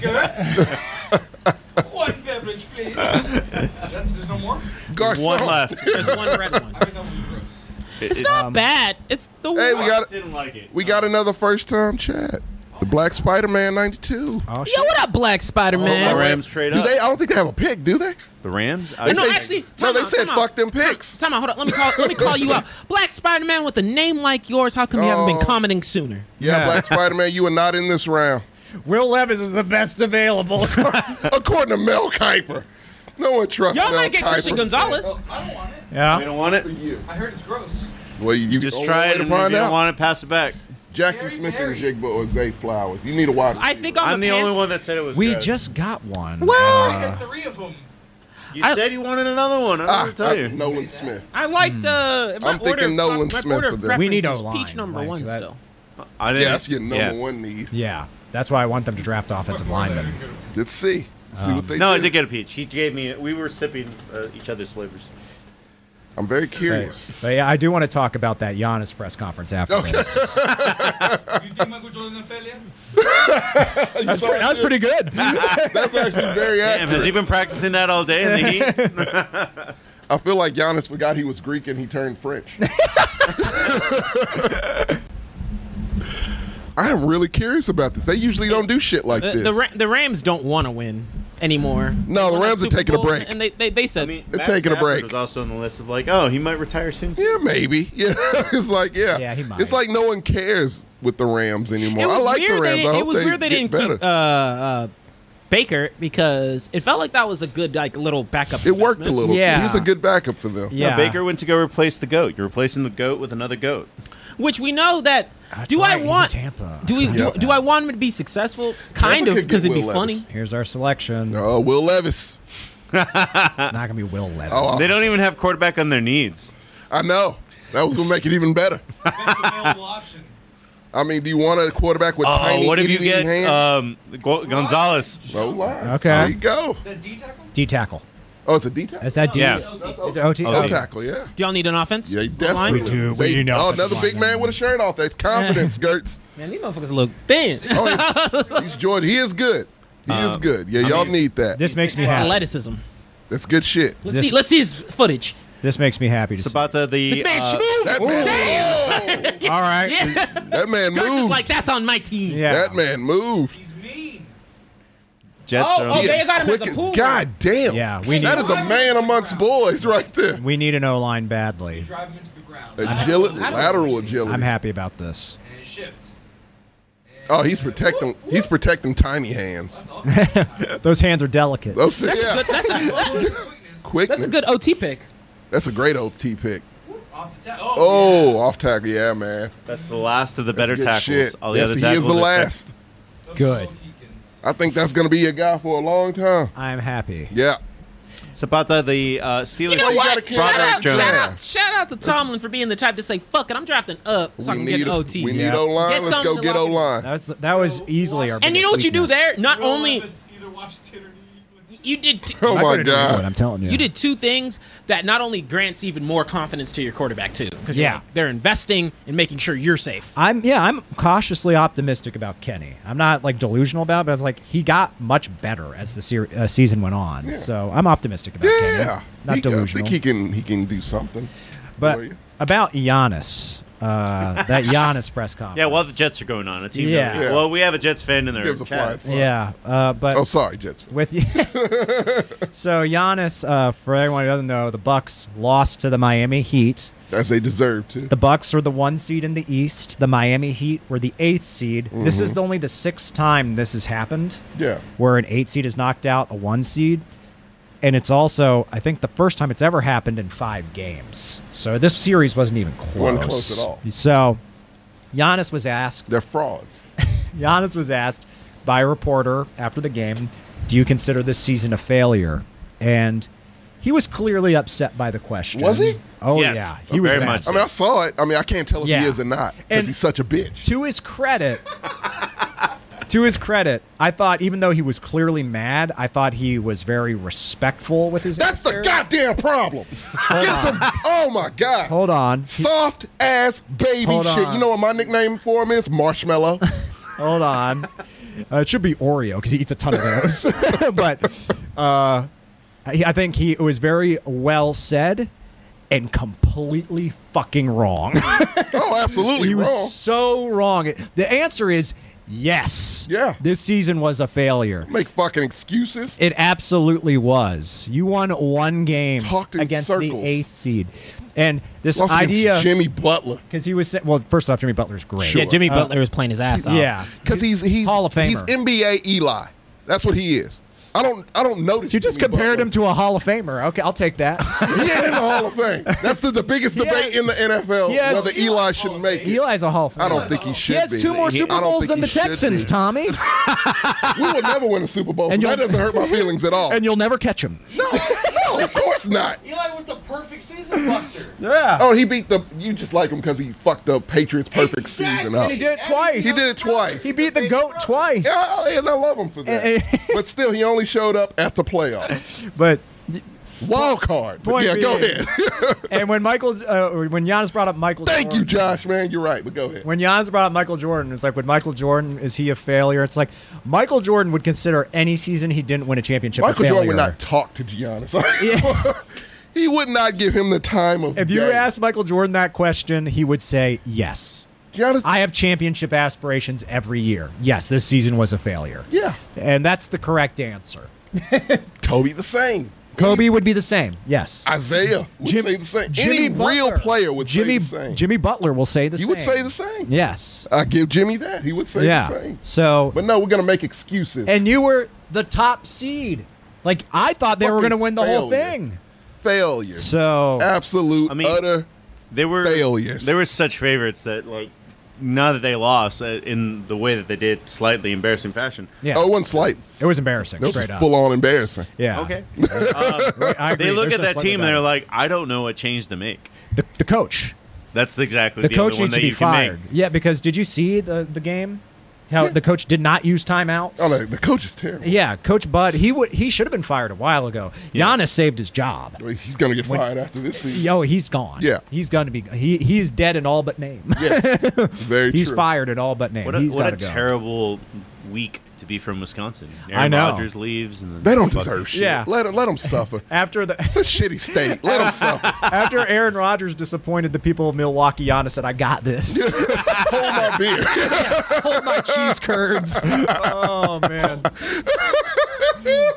"Gertz, *laughs* one beverage, *laughs* please." That- there's no more. Garcon. One left. *laughs* Just one red one. I think that one was gross. It's not um, bad. It's the Hey, we one. got Didn't like it. we got another first time chat. The Black Spider Man ninety two. Oh shit. Yo, what up, Black Spider The Man? Alright. Rams trade Do up. they? I don't think they have a pick, do they? the Rams? I They No, say- actually, no. time They out, said time fuck out. them picks. Time out, hold on. Let me call. let me *laughs* call you out. Black Spider Man with a name like yours. How come you haven't Oh. been commenting sooner? Yeah, Yeah. Black Spider Man, you are not in this round. Will Levis is the best available. *laughs* According to Mel Kiper, no one trusts Y'all Mel might get Kiper. Christian Gonzalez. Oh, I don't want it. We yeah. don't want it. I heard it's gross. Well, you, you Just only try way it, to and if you find don't out. want it, pass it back. Jackson Very Smith Mary. and Jigba or Zay Flowers. You need a wide. I think I'm, I'm a the Pan- only one that said it was. We good. just got one. Uh, Well, I got three of them. You I- said you wanted another one. I don't know ah, what to tell I- you. Nolan Smith. I liked. Uh, if I'm my thinking order, Nolan my, Smith my order for of this. We need preference a is Peach line, number like one that- still. I didn't. Yeah, that's your number yeah. one need. yeah. That's why I want them to draft offensive linemen. Let's see. See what they No, I do. did get a peach. He gave me. We were sipping uh, each other's flavors. I'm very But, curious. but yeah, I do want to talk about that Giannis press conference after Okay. *laughs* this. You think Michael Jordan fell in? That's pre- that was pretty good. *laughs* *laughs* That's actually very Damn, has accurate. he been practicing that all day in the *laughs* heat? I feel like Giannis forgot he was Greek and he turned *laughs* French. I am really curious about this. They usually don't do shit like The, this. the, Ra- the Rams don't want to win anymore. No, They the won Rams are Super taking a Bowls, break. And they they, they said I mean, They're Matt taking a Stafford break. Was also on the list of like, oh, he might retire soon. yeah, maybe. *laughs* Yeah, it's like yeah. Yeah, he might. It's like no one cares with the Rams anymore. It was I like weird the they Rams. didn't- I it hope was they weird they get didn't better. keep uh, uh, Baker because it felt like that was a good like little backup. it worked a investment. little. Yeah. he was a good backup for them. No, Yeah. Baker went to go replace the goat. You're replacing the goat with another goat. Ah. which we know that. That's do right, I he's in want Tampa. Do we? Yeah. Do, do I want him to be successful? Kind Tampa of could because get it'd be Will funny. Levis. Here's our selection. Uh, Will Levis. Not gonna be Will Levis. Oh, They don't even have quarterback on their needs. I know. That was gonna make it even better. Best available option. I mean, do you want a quarterback with Oh, tiny what if you itty-bitty get hands? um, Go- Gonzalez? No lie. Okay. There you go. Is that D tackle? D tackle. Oh, it's a D tackle. Is that D? Yeah. Is it OT? No Okay. tackle, yeah. Do y'all need an offense? Yeah, you Line? definitely. We do- we They- do know Oh, offensive another big lineman. man with a shirt off. *laughs* That's confidence, Gertz. Man, these motherfuckers look thin. Oh, he's- he's Jordan. He is good. He is good. Yeah, y'all mean, need that. This makes me happy. Athleticism. That's good shit. Let's This- see. Let's see his footage. This makes me happy to see. Sabata, the This man uh, Shmoo. That man, *laughs* All right. Yeah, Whoa. that man Kurt's just moved. like that's on my team. Yeah. That man moved. He's mean. Jets Oh, are oh, on He the they is got him as a quick- pooler. God damn. Yeah, we need That is a man amongst boys right there. we need an O line badly. Drive him into the ground. Agility, I don't lateral appreciate- agility. I'm happy about this. And shift. Oh, he's protecting. He's protecting tiny hands. Those hands are delicate. Those, yeah, Good- *laughs* that's, a, Quickness. that's quickness. a good OT pick. That's a great OT pick. Off the tackle. Oh, Oh, off tackle. Yeah, man. That's the last of the That's better good tackles. Shit. All the yes, other he tackles is the are set. last. Oh. yeah. good. I think that's going to be your guy for a long time. I'm happy. Yeah. Sabata, the uh, Steelers. You know you gotta what? carry Shout that out, shout jam. out, shout out to Tomlin for being the type to say, "Fuck it, I'm drafting up so I we can get need an OT." We Yeah. need O line. Get Let's go something get to O lock line. That was that was easily our. and you know what you do there? Not only Either watch Titter or you- you did, t- Oh my god. I'm *laughs* telling you. you did two things that not only grants even more confidence to your quarterback too, because Yeah. they're investing in making sure you're safe. I'm yeah. I'm cautiously optimistic about Kenny. I'm not like delusional about, it, but it's like he got much better as the ser- uh, season went on. So I'm optimistic about Kenny. Yeah. Not He- I delusional. think he can. He can do something. Were But you? about Giannis, uh, *laughs* that Giannis press conference. Yeah, while the Jets are going on, a team. Yeah. that we- Yeah. Well, we have a Jets fan in there. Gives a flying fuck. Yeah, uh, but Oh, sorry, Jets. *laughs* with you. so Giannis, uh, for everyone who doesn't know, the Bucks lost to the Miami Heat. As they deserve to. The Bucks were the one seed in the East. The Miami Heat were the eighth seed. This is only the sixth time this has happened, Mm-hmm. yeah. where an eight seed has knocked out a one seed, and it's also, I think, the first time it's ever happened in five games. So this series wasn't even close. Wasn't close at all. So Giannis was asked They're frauds. Giannis was asked by a reporter after the game, "Do you consider this season a failure?" And he was clearly upset by the question. Was he? Oh Yes. yeah, he was Very much mad. so. I mean, I saw it. I mean, I can't tell if Yeah. he is or not because And- he's such a bitch. To his credit, to his credit, I thought even though he was clearly mad, I thought he was very respectful with his. That's the answer. goddamn problem. Get some. Oh my god. Hold on, He- Soft ass baby Hold shit. on. You know what my nickname for him is? *laughs* Marshmallow. hold on. Uh, it should be Oreo because he eats a ton of those. *laughs* but uh, I I think he it was very well said and completely fucking wrong. *laughs* oh, absolutely he wrong. was so wrong. It- The answer is yes. Yeah. This season was a failure. Make fucking excuses. It absolutely was. You won one game Talked in against circles. the eighth seed, and this Lost against idea Jimmy Butler. because he was sa- well. First off, Jimmy Butler's great. Sure. Yeah, Jimmy Uh, Butler is playing his ass off. Yeah. Because he's he's Hall of he's Famer. NBA Eli. That's what he is. I don't I don't notice. You just Jimmy compared Butler. him to a Hall of Famer. Okay, I'll take *laughs* that. He ain't in the Hall of Fame. That's the, the biggest He debate has- in the NFL he has- whether Eli should make it. Eli's a Hall of Famer. I don't think he Oh, he should has be. two more He- Super I don't Bowls think than he the should Texans, be. Tommy, *laughs* *laughs* We will never win a Super Bowl, And so you'll- that doesn't hurt my feelings at *laughs* all. and you'll never catch him. no, of *laughs* course not. Eli was the perfect season buster. Yeah, Oh, he beat the. You just like him because he fucked the Patriots' perfect season up. he did it twice. He did it twice. he beat the goat twice. Yeah, and I love him for Eh, that. but still, he only showed up at *laughs* the playoffs. But Wild card. But Point yeah, go being- ahead. *laughs* and when Michael, uh, or when Giannis brought up Michael, Thank you, Jordan, Josh, man. You're right, but go ahead. When Giannis brought up Michael Jordan, it's like, would Michael Jordan is he a failure? It's like Michael Jordan would consider any season he didn't win a championship Michael a failure. Jordan would not talk *laughs* to Giannis. *laughs* he would not give him the time of if you day. asked Michael Jordan that question, he would say yes. Giannis, I have championship aspirations every year. Yes, this season was a failure. yeah, And that's the correct answer. Kobe the same. Kobe would be the same. Yes. Isaiah would Jim- say the same. Jimmy Any real Butler. player would Jimmy say the same. Jimmy Butler will say the he same. would say the same. Yes. I give Jimmy that. He would say yeah. the same. So But no, we're gonna make excuses. and you were the top seed. Like I thought they were Fucking Uh, going to win the whole failure. thing. failure. So Absolute I mean- utter They were Failures. They were such favorites that like now that they lost uh, in the way that they did, slightly embarrassing fashion. yeah, Oh, it wasn't slight. it was embarrassing. That was straight up. full on embarrassing. yeah. *laughs* Okay. I agree. They look There's at no that slightly team and they're about like, I don't know what change to make. it. the, the coach. That's exactly The, the, only coach one needs that to be you can make. fired. Yeah, because did you see the the game? How the coach did not use timeouts. Oh, no, the coach is terrible. Yeah, Coach Bud, he would he should have been fired a while ago. Giannis saved his job. He's gonna get fired after this season. Yo, he's gone. Yeah. he's going to be he he's dead in all but name. *laughs* Yes, very he's true. fired in all but name. What a, He's what a gotta go. terrible week to be from Wisconsin. Aaron I know. Rodgers leaves, and then They don't deserve shit. Yeah. Let let them suffer. After the It's a shitty state. *laughs* Let them suffer. after Aaron Rodgers disappointed the people of Milwaukee, Giannis said, "I got this." *laughs* Hold my beer. *laughs* Hold my cheese curds. Oh man.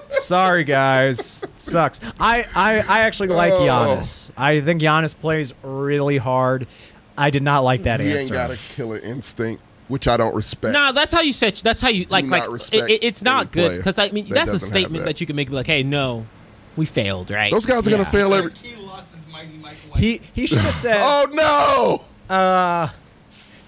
Sorry guys, sucks. I I, I actually like Oh. Giannis. I think Giannis plays really hard. I did not like that He ain't answer. got a killer instinct, which I don't respect. No, that's how you set. That's how you like. not Like, respect it, it- it's any not good player because I mean that that's a doesn't have statement that. that. you can make. Be like, hey, no, we failed, right? Those guys are gonna Yeah. fail every. He lost his mighty Mike White. he he should *laughs* have said Oh no!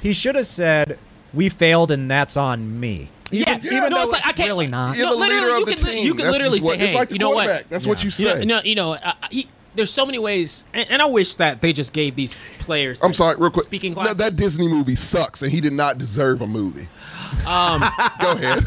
he should have said we failed and that's on me. Yeah, Even- even no, though it's like I it's can't. really not. You're no, the leader literally, of you the can, li- team. You can That's just literally what- say, it's hey, like the you know what? quarterback. That's what you You know, say. no, you know, uh, he, there's so many ways, and, and I wish that they just gave these players. I'm like, sorry, real quick. Speaking no, classes. that Disney movie sucks, and he did not deserve a movie. *laughs* Um, *laughs* Go ahead.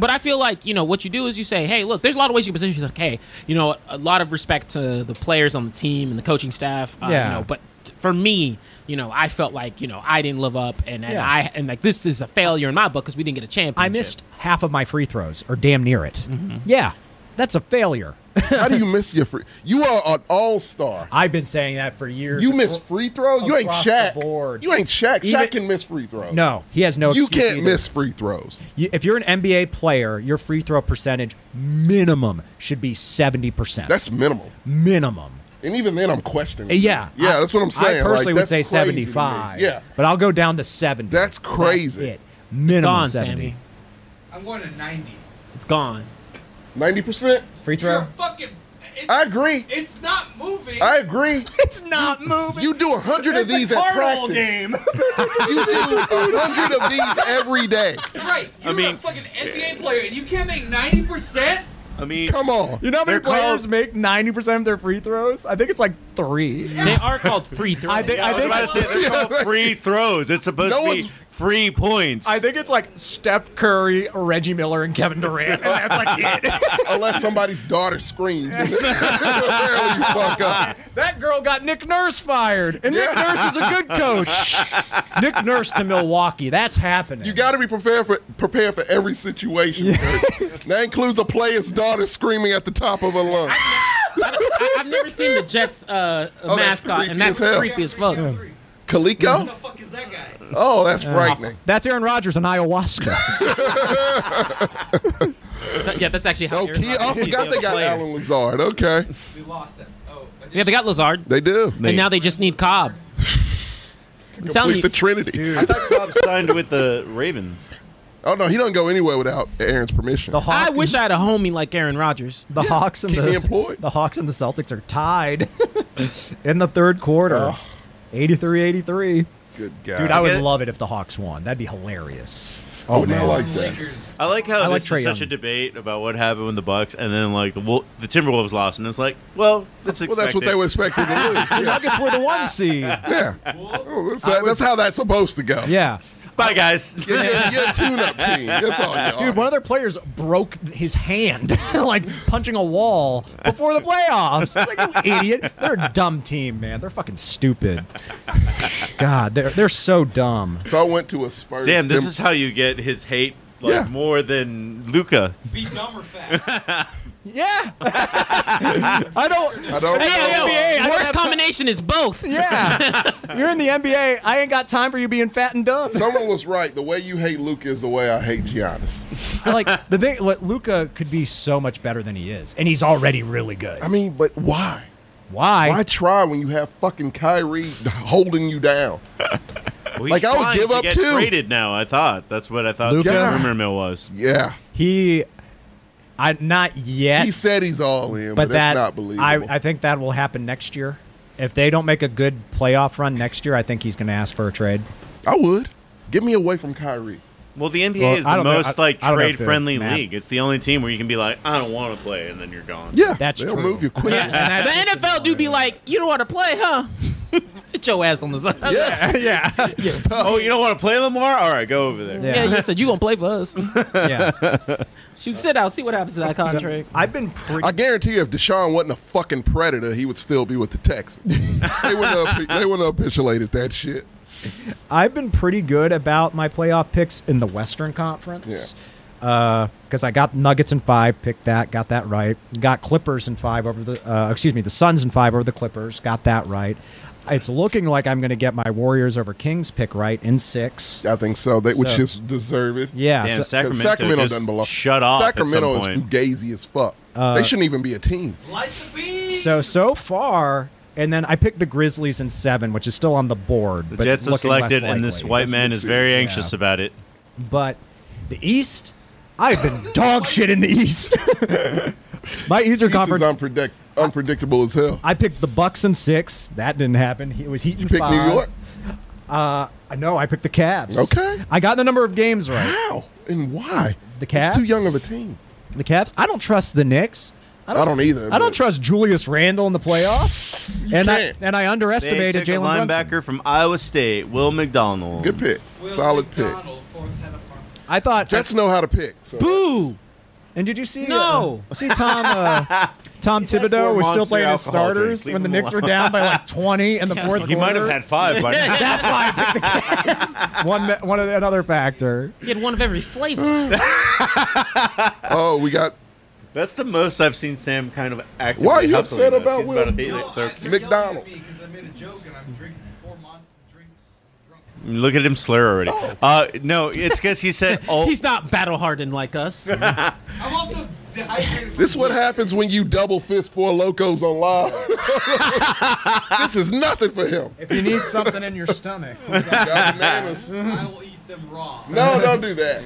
but I feel like you know what you do is you say, hey, look, there's a lot of ways you can position. yourself. hey, you know, a lot of respect to the players on the team and the coaching staff. Uh, Yeah. You know, but t- for me, you know, I felt like you know I didn't live up, and, and Yeah. I and like this is a failure in my book because we didn't get a championship. Mm-hmm. I missed half of my free throws or damn near it. Yeah. That's a failure. How do you miss your free? You are an all star. I've been saying that for years. You miss free. free throw. You ain't Across the Shaq. board. You ain't Shaq. Even- Shaq can miss free throws. No, he has no. you excuse can't either. miss free throws. You, if you're an NBA player, your free throw percentage minimum should be seventy percent. That's minimal. minimum. And even then, I'm questioning. Uh, Yeah, Yeah, I- that's what I'm saying. I Like, personally would that's say crazy to me. seventy-five. Yeah. but I'll go down to seventy. That's crazy. it. Minimum gone, seventy. Sammy. I'm going to 90. It's gone. Ninety percent. Free You're throw. fucking. It's, I agree. it's not moving. I agree. *laughs* It's not moving. You do a hundred of these at practice. *laughs* You do a hundred of these every day. right. You're mean- a fucking NBA player and you can't make 90%? I mean, Come on. You know how many They're players called- make ninety percent of their free throws? I think it's like three. They are called free throws. I think. I I was think. about to say they're *laughs* called free throws. It's supposed to No be one's- free points. I think it's like Steph Curry, Reggie Miller, and Kevin Durant, and that's like it. *laughs* Unless somebody's daughter screams. *laughs* Apparently you fuck up. that girl got Nick Nurse fired, and Nick Nurse is a good coach. *laughs* Nick Nurse to Milwaukee, that's happening. You got to be prepared for prepared for every situation. Kurt. that includes a player's daughter screaming at the top of her lungs. I, have never seen the Jets uh, Oh, that's mascot, creepy and that's as hell. creepy as fuck. What the Kaliko? fuck is that guy? Oh, that's frightening. that's Aaron Rodgers and *laughs* ayahuasca. That- yeah, that's actually how. Oh, Aaron Kia, I Rodgers is forgot a they got player. Alan Lazard. Okay, We lost him. Oh, I did- Yeah, they got Lazard, they do. They and now they just need Cobb. I'm telling Complete you, the Trinity. I thought Cobb signed with the Ravens. Oh no, he doesn't go anywhere without Aaron's permission. The Hawks, I wish I had a homie like Aaron Rodgers. the Hawks and keep me the, employed. the Hawks and the Celtics are tied *laughs* in the third quarter. Ugh. 83-83. Good guy. Dude, I would get- love it if the Hawks won. That'd be hilarious. oh, man. like that. Lakers. I like how I like this Trae is such Young. a debate about what happened with the Bucks, and then like the Wol- the Timberwolves lost, and it's like, well, that's Well, expected. that's what they were expecting to *laughs* lose. Yeah. Nuggets were the one seed. *laughs* Yeah. Oh, that's, that's how that's supposed to go. Yeah. Bye, *laughs* guys. You're, you're- you're a tune-up team. That's all you are. *laughs* Dude, one of their players broke his hand, *laughs* like punching a wall before the playoffs. Like, you idiot. They're a dumb team, man. They're fucking stupid. God, they're, they're so dumb. so I went to a Spurs. Damn, this Tim- is how you get his hate like Yeah. more than Luca. Be dumb or fat. Yeah. *laughs* I don't. I don't Hey, know. yo, NBA, I yo, don't worst have time- combination is *laughs* both. Yeah. You're in the NBA. I ain't got time for you being fat and dumb. Someone was right. The way you hate Luke is the way I hate Giannis. *laughs* like, the thing, like, Luca could be so much better than he is, and he's already really good. I mean, but why? Why? Why try when you have fucking Kyrie holding you down? Well, he's Like, I would trying give to up, get too. Traded now. I thought that's what I thought Luka? the rumor mill was. Yeah. He. I, not yet. He said he's all in, but but, that's that not believable. I, I think that will happen next year. If they don't make a good playoff run next year, I think he's going to ask for a trade. I would. Get me away from Kyrie. Well, the NBA Well, is I the don't know- most I- like I don't know if trade they're friendly mad. league. It's the only team where you can be like, I don't want to play, and then you're gone. Yeah. That's they'll true. move you quick. Yeah. And the that's- NFL do be like, you don't want to play, huh? *laughs* Sit your ass on the side. *laughs* Yeah, Yeah. yeah. Oh, you don't want to play Lamar? All right, go over there. Yeah. you said you gonna play *laughs* for us. yeah. Shoot, sit out, see what happens to that contract. I've been pretty. I guarantee you, if Deshaun wasn't a fucking predator, he would still be with the Texans. they wouldn't have, they wouldn't have capitulated that shit. I've been pretty good about my playoff picks in the Western Conference. Because I got Nuggets in five, picked that, got that right. Got Clippers in five over the, uh, excuse me, the Suns in five over the Clippers, got that right. It's looking like I'm going to get my Warriors over Kings pick right in six. I think so. They would So- just deserve it. Yeah, Damn, so- Because Sacramento, Sacramento just doesn't belong. shut off. Sacramento at some is point. fugazi as fuck. they shouldn't even be a team. Light the beam. So so far, and then I picked the Grizzlies in seven, which is still on the board. The but Jets are looking less selected, and this likely. white man is That's very serious. anxious about it. But the East, I've been *laughs* dog shit in the East. *laughs* My Eastern This is Conference. unpredict- unpredictable as hell. I picked the Bucks in six. That didn't happen. It was Heat in Pick five. New York. I know. I picked the Cavs. Okay. I got the number of games right. How and why? The It's too Cavs? young of a team. The Cavs. I don't trust the Knicks. I don't, either. I don't but trust Julius Randle in the playoffs. and I can't. and I They underestimated took a Jalen linebacker Brunson. from Iowa State, Will McDonald. Good pick. Will Solid pick. McDonald, fourth head of farm. I thought Jets know how to pick. So. Boo! And did you see? No. uh, *laughs* see Tom. Uh, Tom Thibodeau four was still monster playing his alcohol starters drinks. Leave when the him Knicks were down by like 20 in the Yeah, fourth He quarter. might have had five by now. That's why I picked the Cavs. one, one of the, another factor. *laughs* He had one of every flavor. Oh, we got *laughs* That's the most I've seen Sam kind of actively Why are you hustling upset this. about He's Will? about to hate No, it. I, They're- you're McDonald. yelling at me because I made a joke and I'm drinking four monster drinks drunk. Look at him slur already. Uh, no, it's because he *laughs* said, "Oh, He's not battle hardened like us. I'm also dehydrated. This is from what beer. happens when you double fist four locos on live. *laughs* this is nothing for him. If you need something in your *laughs* stomach, *laughs* Y'all bananas. I will eat them raw. No, don't do that.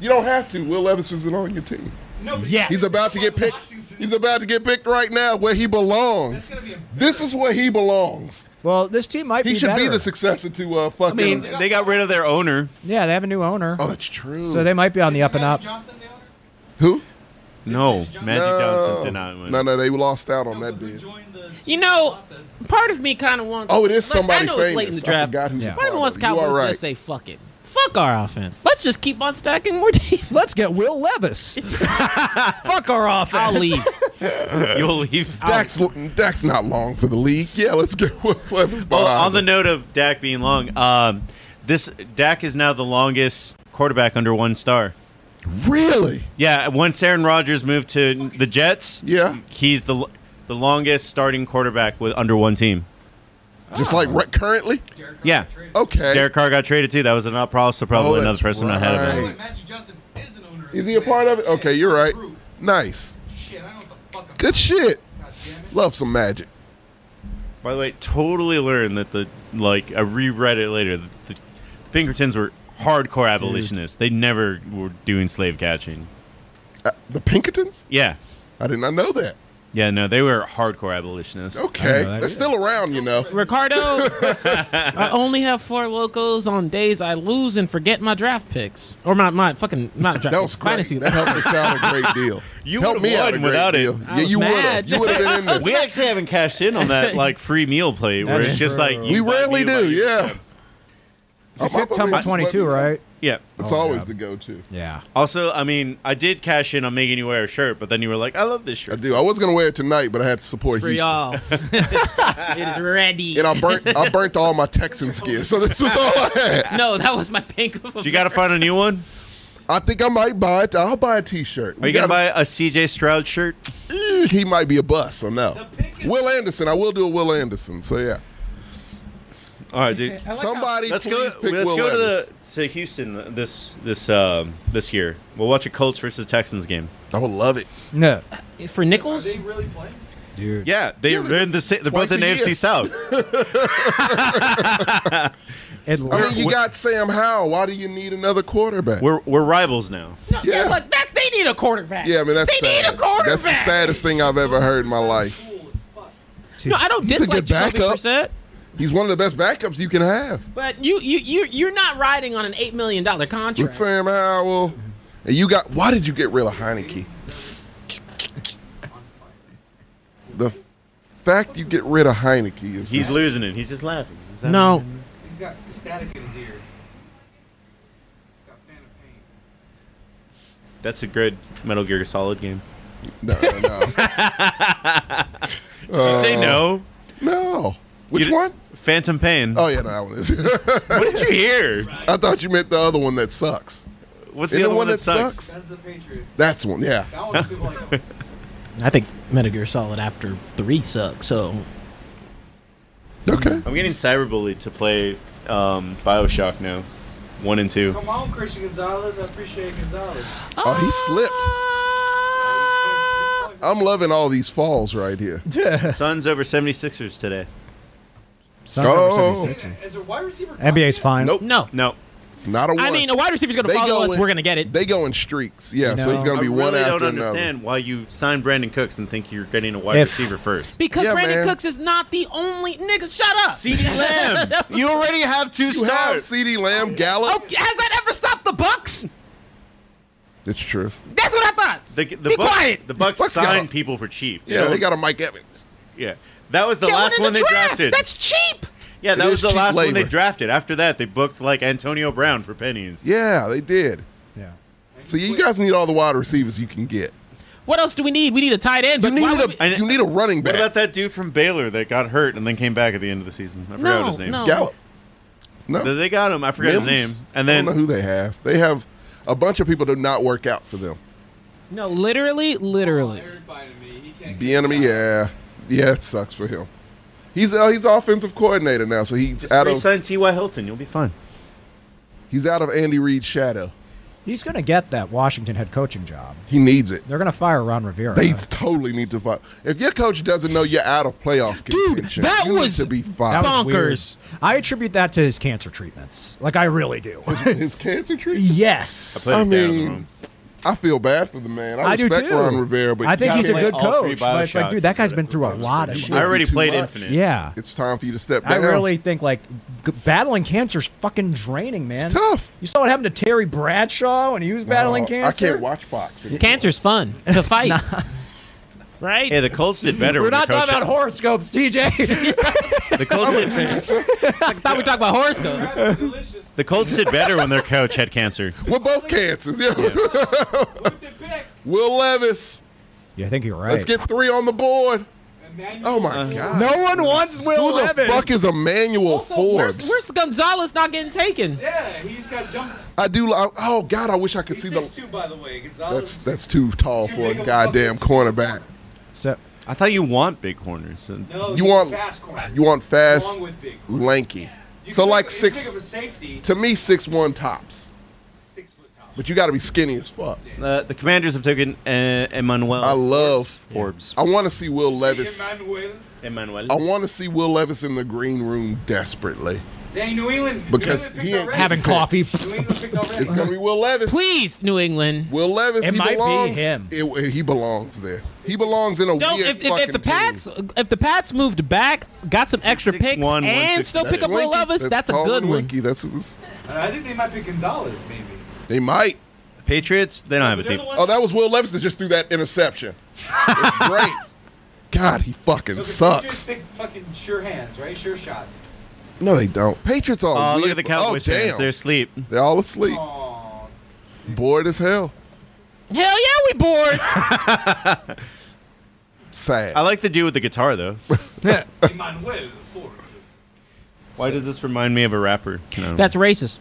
You don't have to. Will Levis isn't on your team. No, but Yes. He's about to get picked. He's about to get picked right now where he belongs. gonna be embarrassing. This is where he belongs. well, this team might He be should better. be the successor to uh, I fucking. mean, they got rid of their owner." yeah, they have a new owner, oh, that's true. so they might be on the up and up. Magic Johnson the owner? Who? No, Magic No. Johnson did not win. No, no, they lost out on that Who bid. joined the- you know, part of me kind of wants. Oh, it is somebody I know famous. it's late in the I draft. forgot who's Yeah. part Part of me of wants it. You are Cowboys to right. say, "Fuck it, fuck our offense. Let's just keep on stacking more defense." Let's get Will Levis. Fuck our offense. I'll *laughs* leave. You'll leave. Dak's, Dak's not long for the league. Yeah, let's go. *laughs* Levis Well, on behind the him. note of Dak being long, um, this Dak is now the longest quarterback under one star. really? Yeah, once Aaron Rodgers moved to the Jets, Yeah. he's the l- the longest starting quarterback with under one team. Just like right, currently? Derek Carr Yeah. got traded. Okay. Oh. Derek Carr got traded too. That was not also Oh, probably another that's person I had Oh, of right. it. wait, Magic Johnson is an owner. Is he a part of it? Okay, you're right. Recruit. Nice. Shit, I know what the fuck I'm Good shit. God damn it. Love some magic. By the way, totally learned that the like I reread it later. The, the Pinkertons were hardcore abolitionists. They never were doing slave catching. Uh, the Pinkertons? Yeah, I did not know that. yeah, no, they were hardcore abolitionists. Okay. that They're still around, you know. *laughs* Ricardo, I only have four locos on days I lose and forget my draft picks or my, my fucking not draft That was picks, great. fantasy. That helped us out a *laughs* great deal. You helped would've me out won a great without it. deal. I Yeah, was you would mad. have. You would have been in this. *laughs* We actually haven't cashed in on *laughs* that like free meal plate where That's it's just true. like we you buy me, rarely buy do, you. yeah. I'm up on Tell it. me Just let 22, me know. right? yeah. It's Oh, always yeah. the go-to. Yeah. Also, I mean, I did cash in on making you wear a shirt, but then you were like, "I love this I shirt." do. I was gonna wear it tonight, but I had to support for Houston. y'all. *laughs* it is ready. And I burnt, *laughs* I burnt all my Texans gear, so this was all I had. no, that was my Bank of *laughs* America. You *laughs* got to find a new one. I think I might buy it. I'll buy a T-shirt. Are you gonna buy a CJ Stroud shirt? buy? He might be a bust, so no. Will Anderson. I will do a Will Anderson. So yeah. All right, dude. Somebody Let's please go. pick Let's Will go to Levis. the to Houston this this um, this year. We'll watch a Colts versus Texans game. I would love it. No, for Are Nichols? they really playing? dude. Yeah, they, Yeah, they're in the sa- they're both twice in a AFC year. South. I Atlanta. mean, you got Sam Howell. Why do you need another quarterback? We're we're rivals now. No, Yeah. Look, that's, they need a quarterback. yeah, I mean that's they sad. need a quarterback. That's the saddest thing I've ever heard in my life. Cool as fuck. No, I don't He's a dislike good Jacoby backup. Brissett, He's one of the best backups you can have but you you you you're not riding on an eight million dollar with contract. Sam Howell. And you got why did you get rid of Heineke? The f- fact you get rid of Heineke is He's just- losing it. He's just laughing. He's having- no, He's got static in his ear. He's got fan of pain. that's a good Metal Gear Solid game. no no *laughs* Just say no. no. Which You- one? Phantom Pain. Oh yeah, no, that one is. *laughs* What did you hear? I thought you meant the other one that sucks. What's Isn't the other one that sucks? That's the Patriots. That's one. Yeah. that one's people like, I think Metal Gear Solid after three sucks. So Okay. I'm getting cyberbullied to play um, Bioshock now. One and two. come on, Christian Gonzalez. I appreciate Gonzalez. Oh, he slipped. Oh, I'm loving all these falls right here. Suns over 76ers today. Suns Oh. over 76. As a wide receiver, NBA's fine. Nope. no, No. Not a one. I mean a wide receiver's going to They follow go us. in- we're going to get it. They go in streaks. Yeah, so No. it's going I to be really one after don't another. understand why you signed Brandon Cooks and think you're getting a wide If- receiver first. Because Yeah, Brandon man. Cooks is not the only nigga. Shut up. CD *laughs* Lamb, you already have two You have stars. CD Lamb, Oh, Gallup. has that ever stopped the Bucks? It's true. That's what I thought. The, the Be Bucks, quiet. The Bucks Bucks got signed a- people for cheap. Yeah, So- they got a Mike Evans. yeah. That was the Get last in one the they draft. drafted. That's cheap. yeah, that It was is the cheap last one they labor. drafted. After that, they booked like Antonio Brown for pennies. Yeah, they did. Yeah. So you guys need all the wide receivers you can get. What else do we need? We need a tight end. You But need why would a we- you need a running What back. about that dude from Baylor that got hurt and then came back at the end of the season? I forgot No, what his name. no. is. Gallup. No. They got him. I forgot Mims? his name. And I then don't know who they have. They have a bunch of people that do not work out for them. No, literally, literally. They're biting me. He can't The enemy, yeah, yeah, it sucks for him. He's uh, he's offensive coordinator now, so he's Just out of resign T.Y. Hilton. You'll be fine. he's out of Andy Reid's shadow. He's going to get that Washington head coaching job. He needs it. They're going to fire Ron Rivera. They totally need to fight. If your coach doesn't know you're out of playoff Dude, contention, that you need was to be That fired. was weird. bonkers. I attribute that to his cancer treatments. Like I really *laughs* do. His cancer treatment. yes. Put I it down in the mean, room. I feel bad for the man. I, I do respect too. Ron Rivera, but I think you he's a gotta- good all three coach, but it's like, Bioshock dude, that guy's is been through a lot of I shit. already too played much. Infinite. Yeah, It's time for you to step I down. really think like g- battling cancer's fucking draining, man. it's tough. You saw what happened to Terry Bradshaw when he was battling Oh, I cancer. can't watch boxing. Cancer's fun *laughs* to fight. Right? Hey, the Colts did better. We're when not their talking about coach- horoscopes, *laughs* TJ. the Colts. Did, I thought we talked about horoscopes. That's delicious. the Colts did better when their coach had cancer. We're both cancers. Yeah. Look at the pick. *laughs* Will Levis. yeah, I think you're right. Let's get three on the board. Emmanuel Oh my God. no one wants Will Who the Levis. fuck is Emmanuel Also, Forbes? Where's, where's Gonzalez not getting taken? Yeah, he's got jumps. I do. Like, oh God, I wish I could He's see six the. two, by the way. That's Gonzalez. that's too tall Too for a big of a goddamn fucking- cornerback. so, I thought you want big corners. And no, You he's want fast corner. you want fast, Along with big. lanky. You So can like pick- you Pick six up a safety. to me six one tops, Six foot top. but you got to be skinny as fuck. uh, the Commanders have taken uh, Emmanuel. I love- Forbes. I want to see Will Levis. Emmanuel. Emmanuel. I want to see Will Levis in the green room desperately. Dang, New England. Because he New England picked ain't- already. having coffee. New England picked already. It's gonna be Will Levis. Please, New England. Will Levis. It he might be belongs. him. it- he belongs there. He belongs in a Don't weird if, if, fucking if the team. Pats if the Pats moved back, got some extra Six, picks, one, one, and six, still nine. pick up Will lanky. Levis, that's, a tall good and one. lanky. That's, that's And I think they might pick Gonzalez, maybe. they might. Patriots. They don't have a But they're team. the ones Oh, that was Will Levis that just threw that interception. *laughs* It's great. God, he fucking Look, the Patriots sucks. Pick fucking sure hands, right? *laughs* Sure shots. No, they don't. Patriots are. Oh, look weird- at the Cowboys Oh, fans. damn. They're asleep. They're all asleep. Aw. Bored as hell. Hell yeah, we bored. Sad. I like the dude with the guitar *laughs* though. Emmanuel Forbes. Why does this remind me of a rapper? No. *laughs* that's racist.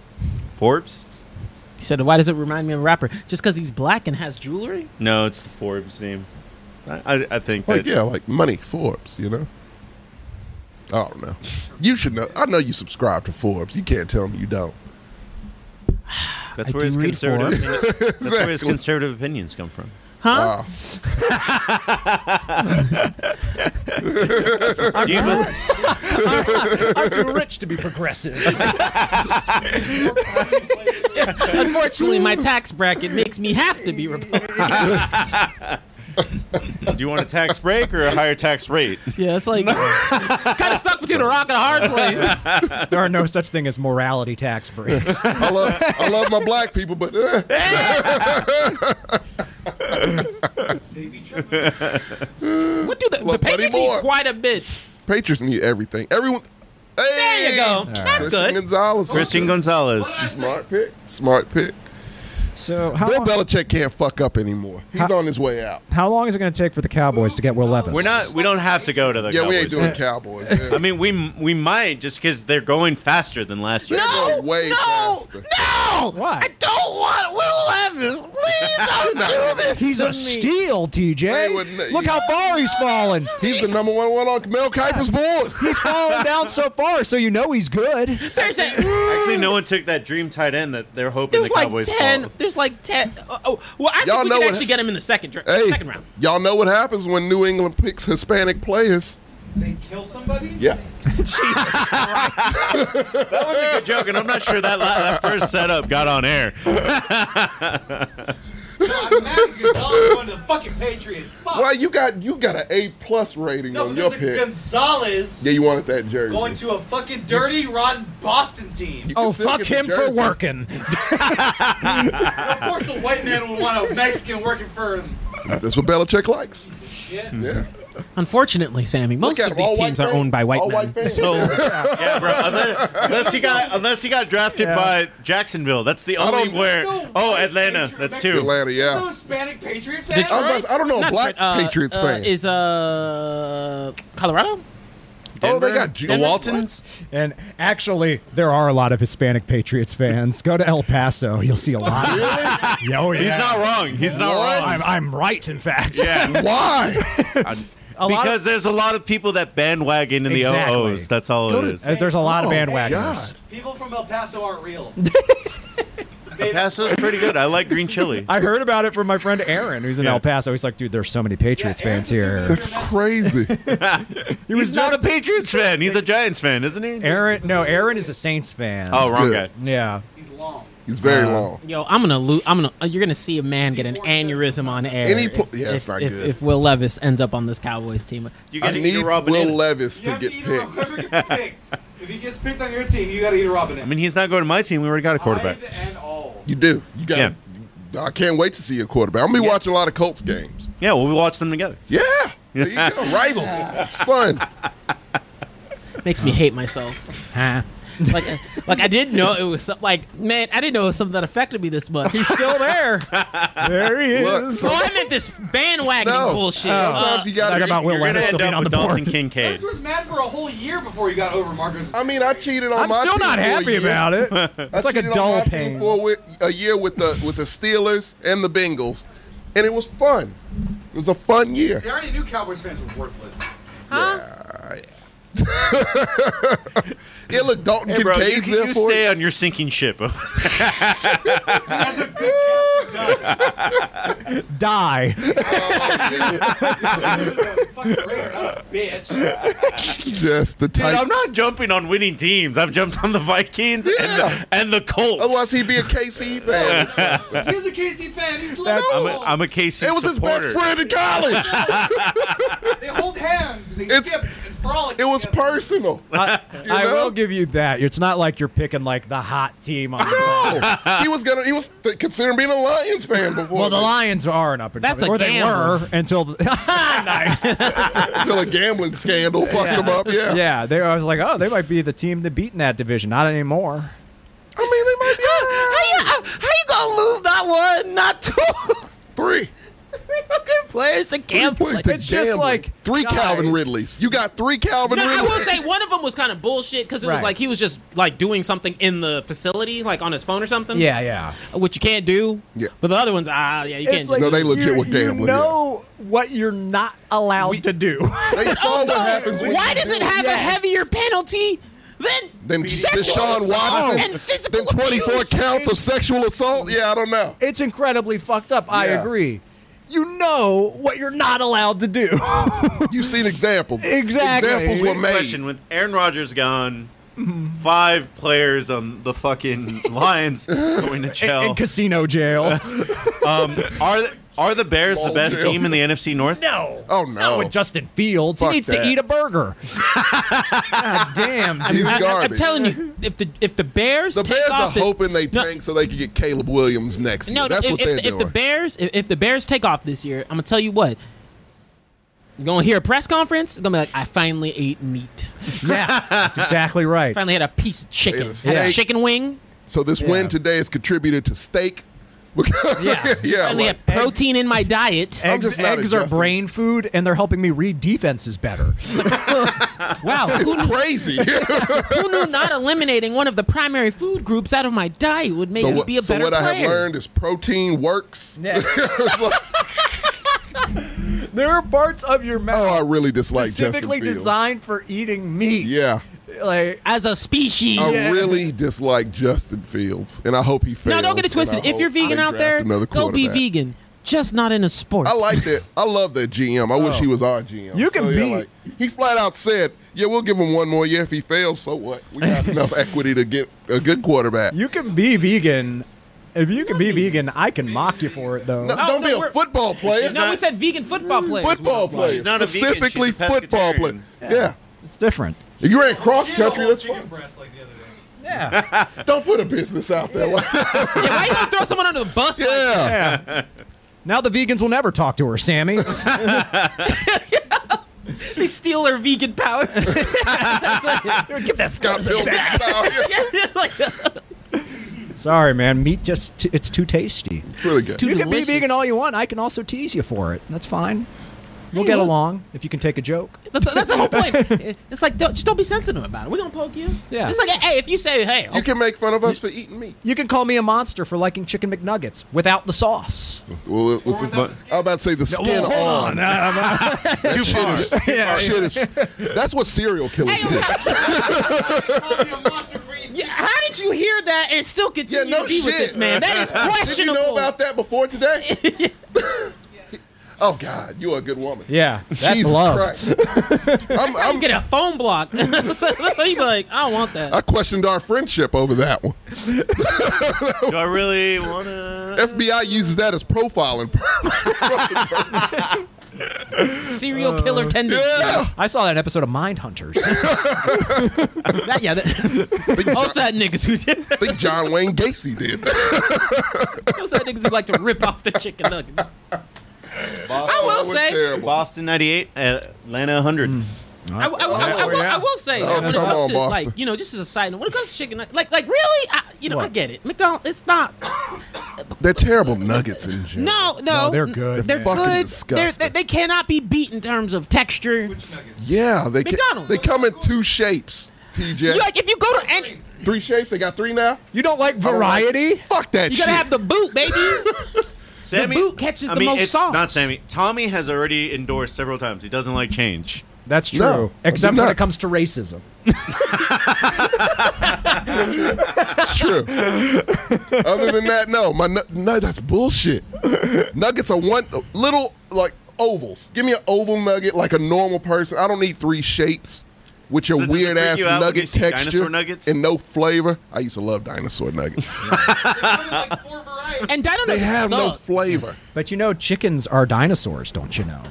Forbes. He said, "Why does it remind me of a rapper? Just because he's black and has jewelry? No, it's the Forbes name. I, I, I think like that yeah, like money Forbes. You know. I don't know. You should know. I know you subscribe to Forbes. You can't tell me you don't. that's I where do his read conservative that's where his Exactly. conservative opinions come from. Huh? Wow. *laughs* Do you, be- I'm too rich to be progressive. Unfortunately, my tax bracket makes me have to be *laughs* Republican. do you want a tax break or a higher tax rate? Yeah, it's *laughs* like kind of stuck between a rock and a hard *laughs* place. there are no such thing as morality tax breaks. I love I love my black people, but eh. They be tripping. What do the, the Look, buddy Patriots boy. need quite a bit? Patriots need everything. Everyone. Hey, There you go. That's Christian good. Gonzalez. Christian Gonzalez. Smart pick. Smart pick. *laughs* so how Bill long, Belichick can't fuck up anymore. He's on his way out. how long is it going to take for the Cowboys to get Will Levis? We're not. We don't have to go to the. Yeah, Cowboys. we ain't doing *laughs* Cowboys. I mean, we we might just because they're going faster than last year. They're No, going way no, faster. Oh, no! Why? I don't want Will Levis. Please *laughs* don't do this. He's to a me. steal, They TJ. wouldn't- Look how far he's fallen. He's the number one one on Mel Kiper's board. He's fallen down so far, so you know he's good. There's a, Actually, no one took that dream tight end that they're hoping there's the like Cowboys ten. follow. There's like ten. Oh, oh, well, I Y'all think we know can what- actually get him in the second dra- Hey, second round. y'all know what happens when New England picks Hispanic players? They kill somebody? Yeah. That was a good joke, and I'm not sure that la- that first setup got on air. I'm mad at Gonzalez going to the fucking Patriots. Fuck. Well, you got you got an A plus rating no, on but your there's a pick. Gonzalez yeah, you wanted that jersey. going to a fucking dirty, rotten Boston team. You can Oh, still fuck get the him for jersey. working. of course, the white man would want a Mexican working for him. That's what Belichick likes. Piece of shit. Yeah. Unfortunately, Sammy, most Look at of him, all these teams are fans, owned by white all men. fans. *laughs* So, yeah, bro. Unless, unless he got unless he got drafted Yeah. by Jacksonville, that's the only don't- where. No Oh, white Atlanta. Patriot- That's Mexican- two. Atlanta, yeah. No Hispanic Patriot fan? Detroit? I, was about to say, I don't know a black uh, Patriots uh, fan. is uh Colorado. Oh, they Denver? got Ju- the Denver- Waltons. And actually, there are a lot of Hispanic Patriots fans. Go to El Paso, you'll see a lot. Of *laughs* yeah, oh, yeah. He's not wrong. He's not What? wrong. I'm, I'm right, in fact. *laughs* yeah. Why? A lot because of- there's a lot of people that bandwagon in Exactly. the OOs. That's all Go it to- is. As *laughs* there's a lot of Oh, bandwagoners. God. People from El Paso *laughs* aren't real. It's a beta. Paso's pretty good. I like green chili. I heard about it from my friend Aaron, who's in Yeah. El Paso. He's like, dude, there's so many Patriots Yeah, fans Aaron's a here. huge That's crazy. He was not a Patriots fan. He's a Giants fan, isn't he? Aaron, no, Aaron is a Saints fan. Oh, wrong Good. guy. yeah. He's long. He's very long. Yo, I'm gonna lose. I'm gonna. uh, You're gonna see a man get an C4 aneurysm on air. Any if- po- yeah, if, it's not if, good. if Will Levis ends up on this Cowboys team, You I gotta eat need a raw Will banana. Levis You to have to get eat a picked. whoever gets *laughs* picked. If he gets picked on your team, you got to eat a Robin. I mean, he's not going to my team. We already got a quarterback. and all. You do. You got. Yeah. I can't wait to see your quarterback. I'm gonna be watching a lot of Colts games. Yeah, well, we watched them together. Yeah. There you go. Rivals. It's fun. makes me hate *laughs* myself. like, uh, like I didn't know it was so, like, man, I didn't know it was something that affected me *laughs* this much. He's still there. there he Look, is. So some- I meant this bandwagoning No. Oh. bullshit. Uh, sometimes you gotta. Talk about Will You're going to Levis still end being up on the with Dalton board. Kincaid. Burns was mad for a whole year before he got over Marcus. I mean, I cheated on I'm my still team not for a happy year. about it. *laughs* It's like a cheated on my dull team pain. For a, wi- a year with the with the Steelers and the Bengals, and it was fun. It was a fun year. they already knew Cowboys fans were worthless. Yeah, look, Dalton Hey, bro, you, Kincaid's there you for stay it. on your sinking ship. That's a good captain does. Die. He was a fucking Raider, not a bitch. Just the Dude, type. I'm not jumping on winning teams. I've jumped on the Vikings and, Yeah. Oh, the, and the Colts. Otherwise, he'd be a *laughs* KC fan. He was a KC fan. He's little. I'm, a, I'm a KC it was his supporter. best friend in college. They hold hands and they It's- skip and frolic. It was together. *laughs* personal. I, I know? will give you that. It's not like you're picking like the hot team on the No, he was gonna. He was th- considering being a Lions fan before. Well, the that. Lions are an up and That's coming, a or they gamble. were until the, *laughs* nice. until a gambling scandal fucked him up. Yeah. yeah, they. I was like, oh, they might be the team that beat in that division. Not anymore. I mean, they might be. how, you, uh, how you gonna lose not one, not two? *laughs* Three. Good players to Three gamble. points to It's just gambling. like, three guys. Calvin Ridleys. You got three Calvin No, I Ridleys. will say one of them was kind of bullshit because it was Right. like he was just like doing something in the facility, like on his phone or something. Yeah, yeah. which you can't do. Yeah. But the other ones, ah, yeah, you can't. do. No, they legit you, were gambling, You know what you're not allowed to do. *laughs* They saw what happens when Why you does it have a Yes. heavier penalty than Then sexual Deshaun assault Watson and physical Then 24 abuse? counts of sexual assault? Yeah, I don't know. it's incredibly fucked up. I Yeah. agree. You know what you're not allowed to do. *laughs* You've seen examples. Exactly. Examples were Quick made. Question: With Aaron Rodgers gone, five players on the fucking *laughs* Lions going to jail. In casino jail. *laughs* Um, are the, are the Bears the Small best jail. team in the NFC North? no. Oh, Not no. with Justin Fields. Fuck he needs that. to eat a *laughs* burger. God damn. He's I, am garbage. telling you, if the if the Bears the take Bears off are the, hoping they No. tank so they can get Caleb Williams next. No, year. That's if, what if they're the, if doing. the Bears if, if the Bears take off this year, I'm gonna tell you what. You're gonna hear a press conference. You're gonna be like, I finally ate meat. yeah, that's exactly right. Finally had a piece of Ate chicken. a Had a steak. chicken wing. so this win today has contributed to steak. *laughs* Because, Yeah. yeah. Finally like, had protein in my *laughs* diet. I'm Eggs, just not eggs are adjusting. brain food, and they're helping me read defenses *laughs* better. Wow, who knew, crazy. *laughs* who knew not eliminating one of the primary food groups out of my diet would make so me what, be a so better what player? I have learned is protein works. It's like, there are parts of your oh, I mouth really dislike Justin specifically Fields. designed for eating meat. Yeah. Like, As a species, I really dislike Justin Fields, and I hope he fails. No, don't get it and twisted. I If you're hope vegan they out draft there, another go be quarterback. vegan. Just not in a sport. I like that. I love that GM. I wish Oh. he was our GM. You can So, be- Yeah, like, he flat out said, "Yeah, we'll give him one more year. If he fails, so what? We *laughs* got enough equity to get a good quarterback." you can be vegan. If you can be vegan, I can mock you for it, though. No, don't no, be we're- a football player. no, we said vegan football players. football player. not a vegan, she's a specifically football player. pescatarian. Yeah. It's different. If you ran cross She had a country, whole that's chicken fine. breast like the other day. Yeah. *laughs* Don't put a business out there. Like, Yeah, why you gonna throw someone under the bus? like that? yeah. yeah. Now the vegans will never talk to her, Sammy. They steal her vegan powers. *laughs* Get that *laughs* Got built *laughs* out here. Sorry, man. Meat just, t- it's too tasty. It's really good. too- you can delicious. be vegan all you want. I can also tease you for it. That's fine. We'll get along if you can take a joke. That's, that's the whole point. It's like don't, just don't be sensitive about it. We're gonna poke you. Yeah. It's like hey, if you say hey, You okay, can make fun of us for eating meat. You can call me a monster for liking chicken McNuggets without the sauce. Well, with- with the- without the skin. I was about to say the skin *laughs* on. That shit is- that *laughs* shit is- That's what serial killers Hey, do. I'm sorry. Yeah, how did you hear that and still Yeah, continue no to be shit. with this man? That is *laughs* Did you questionable. know about that before today? *laughs* oh God, you are a good woman. Yeah, that's Jesus love. Christ. I'm, You I'm, get a phone block. *laughs* that's how you be like, I don't want *laughs* that. I questioned our friendship over that one. Do I really want to? FBI uses that as profiling. *laughs* Serial killer tendencies. yeah. I saw that episode of Mindhunters. That, yeah, that, Think, most of John, that niggas who did that, think John Wayne Gacy did that. most of that niggas who like to rip off the chicken nuggets. I will That was say, terrible. Boston 98, Atlanta 100. Mm. I, I- I- I- I- I will- I will say, that when it come comes on, to Boston. like you know, just as a side note, when it comes to chicken, nug- like like really, I, you know, I What? get it. McDonald's, it's not. They're terrible nuggets in general. No, no, they're good, They're man. Fucking good. They're, disgusting. they, they cannot be beat in terms of texture. Yeah, they ca- McDonald's. they come in two shapes. You TJ, like if you go to any, three shapes. They got three now. you don't like I don't like- variety? Fuck that you shit. gotta have the boot, baby. Sammy, boot catches I the mean, most it's sauce. Not Sammy. Tommy has already endorsed several times. He doesn't like change. That's true. No, I do Except when not. it comes to racism. It's true. Other than that, no. My nu- no, that's bullshit. Nuggets are one little like ovals. Give me an oval nugget like a normal person. I don't need three shapes with your So does it weird freak ass you out when you nugget see texture dinosaur nuggets? and no flavor. I used to love *laughs* dinosaur nuggets. and dino they nuggets have no suck. flavor. But you know, chickens are dinosaurs, don't you know?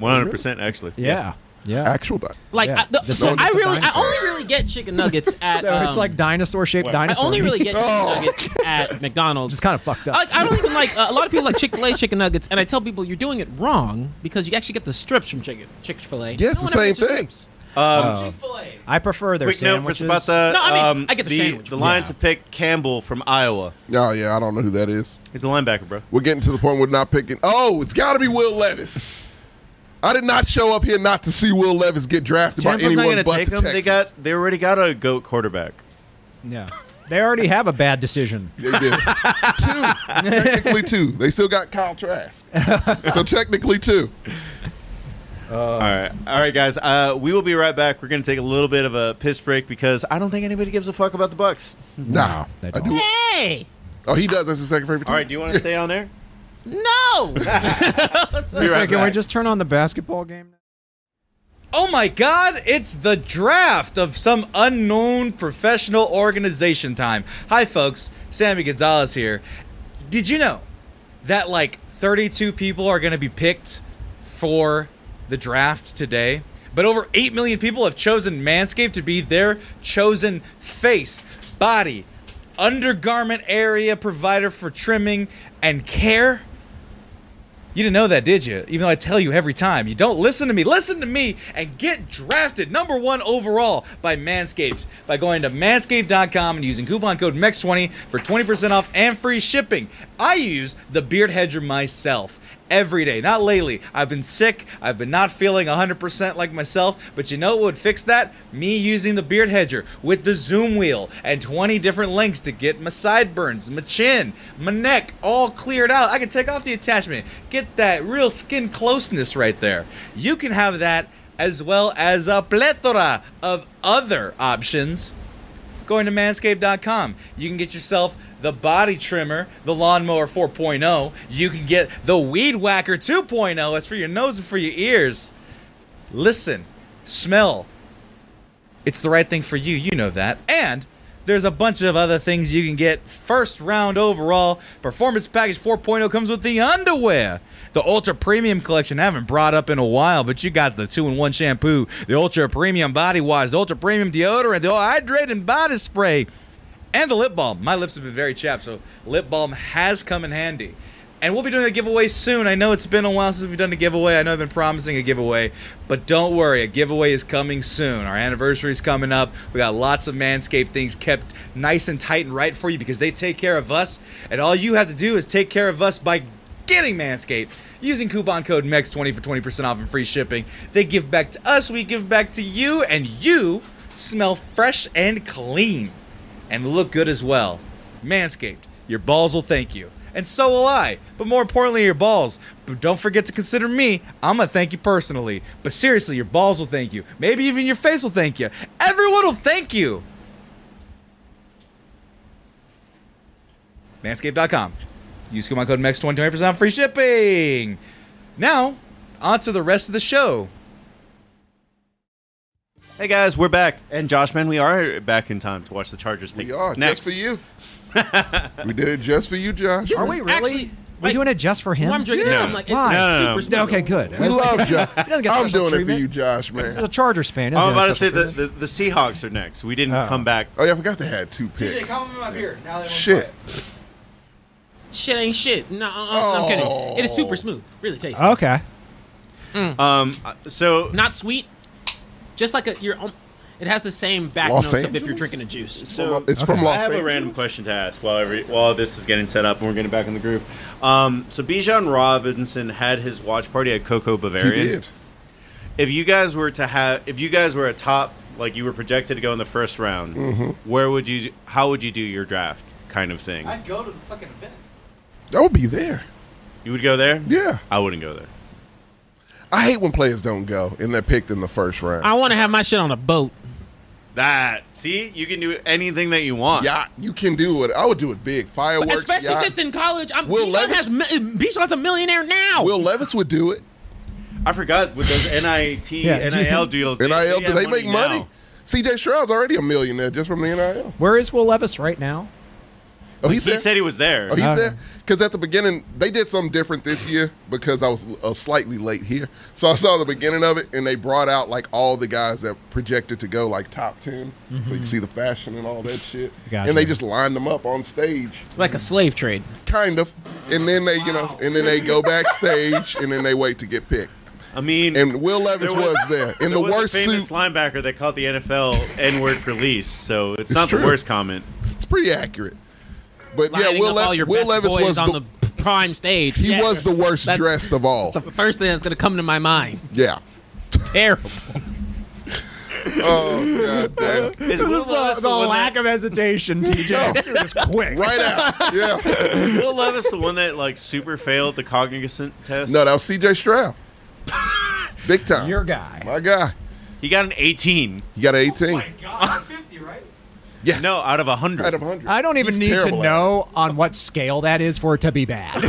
Oh, 100% actually. Yeah. Yeah. Actual di- Like Yeah. I, the, The so nuggets I are really, I dinosaurs. only really get chicken *laughs* nuggets at. So um, it's like dinosaur shaped I I dinosaur. only really meat. *laughs* get Oh. chicken nuggets at McDonald's. It's kind of fucked up. Like I don't even like uh, a lot of people like Chick Fil A chicken nuggets, and I tell people you're doing it wrong because you actually get the strips from Chick Chick Fil A. Yeah, it's the same thing. I prefer their Quick note for sandwiches. about the. No, I mean, um, I get the sandwich. The Lions have picked Campbell from Iowa. Oh yeah, I don't know who that is. He's a linebacker, bro. We're getting to the point we're not picking. Oh, it's got to be Will Levis. I did not show up here not to see Will Levis get drafted by Tampa's not going to anyone but take the him. They Texans. got. They already got a goat quarterback. yeah. They already have a bad *laughs* decision. They did. two. Technically two. They still got Kyle Trask. so technically two. Uh. all right, all right, guys. Uh, we will be right back. We're going to take a little bit of a piss break because I don't think anybody gives a fuck about the Bucks. Nah. they I do. Hey, Oh, he does. That's his second favorite team. All right, do you want *laughs* to stay on *laughs* there? no. Be right So can we back. just turn on the basketball game? Oh my god, it's the draft of some unknown professional organization time. Hi folks, Sammy Gonzalez here. Did you know that like 32 people are going to be picked for the draft today? But over 8 million people have chosen Manscaped to be their chosen face, body, undergarment area provider for trimming and care. You didn't know that, did you? Even though I tell you every time, you don't listen to me. Listen to me and get drafted number one overall by Manscaped by going to manscaped.com and using coupon code MEX20 for 20% off and free shipping. I use the beard hedger myself every day. Not lately. I've been sick. I've been not feeling 100% like myself. But you know what would fix that? Me using the beard hedger with the zoom wheel and 20 different lengths to get my sideburns, my chin, my neck all cleared out. I can take off the attachment, get that real skin closeness right there. You can have that as well as a plethora of other options going to manscaped.com. You can get yourself the body trimmer, the lawnmower 4.0. You can get the weed whacker 2.0. That's for your nose and for your ears. Listen, smell. It's the right thing for you. You know that. And there's a bunch of other things you can get. First round overall, Performance Package 4.0 comes with the underwear. The Ultra Premium Collection I haven't brought up in a while, but you got the two in one shampoo, the Ultra Premium Body Wash, the Ultra Premium Deodorant, the Hydrating Body Spray and the lip balm. My lips have been very chapped, so lip balm has come in handy. And we'll be doing a giveaway soon. I know it's been a while since we've done a giveaway. I know I've been promising a giveaway, but don't worry, a giveaway is coming soon. Our anniversary's coming up. We got lots of Manscaped things kept nice and tight and right for you because they take care of us. And all you have to do is take care of us by getting Manscaped. using coupon code MEX20 for 20% off and free shipping. They give back to us, we give back to you, and you smell fresh and clean and look good as well. Manscaped, your balls will thank you. And so will I, but more importantly, your balls. But don't forget to consider me. I'm gonna thank you personally. But seriously, your balls will thank you. Maybe even your face will thank you. Everyone will thank you. Manscaped.com. Use coupon code MEX20 20% off free shipping. Now, on to the rest of the show. Hey guys, we're back, and Josh, man, we are back in time to watch the Chargers. Pick We are next just for you. we did it just for you, Josh. Are we really? Actually, We're wait. doing it just for him? When I'm drinking Yeah. it, I'm like, it's Why? No, no, no. super special. okay, good. *laughs* We love Josh. doesn't get I'm special doing it treatment. for you, Josh, man. He's a Chargers fan. Oh, I'm about to say the, the the Seahawks are next. We didn't Oh. come back. Oh yeah, I forgot they had two TJ, picks. compliment my beard. Now they won't Shit. play it. Shit ain't shit. No, uh-uh, I'm kidding. Oh. It is super smooth. Really tasty. Okay. Um, so Not sweet. Just like a your own. It has the same back Los notes of if you're Angeles? drinking a juice. so It's from I Los have Angeles. a random question to ask while every while this is getting set up and we're getting back in the groove. Um, so Bijan Robinson had his watch party at Coco You Bavarian. did. If you guys were to have, if you guys were a top, like you were projected to go in the first round, Mm-hmm. where would you? How would you do your draft kind of thing? I'd go to the fucking event. That would be there. you would go there? Yeah. I wouldn't go there. I hate when players don't go and they're picked in the first round. I want to have my shit on a boat. That see, you can do anything that you want. yacht. You can do it. I would do it big. Fireworks. Especially yacht. since in college, I'm, Will Bijan Levis- has mi- Bijan's a millionaire now. Will Levis would do it. I forgot with those NIT, Yeah. NIL deals. NIL. do have they make money? now. CJ Stroud's already a millionaire just from the NIL. Where is Will Levis right now? Oh, He he's there. said he was there. Oh, he's Okay. there. Because at the beginning, they did something different this year because I was uh, slightly late here. So I saw the beginning of it, and they brought out like all the guys that projected to go like top 10 So Mm-hmm. you can see the fashion and all that shit. Gotcha. And they just lined them up on stage, Like a slave trade. kind of. And then they, you know, and then they go backstage, and then they wait to get picked. I mean, And Will Levis There was- was, there there in the was a worst famous suit. linebacker that caught the NFL N-word release, so it's, not the true. worst *laughs* comment. It's pretty accurate. But yeah, Lining Will, up all Le- your Will best Levis boys was on the, the, prime stage. he Yeah. was the worst That's- dressed of all. the first thing that's gonna come to *laughs* my mind. yeah. Terrible. Oh god damn. Is Will Levis the one that- of *laughs* hesitation, TJ. it was quick. Right out. Yeah. *laughs* Will Levis the one that like super failed the cognizant test? No, that was CJ Stroud. Big time. Your guy. My guy. he got an 18. You got an 18. Oh, My God, 50, right? yes. No, out of 100. Out of 100. I don't even He's need to terrible at it. know on what scale that is for it to be *laughs* bad.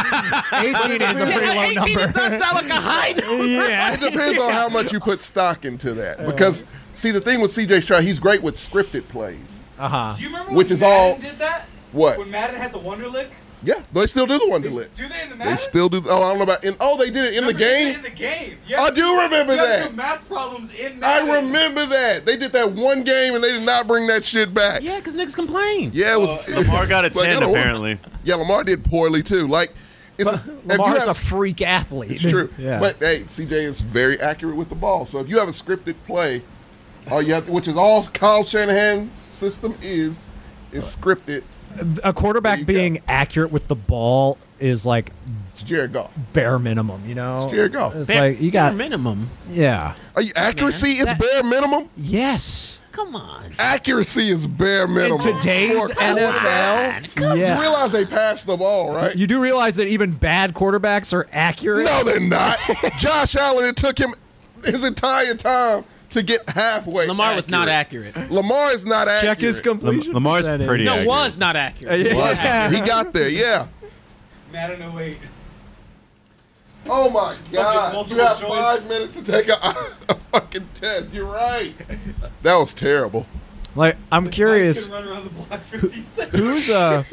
*laughs* 18 is a pretty low 18 does number. not sound like a high *laughs* number. It depends on how much you put stock into that. Because see the thing with CJ Stroud, he's great with scripted plays. Uh huh. Do you remember when Which is Madden all- did that? What? When Madden had the Wonder Lick? Yeah. They still do the one They, to s- lick. do they in the Madden? They still do oh I don't know about in oh they did it in the Remember they did game. it In the game. Yeah. I do remember You have to that. do math problems in Madden. I remember that. They did that one game and they did not bring that shit back. Yeah, because niggas complain. Yeah, it was. Lamar *laughs* got a Like, I 10 don't want- apparently. Yeah, Lamar did poorly too. Like, it's a, if you Lamar's have- a freak athlete. it's true. *laughs* Yeah. But hey, CJ is very accurate with the ball. So if you have a scripted play, all you have, to, which is all Kyle Shanahan's system is, is scripted. a There quarterback you go. being accurate with the ball is like It's Jared Goff. bare minimum, you know? It's Jared Goff. It's Bare- like, you got, bare minimum. yeah. Are you accuracy is bare minimum? Yes. Come on. Accuracy is bare minimum. Today's For- NFL. You Yeah. realize they passed the ball, right? You do realize that even bad quarterbacks are accurate? No, they're not. Josh Allen, it took him his entire time to get halfway. Lamar was not accurate. Lamar is not Check accurate. his completion. Lam- Lamar's percentage. pretty No, accurate. was not accurate. Yeah. What? He got there, yeah. Madden 08. Oh my God! multiple You have choice. five minutes to take a, *laughs* a fucking test. You're right. That was terrible. Like, I'm curious. I can run around the block 50 seconds. Who's uh,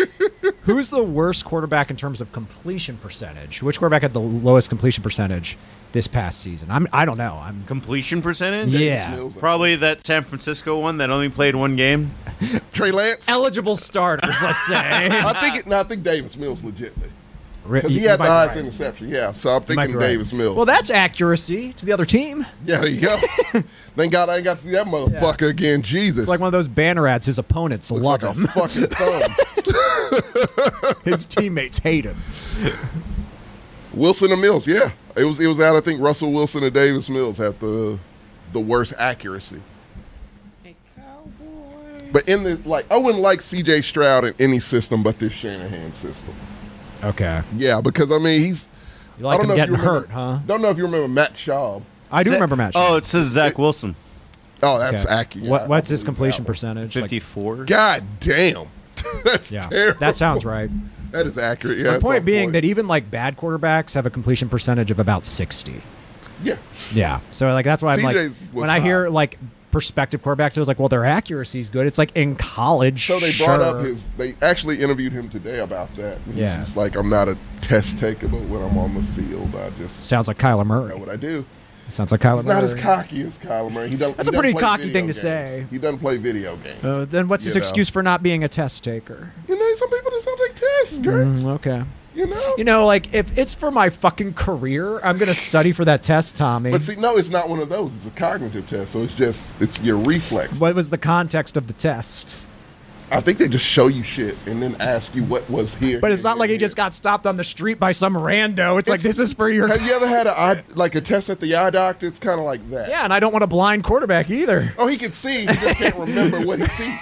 who's the worst quarterback in terms of completion percentage? Which quarterback had the lowest completion percentage this past season? I'm I don't know. I'm Completion percentage? yeah. Mills. Probably that San Francisco one that only played one game. Trey Lance. Eligible starters, let's *laughs* say. I think it, no, I think Davis Mills legitly because Because he had the highest interception. Yeah, so I'm thinking Davis Mills. Well, that's accuracy to the other team. yeah, there you go. *laughs* Thank God I ain't got to see that motherfucker again. Jesus, It's like one of those banner ads. His opponents love looks like him. *laughs* a fucking thumb. His teammates hate him. Wilson and Mills, yeah. It was it was out. I think Russell Wilson and Davis Mills had the the worst accuracy. But in the like, I wouldn't like C.J. Stroud in any system but this Shanahan system. Okay. Yeah, because I mean he's. You like I don't him know if getting you remember- hurt, huh? Don't know if you remember Matt Schaub. I do remember match. Oh, it says Zach Wilson, Oh, that's Okay. accurate. What, what's his I believe completion that one. percentage? Like- fifty-four. God damn, *laughs* that's yeah, terrible. that sounds right. That is accurate. Yeah. My that's point on being that even like bad quarterbacks have a completion percentage of about sixty. yeah, Yeah. So like that's why I'm like CJ's was when I hear high. like prospective quarterbacks, it was like, well, their accuracy's good. It's like in college. so they brought up sure. his. They actually interviewed him today about that. And Yeah. he's just like I'm not a test taker, but when I'm on the field, I just Sounds like Kyler know Murray. what I do. Sounds like Kyler He's Murray. not as cocky as Kyler Murray. He don't, That's he a pretty don't play cocky video thing to games. say. He doesn't play video games. Uh, then what's his You know. excuse for not being a test taker? you know, some people just don't take tests, Kurt. Mm, okay. You know. You know, like if it's for my fucking career, I'm gonna study for that test, Tommy. But see, no, it's not one of those. It's a cognitive test, so it's just it's your reflex. what was the context of the test? I think they just show you shit and then ask you what was here. But it's here, not here, like he here. just got stopped on the street by some rando. It's, like It's- this is for your Have you ever had a eye, like a test at the eye doctor? It's kind of like that. *laughs* yeah, and I don't want a blind quarterback either. Oh, he can see. He just can't remember what he sees.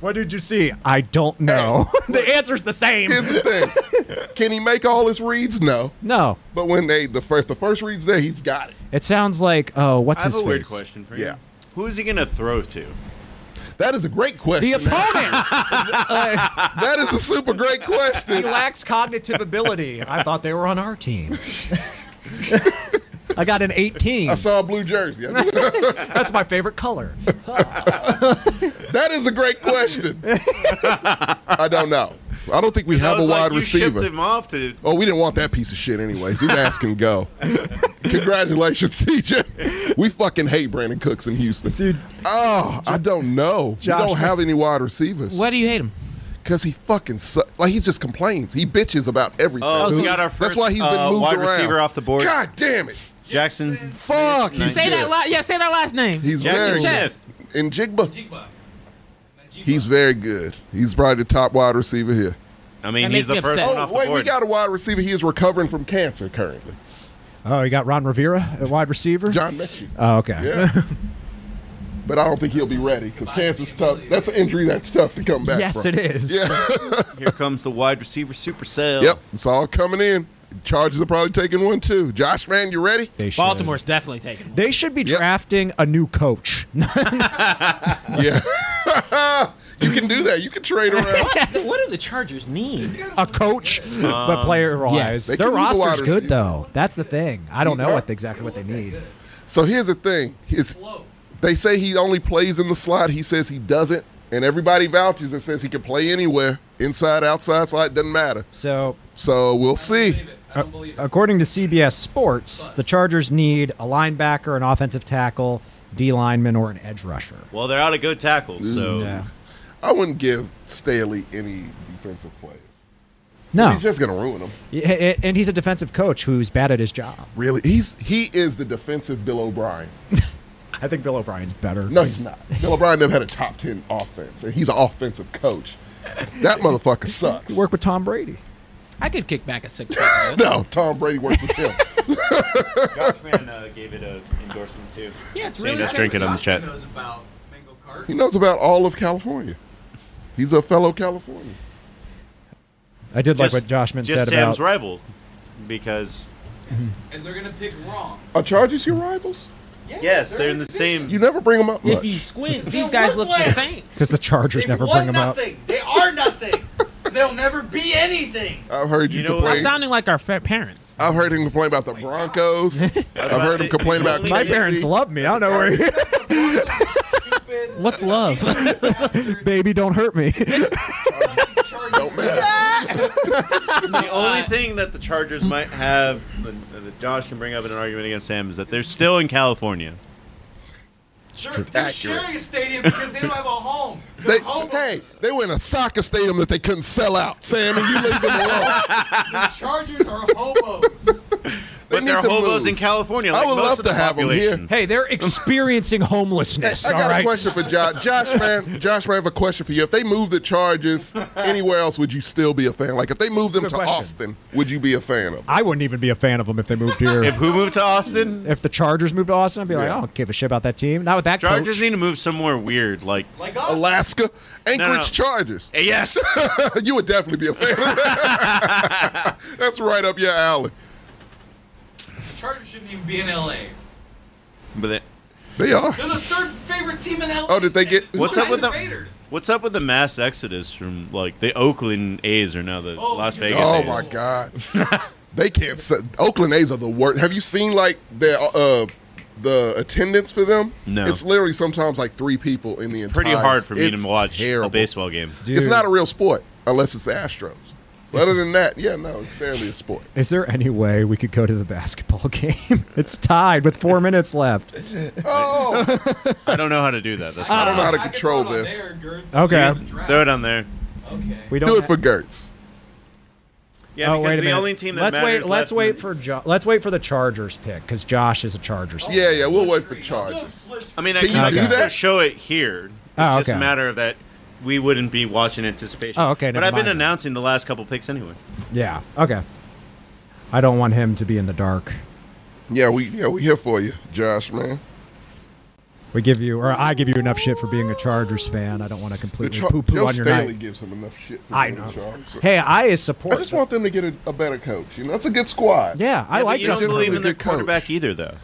What did you see? I don't know. *laughs* the answer's the same. Here's the thing: Can he make all his reads? No. No, But when they the first the first reads there, he's got it. it sounds like oh, what's I have his a weird face? question for you. Yeah. Who is he gonna throw to? That is a great The question. *laughs* opponent uh, that is a super great he question. lacks cognitive ability. I thought they were on our team. I got an 18. I saw a blue jersey. *laughs* That's my favorite color. That is a great question. I don't know. I don't think we have I a was like, wide you receiver. shipped him off to. Oh, we didn't want that piece of shit anyways. He's asking *laughs* go. Congratulations, CJ. We fucking hate Brandon Cooks in Houston. oh, I don't know. Josh- we don't have any wide receivers. Why do you hate him? Because he fucking su- like he just complains. He bitches about everything. Oh, we got our That's first, why he's been uh, moved wide around. receiver off the board. God damn it. Jackson. Fuck. Smith, He's Say nineteen. Yeah. that last. Yeah, say that last name. He's Jackson very Smith. good. And Jigba. He's very good. He's probably the top wide receiver here. I mean, That he's makes the me first upset. one Oh, off wait, the we board. got a wide receiver. He is recovering from cancer currently. Oh, you got Ron Rivera, a wide receiver. John Mechie. Oh, okay. Yeah. but I don't think he'll be ready because cancer's tough. That's an injury that's tough to come back Yes, from. it is. Here comes the wide receiver supercell. Yep, it's all coming in. Charges are probably taking one too. Josh, man, you ready? They should. *laughs* Baltimore's definitely *laughs* taking. him. They should be Yep. drafting a new coach. Yeah. *laughs* you can do that. You can trade around. What, what do the Chargers need? a coach, but player wise, Yes. They their can use a wide roster's good receiver. though. That's the thing. I don't know Yeah. what exactly what they need. so here's the thing: His- they say he only plays in the slot. He says he doesn't, and everybody vouches and says he can play anywhere, inside, outside, slot, doesn't matter. So, uh, So we'll see. according to CBS Sports, the Chargers need a linebacker, an offensive tackle, D lineman, or an edge rusher. Well, they're out of good tackles, Mm, so I wouldn't give Staley any defensive plays. No, He's just gonna ruin them. Yeah, a- and he's a defensive coach who's bad at his job. Really, he's he is the defensive Bill O'Brien. I think Bill O'Brien's better. No, he's not. Bill O'Brien never had a top ten offense, and he's an offensive coach. That motherfucker sucks. work with Tom Brady. I could kick back *laughs* a six. No, Tom Brady worked with him. Josh Man uh, gave it an endorsement too. Yeah, it's Saying really that's drinking on the chat. knows about Mango Kart. he knows about all of California. He's a fellow Californian. I did like what Joshman just said Sam's about. rival, because And they're gonna pick wrong. Are Chargers your rivals? yes, they're in the same. You never bring them up If much. you squint, these guys look the worthless. same. Because the Chargers They've never won bring him up. nothing. They *laughs* are nothing. They'll never be anything. I've heard you, You know what? I'm complain. sounding like our fa- parents. I've heard him complain about *laughs* the Broncos. I've heard him complain about My My KC. parents love me. I don't know where. you- Stupid. What's love? *laughs* Baby, don't hurt me. Don't matter. The only thing that the Chargers might have that that Josh can bring up in an argument against Sam is that they're still in California. They're, they're sharing a stadium because they don't have a home. They, They're homeless. hey, they were in a soccer stadium that *laughs* they couldn't sell out. Sam, and you leave them alone. *laughs* The Chargers are hobos. But need they're to hobos move. in California. Like I would most love of the to have 'em population. here. Hey, they're experiencing homelessness. I all got right. a question for Josh. Josh, *laughs* man, Josh, man, I have a question for you. If they move the Chargers anywhere else, would you still be a fan? Like, if they move them Good to question. Austin, would you be a fan of? them? I wouldn't even be a fan of them if they moved here. If if, who moved to Austin? the Chargers moved to Austin, I'd be like, Yeah. I don't give a shit about that team. Not with that Chargers coach. need to move somewhere weird. Like, Like us. Alaska, Anchorage No, no. Chargers. Eh, *laughs* yes, you would definitely be a fan. *laughs* of that. That's right up your alley. The Chargers shouldn't even be in LA. but then- They are. They're the third favorite team in LA. Oh, did they get? what's up with the the Raiders? what's up with the mass exodus from like the Oakland A's are now the Oh, Las because- Vegas Oh A's. my God, they can't. se- Oakland A's are the worst. Have you seen like their uh, the attendance for them? No. it's literally sometimes like three people in the entire. Pretty hard for me it's to watch terrible. a baseball game. It's not a real sport unless it's the Astros. But other than that, yeah, no, it's barely a sport. Is there any way we could go to the basketball *laughs* game? it's tied with four minutes left. Oh, I don't know how to do that. That's I not don't know how to Ah, I can control throw it on this. there, Gertz. Okay. You can Throw it on there. Okay. We do don't it for Gertz. Yeah, oh, because wait a the minute. only team that let's matters wait. Let's left- wait for jo- let's wait for the Chargers pick because Josh is a Chargers. fan. Oh. Yeah, yeah, we'll wait for Look, Chargers. let's- I mean, I Can you can do still that? show it here. It's Oh, just okay. a matter of that we wouldn't be watching anticipation. Oh, okay, But never I've been mind. announcing the last couple picks anyway. Yeah. Okay. I don't want him to be in the dark. Yeah, we yeah we here for you, Josh, man. We give you, or I give you enough shit for being a Chargers fan. I don't want to The completely Char- poo poo Joe on your Staley night. gives him enough shit. For I being a know. Chargers. Hey, I is I support. just want them to get a, a better coach. You know, that's a good squad. yeah, I Yeah, but like you don't Justin. believe Herbert. in their Good coach. quarterback either, though.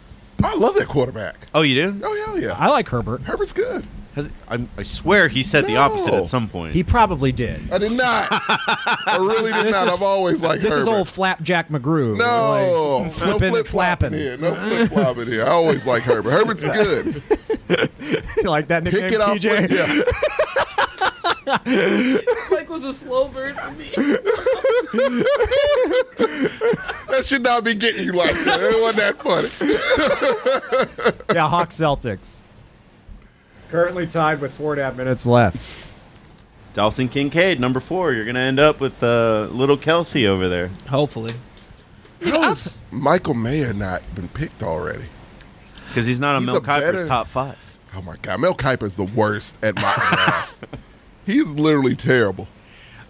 I love that quarterback. Oh, you do? Oh hell yeah, I like Herbert. Herbert's good. Has, I, I swear he said the opposite No. at some point. He probably did. I did not. I really did not. I've always *laughs* liked this Herbert. is old flapjack McGrew. *laughs* no, like, flipping, no and flapping, *laughs* here. No flip flopping here. I always like Herbert. Herbert's good. like that nickname, Pick it up. TJ. With, yeah. Mike was a slow bird for me. That should not be getting you like that. It wasn't that funny. yeah, Hawk Celtics. Currently tied with four and a half minutes left. Dalton Kincaid, number four. You're gonna end up with uh, little Kelsey over there. *laughs* Hopefully. How has Michael Mayer not been picked already? Because he's not on He's Mel a Kiper's better- top five. Oh my God, Mel Kiper's the worst *laughs* at mock draft. He is literally terrible.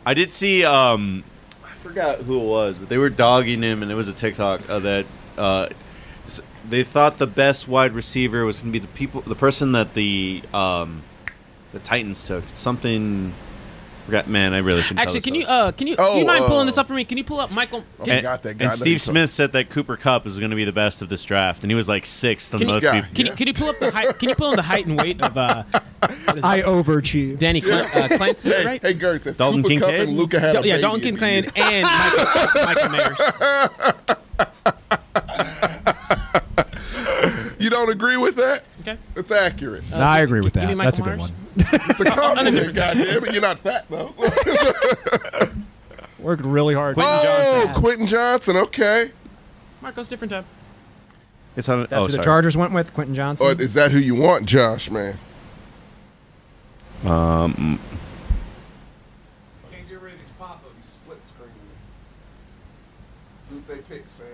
I did see um I forgot who it was, but they were dogging him and it was a TikTok uh, that uh s- they thought the best wide receiver was going to be the people the person that the um the Titans took. Something forgot man, I really shouldn't tell Actually, this can stuff. you uh can you do Oh, you mind uh, pulling this up for me? Can you pull up Michael? Oh Can, my God, that guy. and that Steve is so- Smith said that Cooper Cup is going to be the best of this draft, and he was like sixth on Can you- most guy. people. can you can you pull up the height? Can you pull in the height and weight of uh *laughs* what is I it? overachieved. Danny Cl- uh, Clancy, Hey, right? hey Gertz, if Dalton Cooper Kupp Kincaid? and Luca had a Dal- yeah, baby, Dalton it'd be Kincaid you. and *laughs* Michael, Michael Myers. You don't agree with that? Okay. It's *laughs* accurate. No, I agree with give that. me That's a Michael good Myers. one. It's a compliment, goddamn it. You're not fat though. Worked really hard. oh, Quentin Johnson. Okay. Marco's different type. It's on, That's oh, who sorry. the Chargers went with Quentin Or Johnson. is that who you want, Josh? Man, Can't get rid of these pop-ups. split screen. Who they pick, Sam?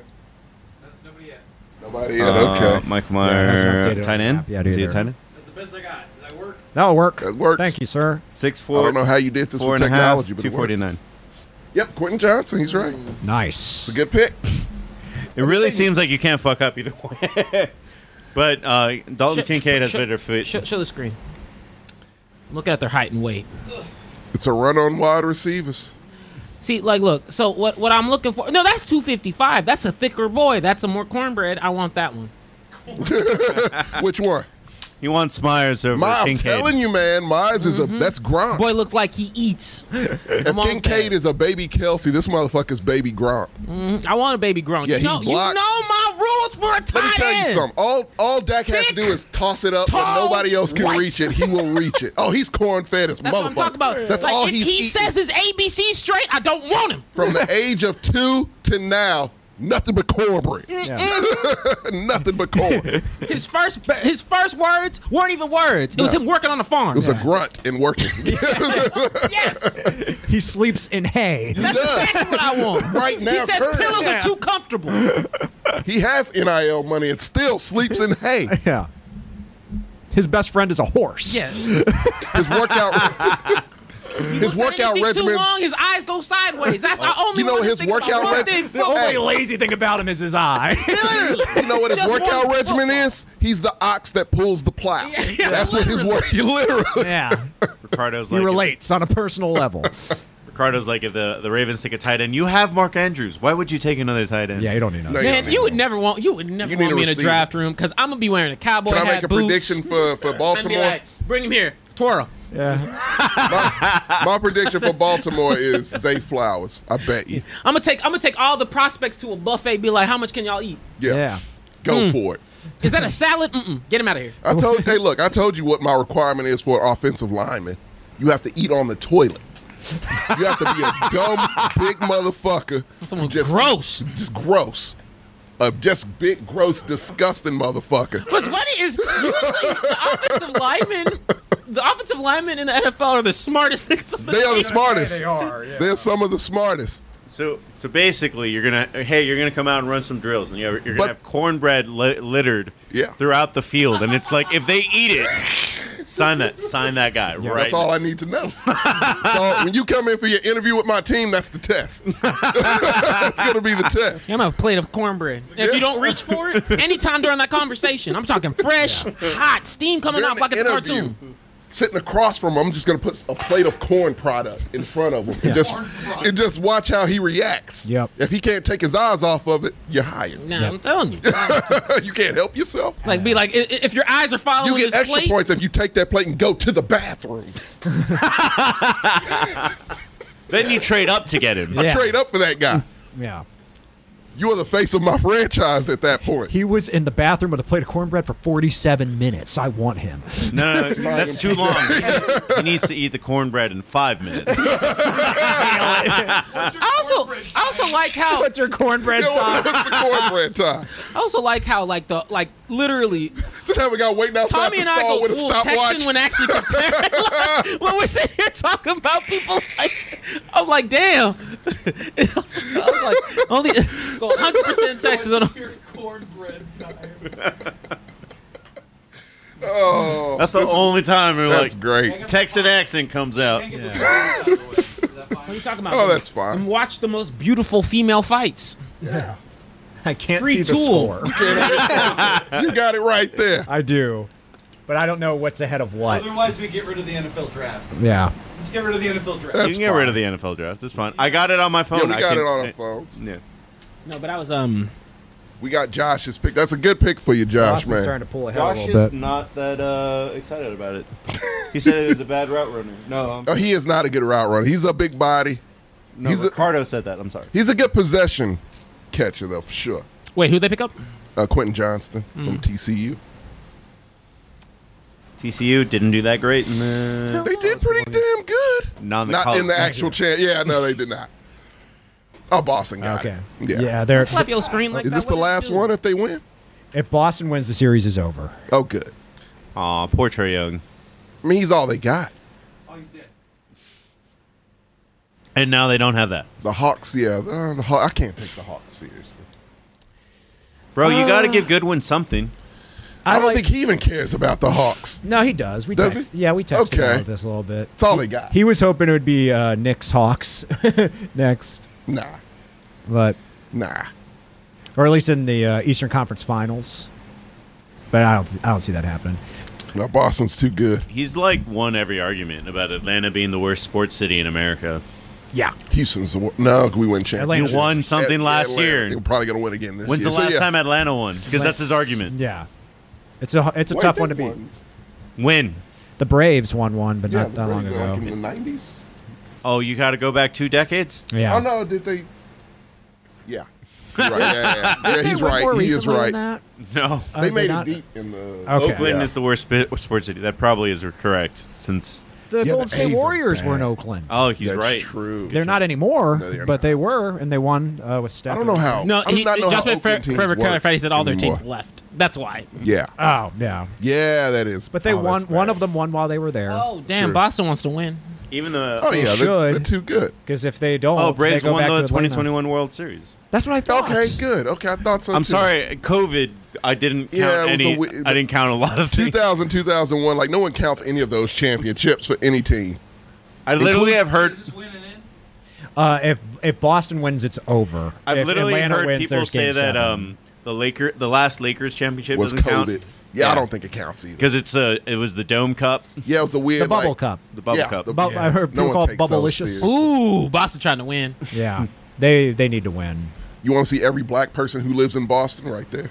No- Nobody yet. Nobody Uh, yet. okay. Michael Yeah, Meyer, that's not updated on tight the end. app yet Is he a either. tight end? That's the best I got. Did I work? That'll work. That works. Thank you, sir. Six I four. don't know how you did this four with and a half, technology, but it works. 249. Yep, Quentin Johnson. He's right. Nice. It's a good pick. It really seems like you can't fuck up either *laughs* way. but uh, Dalton Sh- Kincaid has sh- better feet. Show, show the screen. Look at their height and weight. It's a run on wide receivers. See, like, look. So what? What I'm looking for? No, that's 255. That's a thicker boy. That's a more cornbread. I want that one. Ah. Which one? he wants Myers over My, I'm Kincaid. telling you, man. Mize is a Mm-hmm. that's Gronk. Boy looks like he eats. Mm, if on, Kincaid man. is a baby Kelsey, this motherfucker's baby Gronk. I want a baby grown. Yeah, you he know, you know blocks. my rules for a Let me tight tell you end. something. All all Dak has to do is toss it up, and tall, nobody else can white. reach it. He will reach it. Oh, he's corn fed as That's motherfucker. what I'm talking about. That's Like, all if he's he eating. says his ABC straight, I don't *laughs* want him. From the age of two to now, nothing but cornbread. *laughs* nothing but corn. It His first, his first words weren't even words. It was him working on the farm. was a grunt and working. *laughs* yes, He sleeps in hay. that's does. exactly what I *laughs* want. right now, He says currently. pillows are too comfortable. He has NIL money and still sleeps in hay. *laughs* Yeah. His best friend is a horse. Yeah. His *laughs* workout his workout Anything Too regimen. *laughs* long, his eyes go sideways. That's the only You know one I his think about. workout One reg- thing, The football. Hey. only lazy thing about him is his eye. Literally. You know what his Just workout one regimen football. is? He's the ox that pulls the plow. *laughs* Yeah, That's what his work. *laughs* Literally. *laughs* yeah. Ricardo's He like, relates on a personal level. If, Ricardo's like, if the, the Ravens take a tight end, you have Mark Andrews. Why would you take another tight end? *laughs* yeah, you don't need No, another. you don't Man, need you him. would never want you would never You need want a me in a receiver. draft room because I'm gonna be wearing a cowboy Can I hat, make a boots. prediction for, for and be Baltimore? like, bring him here, twirl. Yeah. My prediction for Baltimore is Zay Flowers. I bet you. I'm gonna take I'm gonna take all the prospects to a buffet. Be like, how much can y'all eat? Yeah. Yeah. Go Hmm. for it. Is that a salad? Mm-mm. Get him out of here. I told hey look, I told you what my requirement is for an offensive lineman. You have to eat on the toilet. You have to be a dumb big motherfucker. Someone just gross. Just gross. A just big gross disgusting motherfucker. What's funny is usually the offensive linemen, the offensive linemen in the NFL are the smartest niggas. on the They are the team. smartest. They are, yeah. They're some of the smartest. So, so basically, you're gonna hey, you're gonna come out and run some drills, and you're, you're gonna But- have cornbread li- littered Yeah. throughout the field, and it's like if they eat it, sign that, sign that guy right. That's all I need to know. *laughs* so when you come in for your interview with my team, that's the test. *laughs* that's gonna be the test. I'm a plate of cornbread. If you don't reach for it, anytime during that conversation, I'm talking fresh, hot, steam coming During off like the it's a interview, cartoon. Sitting across from him, I'm just gonna put a plate of corn product in front of him and just and just watch how he reacts. Yep. If he can't take his eyes off of it, you're hired. No, I'm telling you. *laughs* you can't help yourself. Like, be like, i- i- if your eyes are You following get this extra plate, points if you take that plate and go to the bathroom. Then you trade up to get *laughs* him. Yeah. I trade up for that guy. Yeah. You are the face of my franchise at that point. He was in the bathroom with a plate of cornbread for 47 minutes. I want him. No, no, no that's too long. He needs, he needs to eat the cornbread in five *laughs* minutes. I also, I also like Oh. how your cornbread Yo, *laughs* it's the cornbread time. I also like how like the like literally Just have a guy waiting outside Tommy the and I stall go with a full Texan stopwatch. when actually preparing. *laughs* Like, *laughs* when we're sitting here talking about people, like, I'm like, damn. *laughs* I'm like, *laughs* only go 100 percent Texas. On Your cornbread time. oh, That's the this- only time you're that's like great. Texan accent comes out. Can't get this cornbread out of the way. Is that fine? you talking about? Oh, that's fine. Watch the most beautiful female fights. I can't Free see the tool. score. You got it right there. I do. But I don't know what's ahead of what. Otherwise, we get rid of the NFL draft. Yeah. Let's get rid of the NFL draft. You can get rid of the NFL draft. It's fine. I got it on my phone. Yeah, we I got can- eh, it on our phones. Yeah. No, but I was um. We got Josh's pick. That's a good pick for you, Josh, Boston's starting man. to pull ahead Josh a is little bit. not that uh, excited about it. He said it was a bad route runner. No, um, Oh, he is not a good route runner. He's a big body. no he's a- Ricardo said that. I'm sorry. He's a good possession catcher, though, for sure. Wait, who they pick up? Uh, Quentin Johnston from Mm. TCU. TCU didn't do that great in the They did pretty damn good. Not in the Not college. in the actual chance. Yeah, no, they did not. Oh, Boston got Okay. it. Yeah. Yeah. they're, Clap your screen like Is that. this the What last you do? one if they win? if Boston wins, the series is over. Oh, good. Aw, poor Trey Young. I mean, he's all they got. Oh, he's dead. And now they don't have that. The Hawks, yeah. Uh, the Haw- I can't take the Hawks seriously. Bro, Uh. you got to give Goodwin something. I, don't like- think he even cares about the Hawks. No, he does. We Does text, he? Yeah, we texted him Okay. about this a little bit. That's all they got. He was hoping it would be uh, Knicks Hawks *laughs* next, nah, but nah. or at least in the uh, Eastern Conference Finals. But I don't, I don't see that happening. No, Boston's too good. He's like won every argument about Atlanta being the worst sports city in America. Yeah, Houston's the wor- no. We win championships. You won At- something last year. They're probably gonna win again this When's year. the So, last yeah. time Atlanta won? Because that's his argument. yeah. It's a, it's a Wait, tough they one to beat. won. When? The Braves won one, but Yeah, not that long really, ago. Like in the nineties. Oh, you got to go back two decades? yeah. Oh no, did they? Yeah. You're right. Yeah, yeah, yeah. Yeah, he's right. He is right. No. They Uh, made not- it deep in the. Okay. Oakland Yeah. is the worst sp- sports city. That probably is correct since. The the Golden State A's are Warriors were in bad. Oakland. Oh, he's That's right. True. they're not anymore, No, they're but not. they were, and they won uh, with Steph. I don't know how. No, I do he, not know just how made Fre- Oakland teams Forever work Cry Friday said all their teams anymore. left. That's why. Yeah, Oh yeah, yeah, that is. but they oh, that's won. One bad. of them won while they were there. Oh damn! Sure. Boston wants to win. Even the Oh yeah, they're, should. they're too good. Because if they don't, oh Braves they go won back the to the 2021 World Series. That's what I thought. Okay, good. Okay, I thought so. I'm too. sorry, COVID. I didn't count Yeah, it was a any. wi- I didn't count a lot of things. 2000, 2001, like no one counts any of those championships for any team. I literally have heard. Uh, if if Boston wins, it's over. I've If literally Atlanta heard wins, people there's say game that seven. um, the Laker, the last Lakers championship Was doesn't COVID. count Yeah, Yeah. I don't think it counts either. because it's a. It was the Dome Cup, Yeah, it was a weird the bubble like- cup. the bubble yeah, cup. the- Bu- yeah, I heard no people one call it takes those bubblicious. serious. Ooh, Boston trying to win. Yeah, they they need to win. You want to see every black person who lives in Boston *laughs* right there.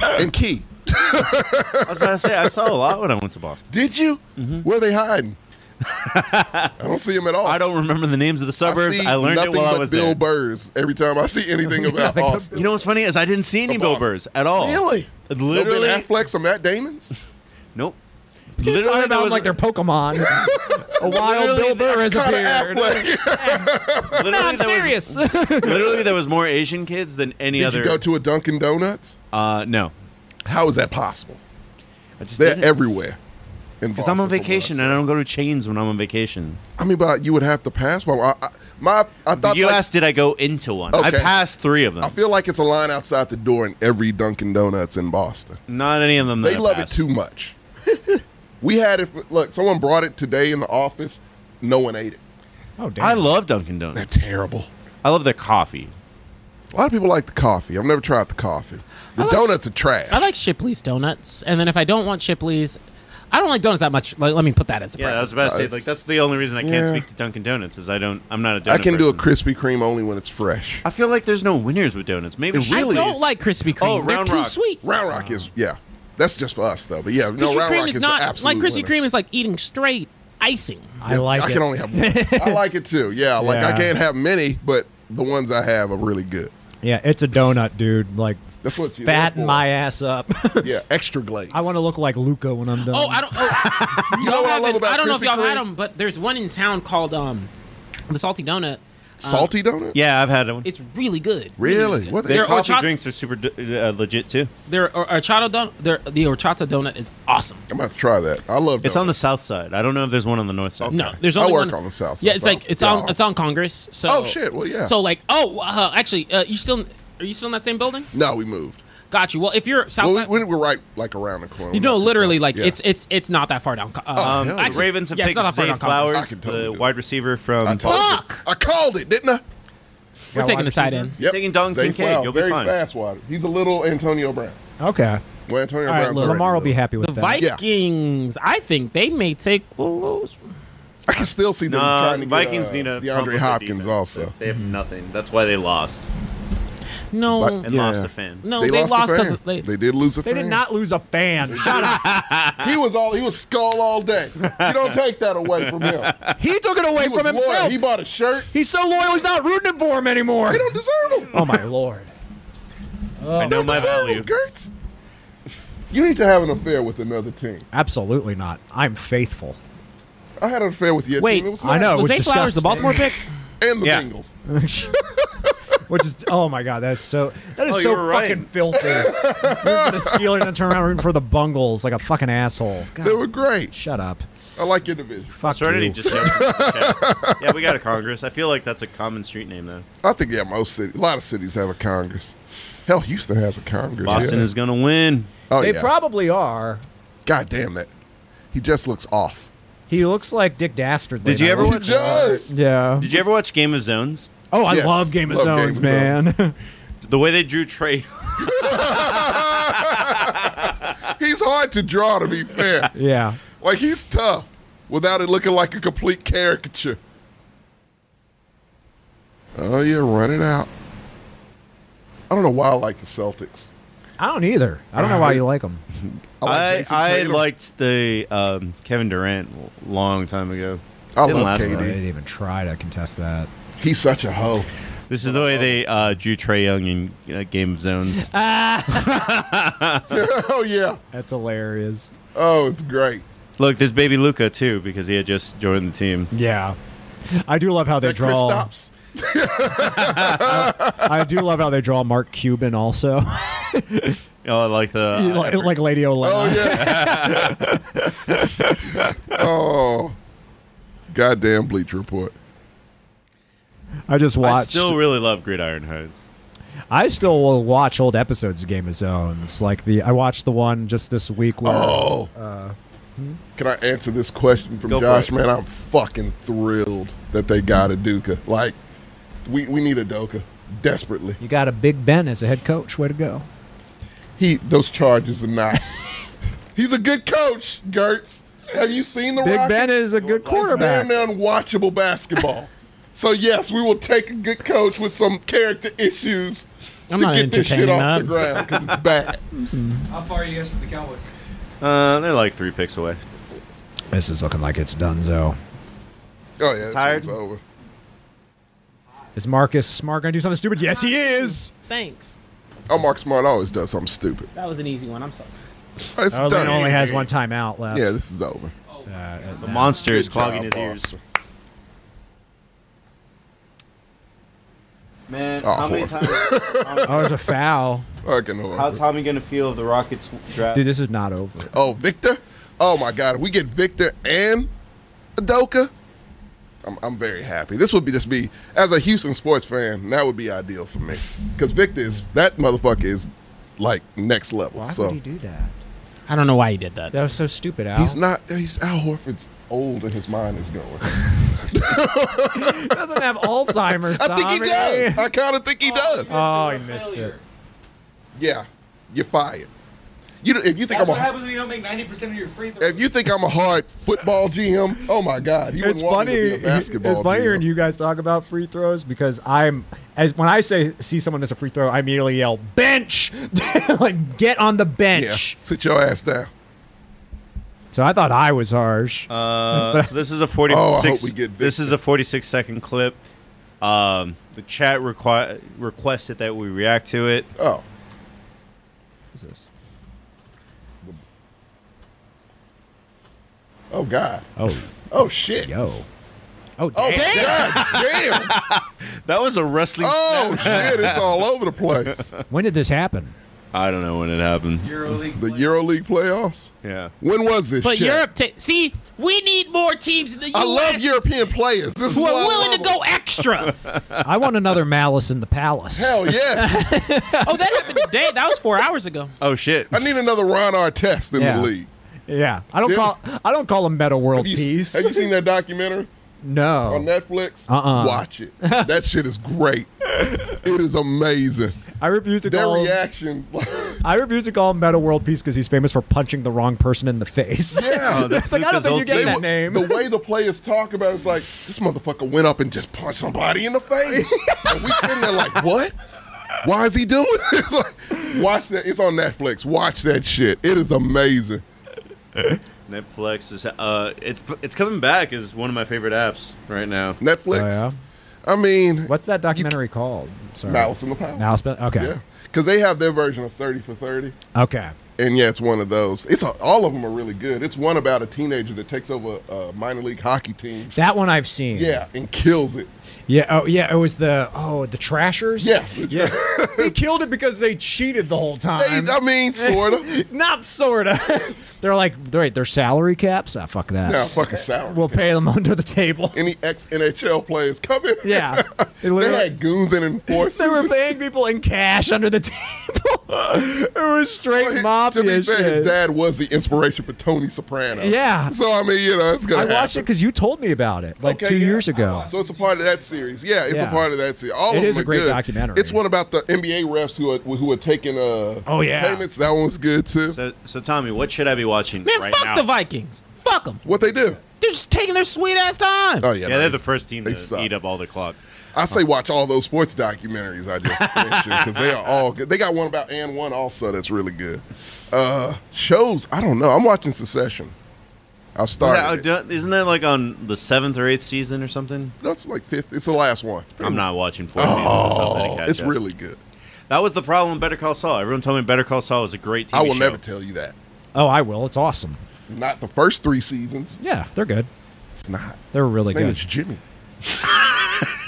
and Key, I was about to say I saw a lot when I went to Boston. did you? Where are they hiding? I don't see him at all. Mm-hmm. I don't remember the names of the suburbs. see I, learned it nothing while but I was Bill there. Burrs every time I *laughs* see anything about Austin. You know what's funny is I didn't see any The Bill Boston. Burrs at all. Really? Literally, no Ben Affleck, some Matt Damon's. *laughs* nope. Talking Literally, there about was like their Pokemon. *laughs* a wild Bill Burr has Kinda appeared. Affleck. literally, No, I'm there was- serious. *laughs* *laughs* literally, there was more Asian kids than any Did other. you go to a Dunkin' Donuts? uh, no, How is that possible? I just They're didn't. everywhere. Because I'm on vacation and I don't go to chains when I'm on vacation. I mean, but you would have to pass one. I, I, my, I thought You like- asked, did I go into one? I Okay. passed three of them. I feel like it's a line outside the door in every Dunkin' Donuts in Boston. Not any of them. They that I love passed. it too much. *laughs* we had it. for- Look, someone brought it today in the office. No one ate it. Oh damn! I love Dunkin' They're Donuts. terrible. I love their coffee. A lot of people like the coffee. I've never tried the coffee. The donuts are trash. I like Shipley's donuts, and then if I don't want Shipley's, I don't like donuts that much. Like, let me put that as a Yeah, I was preference. about to say Nice. like that's the only reason I can't Yeah. speak to Dunkin' Donuts is I don't. I'm not a donut. I can do a person. Krispy Kreme only when it's fresh. I feel like there's no winners with donuts. Maybe It really I Shipley's. don't like Krispy Kreme. Oh, They're Round too Rock. sweet. Round Rock Um, is yeah. That's just for us though. But yeah, no, Krispy Round Kreme Rock is, is, not the absolute like Krispy winner. Kreme is like eating straight *laughs* icing. I like I it. can only *laughs* have one. I like it too. Yeah, like I Yeah. can't have many, but the ones I have are *laughs* really good. yeah, it's a donut, dude. Like That's what you fatten look for. my ass *laughs* up. Yeah, extra glaze. I want to look like Luca when I'm done. Oh, I don't. Oh, You know y'all what I love haven't- about don't know if Krispy y'all had Kreme? them, but there's one in town called um, the Salty Donut. uh, salty donut. Yeah, I've had one. It's really good. Really? good. What the- Their Their coffee horchata, drinks are super d- uh, legit too. their or- horchata donut, their the horchata donut is awesome. I'm about to try that. I love. It's on the donuts. south side. I don't know if there's one on the north side. No, there's I only work one. on the south Yeah, side, it's so- like it's on yeah. it's on Congress. So Oh, shit, well, yeah. So like oh uh, actually uh, you still are you still in that same building? No, we moved. Got you. Well, if you're south, Well, side- we, we were right like around the corner. you know Not too literally far. like Yeah. it's it's it's not that far down. Co- Oh, Um, hell the actually- Ravens have yeah, it's picked not that far Zay down Congress. Flowers, I can totally the do it. wide receiver from I told Fuck! It. I called it, didn't I? we're taking the tight receiver? end. Yep. Taking Dalton Zay Kincaid, Flowers, you'll be very fine. fast water. He's a little Antonio Brown. Okay. Well, Antonio All right, Brown's already Lamar will little. be happy with The that. Yeah. Vikings, I think they may take Willows. I can still see them Nah, trying to Um, Vikings get, need uh, a DeAndre complement Hopkins defense. also. They have nothing. That's why they lost No, But- and Yeah. lost a fan. no, they, lost. a us. fan. They, They did lose a They fan. did not lose a fan. Shut up. He was all he was skull *laughs* all day. You don't take that away from him. He took it away He was from loyal. himself. He bought a shirt. He's so loyal, he's not rooting for him anymore. He don't deserve him. *laughs* Oh my lord. I know my Deserve value. him, Gertz. You need to have an affair with another team. Absolutely not. I'm faithful. *laughs* I had an affair with your Wait, team. It was I know. nice. It was Zay Flowers the disgusting. Baltimore pick? And the Yeah. Bengals. Which is oh my god, that's so that is Oh, you so were right. fucking filthy. rooting for the Steelers and then turn around rooting for the Bungles like a fucking asshole. God, They were great. shut up. I like your division. Fuck Serenity you. just *laughs* yeah. yeah, we got a Congress. I feel like that's a common street name though. I think yeah, most cities, a lot of cities have a Congress. Hell, Houston has a Congress. Boston yeah. is gonna win. Oh they yeah. probably are. God damn that. He just looks off. He looks like Dick Dastardly. Did you now. ever He watch- does. Yeah. Did you ever watch Game of Zones? Oh, I Yes. love Game of Love Game Zones, of man. The way they drew *laughs* Trey. He's hard to draw. To be fair, *laughs* yeah. like he's tough without it looking like a complete caricature. Oh yeah, run it out. I don't know why I like the Celtics. I don't either. I don't know why you like him. I Jason I, Tatum. liked the um, Kevin Durant a long time ago. I Didn't last love KD. long. They didn't even try to contest that. He's such a hoe. *laughs* This is the way they uh, drew Trey Young in uh, Game of Zones. *laughs* oh yeah. That's hilarious. Oh, it's great. Look, there's baby Luca too because he had just joined the team. Yeah. I do love how they That Chris draw. stops. *laughs* I do love how they draw Mark Cuban also, *laughs* Oh, I like the uh, like, like Lady *laughs* *laughs* Olena. Oh yeah. oh. goddamn Bleach Report. I just I watched. still really love Gridiron Heights. I still will watch old episodes of Game of Zones. Like the I watched the one just this week where Oh. Can I answer this question from Go for Josh? it. Man, I'm fucking thrilled that they got a Duca. Like, we, we need a Doka desperately. you got a Big Ben as a head coach. Way to go! He those charges are not. *laughs* He's a good coach, Gertz. Have you seen the Big Rockets? Ben is a good quarterback. Damn near unwatchable basketball. so yes, we will take a good coach with some character issues I'm to not get this shit entertaining off that. the ground because it's bad. Oh, How far are you guys from the Cowboys? Uh, they're like three picks away. This is looking like it's Dunzo. Oh yeah, Tired? it's over. Is Marcus Smart gonna do something stupid? Yes, he is. Thanks. Oh, Mark Smart always does something stupid. That was an easy one. I'm sorry. It's Arlene done. only has one timeout left. Uh, yeah, this is over. The monster is Good clogging his job, ears. Boston. Man, Oh, how many Oh, there's a foul, Fucking horrible. Tommy gonna feel of the Rockets draft? dude. This is not over. Oh, Victor? Oh my God! If we get Victor and Adoka, I'm, I'm very happy. This would be just be as a Houston sports fan. That would be ideal for me because Victor is that motherfucker is like next level. Why so would he do that? I don't know why you did that. That was so stupid, Al. he's not. He's Al Horford's old and his mind is going. doesn't have Alzheimer's. *laughs* I think he Tommy. *laughs* does. I kind of think he does. *laughs* Oh, he missed it. yeah, you're fired. You don't- if you think That's what I'm a happens when you don't make 90% of your free throws. if you think I'm a hard football GM, oh my God! You It's wouldn't want me funny. to be a *laughs* It's basketball funny GM. hearing you guys talk about free throws because I'm as when I say see someone miss a free throw, I immediately yell bench, *laughs* like get on the yeah, bench. sit your ass down. So I thought I was harsh. Uh, so this is a Oh, I hope 46 we get this is a 46 second clip um, the chat requi- requested that we react to it Oh. Oh God. oh, Oh shit. yo. Oh, Oh damn. God damn. *laughs* that was a wrestling Oh shit, it's all over the place. when did this happen? i don't know when it happened EuroLeague The EuroLeague playoffs. yeah When was this? But shit? Europe, ta- see, we need more teams in the U.S. I love European players. This who is are why I willing to love go *laughs* extra. I want another malice in the palace. them. Hell yes. *laughs* oh, that happened today. That was four hours ago. oh shit I need another Ron Artest in Yeah. the league. Yeah, I don't Dude. call I don't call him meta world Have you, peace. have you seen that documentary on no, Netflix? Uh-uh. Watch it. That shit is great. It is amazing. I refuse to Their call. him- reaction. *laughs* Oh, I refuse to call him meta world peace because he's famous for punching the wrong person in the face. yeah. *laughs* it's like I Luca's don't think old you get team. that wa- name. The way the players talk about it is like this motherfucker went up and just punched somebody in *laughs* the face. and we sitting there like, what? Why is he doing *laughs* this? Like, watch that. It's on Netflix. Watch that shit. It is amazing. netflix is uh it's it's coming back as one of my favorite apps right now Netflix. Oh, yeah? I mean, What's that documentary called? Sorry. Mouse in the Power. Mouse. but- Okay. Yeah, because they have their version of Thirty for Thirty, Okay. and yeah, it's one of those. It's a, all of them are really good. It's one about a teenager that takes over a minor league hockey team. That one I've seen. Yeah, and kills it. Yeah. Oh, yeah. It was the oh the Trashers. Yeah. Yeah. they killed it because they cheated the whole They, um, time. I mean, sort *laughs* of. Not sorta. they're like right. Their salary caps. Ah, fuck that. Now, fucking sour. We'll pay them *laughs* under the table. any ex NHL players coming. *laughs* Yeah. It they literally- had goons and enforcers. They *laughs* were paying people in cash under the *laughs* table. it was straight mafia to be fair, his shit. dad was the inspiration for Tony Soprano. Yeah. So I mean, you know, it's gonna. I watched it happen. because you told me about it like Okay, two yeah. Oh, years ago. So it's a part of that series. Yeah, it's Yeah. a part of that series. All It of is a them are great good. documentary. It's one about the NBA refs who are who are taking uh Oh, yeah. payments. That one's good too. so so tommy what should i be watching Man, right fuck now the Vikings. Fuck them. What they do? They're just taking their sweet ass time. Oh yeah, yeah no, they're the it's- first team they to suck. eat up all the clock I say watch all those sports documentaries *laughs* I just mentioned because they are all good. They got one about and one also that's really good. Uh Shows I don't know. I'm watching Secession. I started. Yeah, it. don't- isn't that like on the seventh or eighth season or something That's like fifth. It's the last one. Oh, i'm not watching four seasons it's something to catch it's up. really good. That was the problem with Better Call Saul. Everyone told me Better Call Saul was a great TV I will show. never tell you that. Oh, I will. It's awesome. Not the first three seasons. Yeah, they're good. It's not. They're really His name good. is Jimmy.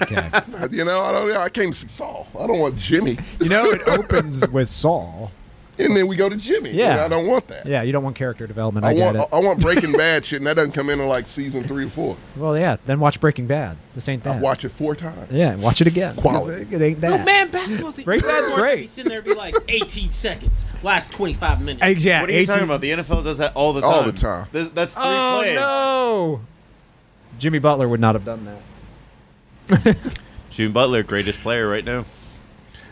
Okay. *laughs* You know, I don't. I came to see Saul. I don't want Jimmy. you know, it opens with Saul. and then we go to Jimmy. Yeah. And I don't want that. Yeah, you don't want character development. I, I get want it. I want Breaking Bad shit, and that doesn't come in like season three or four. well, yeah. Then watch Breaking Bad. This ain't that. I've watched it four times. Yeah, and watch it again. Quality. It ain't that. Oh man, basketball's Break bad's Or great. Be sitting there, and be like, 18 seconds, last 25 minutes. Exactly. What are you talking about? The NFL does that all the time. All the time. Th- That's three Oh plays. no! Jimmy Butler would not have done that. Jimmy Butler, greatest player right now.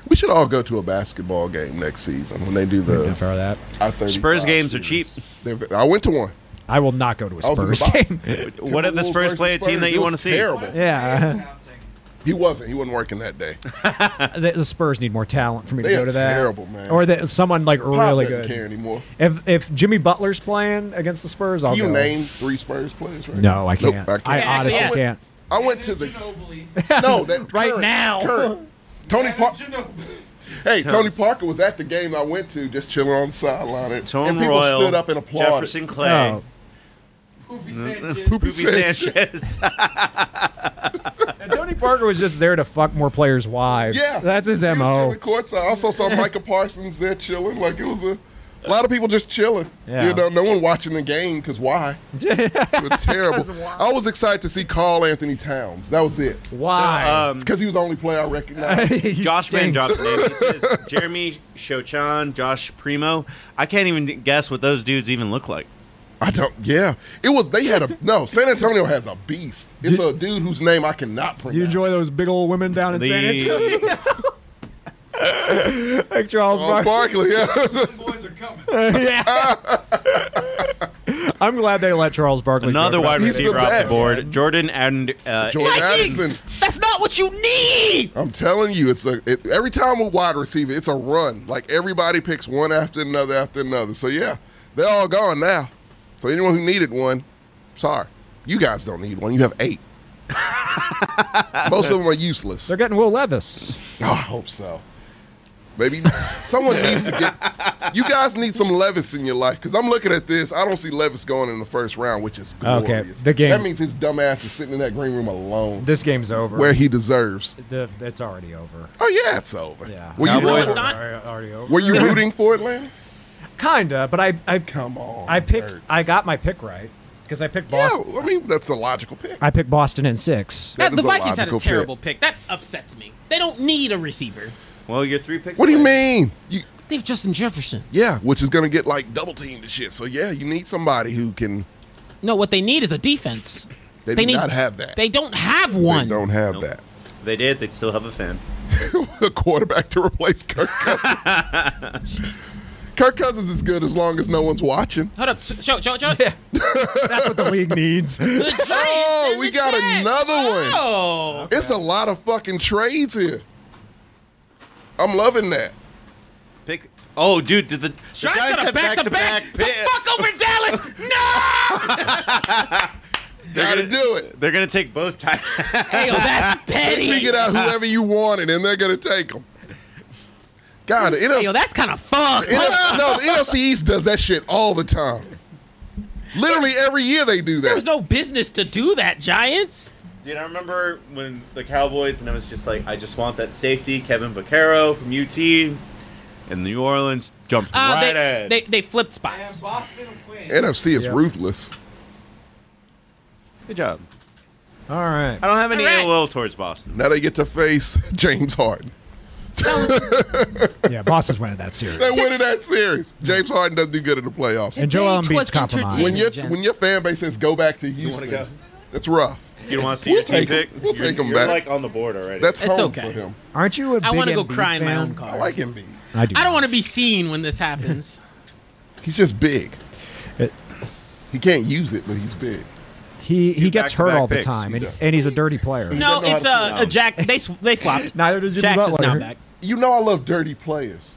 We should all go to a basketball game next season when they do the Fair that. I-35 Spurs games are series. cheap. They're- I went to one. I will not go to a I was in the Spurs box. game. *laughs* What if the Timberwolves Spurs versus play a team Spurs. that It you was want to see? Terrible. yeah, He wasn't. He wasn't working *laughs* that day. the, the Spurs need more talent for me They to go are to that. terrible, man. Or that someone like Pop really doesn't care good. anymore. If if Jimmy Butler's playing against the Spurs, I'll Can you go. name three Spurs players right no, I Nope, can't. I can't. honestly Yeah, actually, can't. I went to the *laughs* no that Right current- now. current. Tony Parker. Hey, Tony Parker was at the game I went to, just chilling on the sideline, and, Tom and people Royal, stood up and applauded. Jefferson Clay, No. Poopy Ruby Sanchez. *laughs* Sanchez. And Tony Parker was just there to fuck more players' wives. Yeah, that's his He was mo. chilling courtside. I also saw Micah Parsons there chilling. Like it was a, a lot of people just chilling. Yeah. You know, no one watching the game *laughs* because why? it was terrible. I was excited to see Carl Anthony Towns. That was it Why? um, because he was the only player I *laughs* recognized. He *laughs* Josh Van stinks. dropped names. He *laughs* says Jeremy Shochan, Josh Primo. I can't even guess what those dudes even look like. I don't. Yeah, it was. They had a no. San Antonio has a beast. It's You- a dude whose name I cannot pronounce. You enjoy those big old women down in San Antonio, The, *laughs* like Charles Oh, Barkley. Barkley. Yeah. Boys are coming. *laughs* yeah. I'm glad they let Charles Barkley. another joke wide about He's the receiver off the best. board. Jordan and uh, Jordan Vikings! Addison. That's not what you need. I'm telling you, it's a it, every time a wide receiver, it's a run. Like everybody picks one after another after another. So yeah, they're all gone now. So anyone who needed one, sorry, you guys don't need one. You have eight. Most of them are useless. They're getting Will Levis. Oh, *laughs* I hope so. Maybe someone needs to get. You guys need some Levis in your life because I'm looking at this. I don't see Levis going in the first round, which is Okay, glorious. the game- That means his dumb ass is sitting in that green room alone, This game's over. where he deserves. the, it's already over. Oh yeah, it's over. Yeah. Were you, Cowboys. rooting- it's not. Already- already over. were you rooting for Atlanta? Kinda, but I I Come on. I picked Hurts. I got my pick right because I picked Yeah, Boston. I mean that's a logical pick. I picked Boston in *laughs* six. That That- is the a Vikings had logical a pick. terrible pick. That upsets me. They don't need a receiver. well, your three picks. What do you away. mean? You, They've Justin Jefferson. yeah, which is gonna get like double teamed and shit. So yeah, you need somebody who can. No, what they need is a defense. They, do need, not have that. They don't have They one. don't have Nope. They did. They'd still have a fan. that. a quarterback to replace Kirk Cousins. Kirk Cousins is good as long as no one's watching. Hold up. s- Show, show, show. That's what the league needs. The Giants Oh, and we the got Jets. another one. Oh. It's a lot of fucking trades here. I'm loving that. Pick. Oh, dude, did the, the Giants Giants got a have back-to-back back-to-back to pick? fuck over Dallas. No. Gotta gonna- do it. They're gonna take both *laughs* tight. *laughs* hey, yo, *laughs* that's petty. Figure out whoever you wanted, and they're gonna take them. God, the Hey, yo, NFC that's kind of fucked. N F- no, *laughs* the NFC East does that shit all the time. Literally every year they do There's that. no business to do that, Giants. Dude, I remember when the Cowboys, and I was just like, I just want that safety, Kevin Vaccaro from UT, and New Orleans jumped Uh, right they, at. They, they flipped And spots. Boston will win. NFC is ruthless. Good job. All right. I don't have any All right. ill will towards Boston. Now they get to face *laughs* James Harden. Yeah, Boston's winning that series. They win in that series. James Harden doesn't do good in the playoffs. And Joel Today Embiid's twas compromised. When entertaining, your gents. when your fan base says go back to Houston, go? that's rough. You don't want to see We'll your team take 'em. pick? We'll you're, take 'em you're back. like on the board already. That's It's home okay. for him. Aren't you a I want wanna to go cry in my own car. I like Embiid. I do. I don't want to be seen when this *laughs* happens. He's just big. It- He can't use it, but he's big. He he gets hurt back-to-back all the picks. time, and, Yeah. and he's a dirty player. No, doesn't know it's how to a, feel. a Jack. They s- they *laughs* flopped. Neither does Jimmy Jackson's Butler. now back. You know I love dirty players.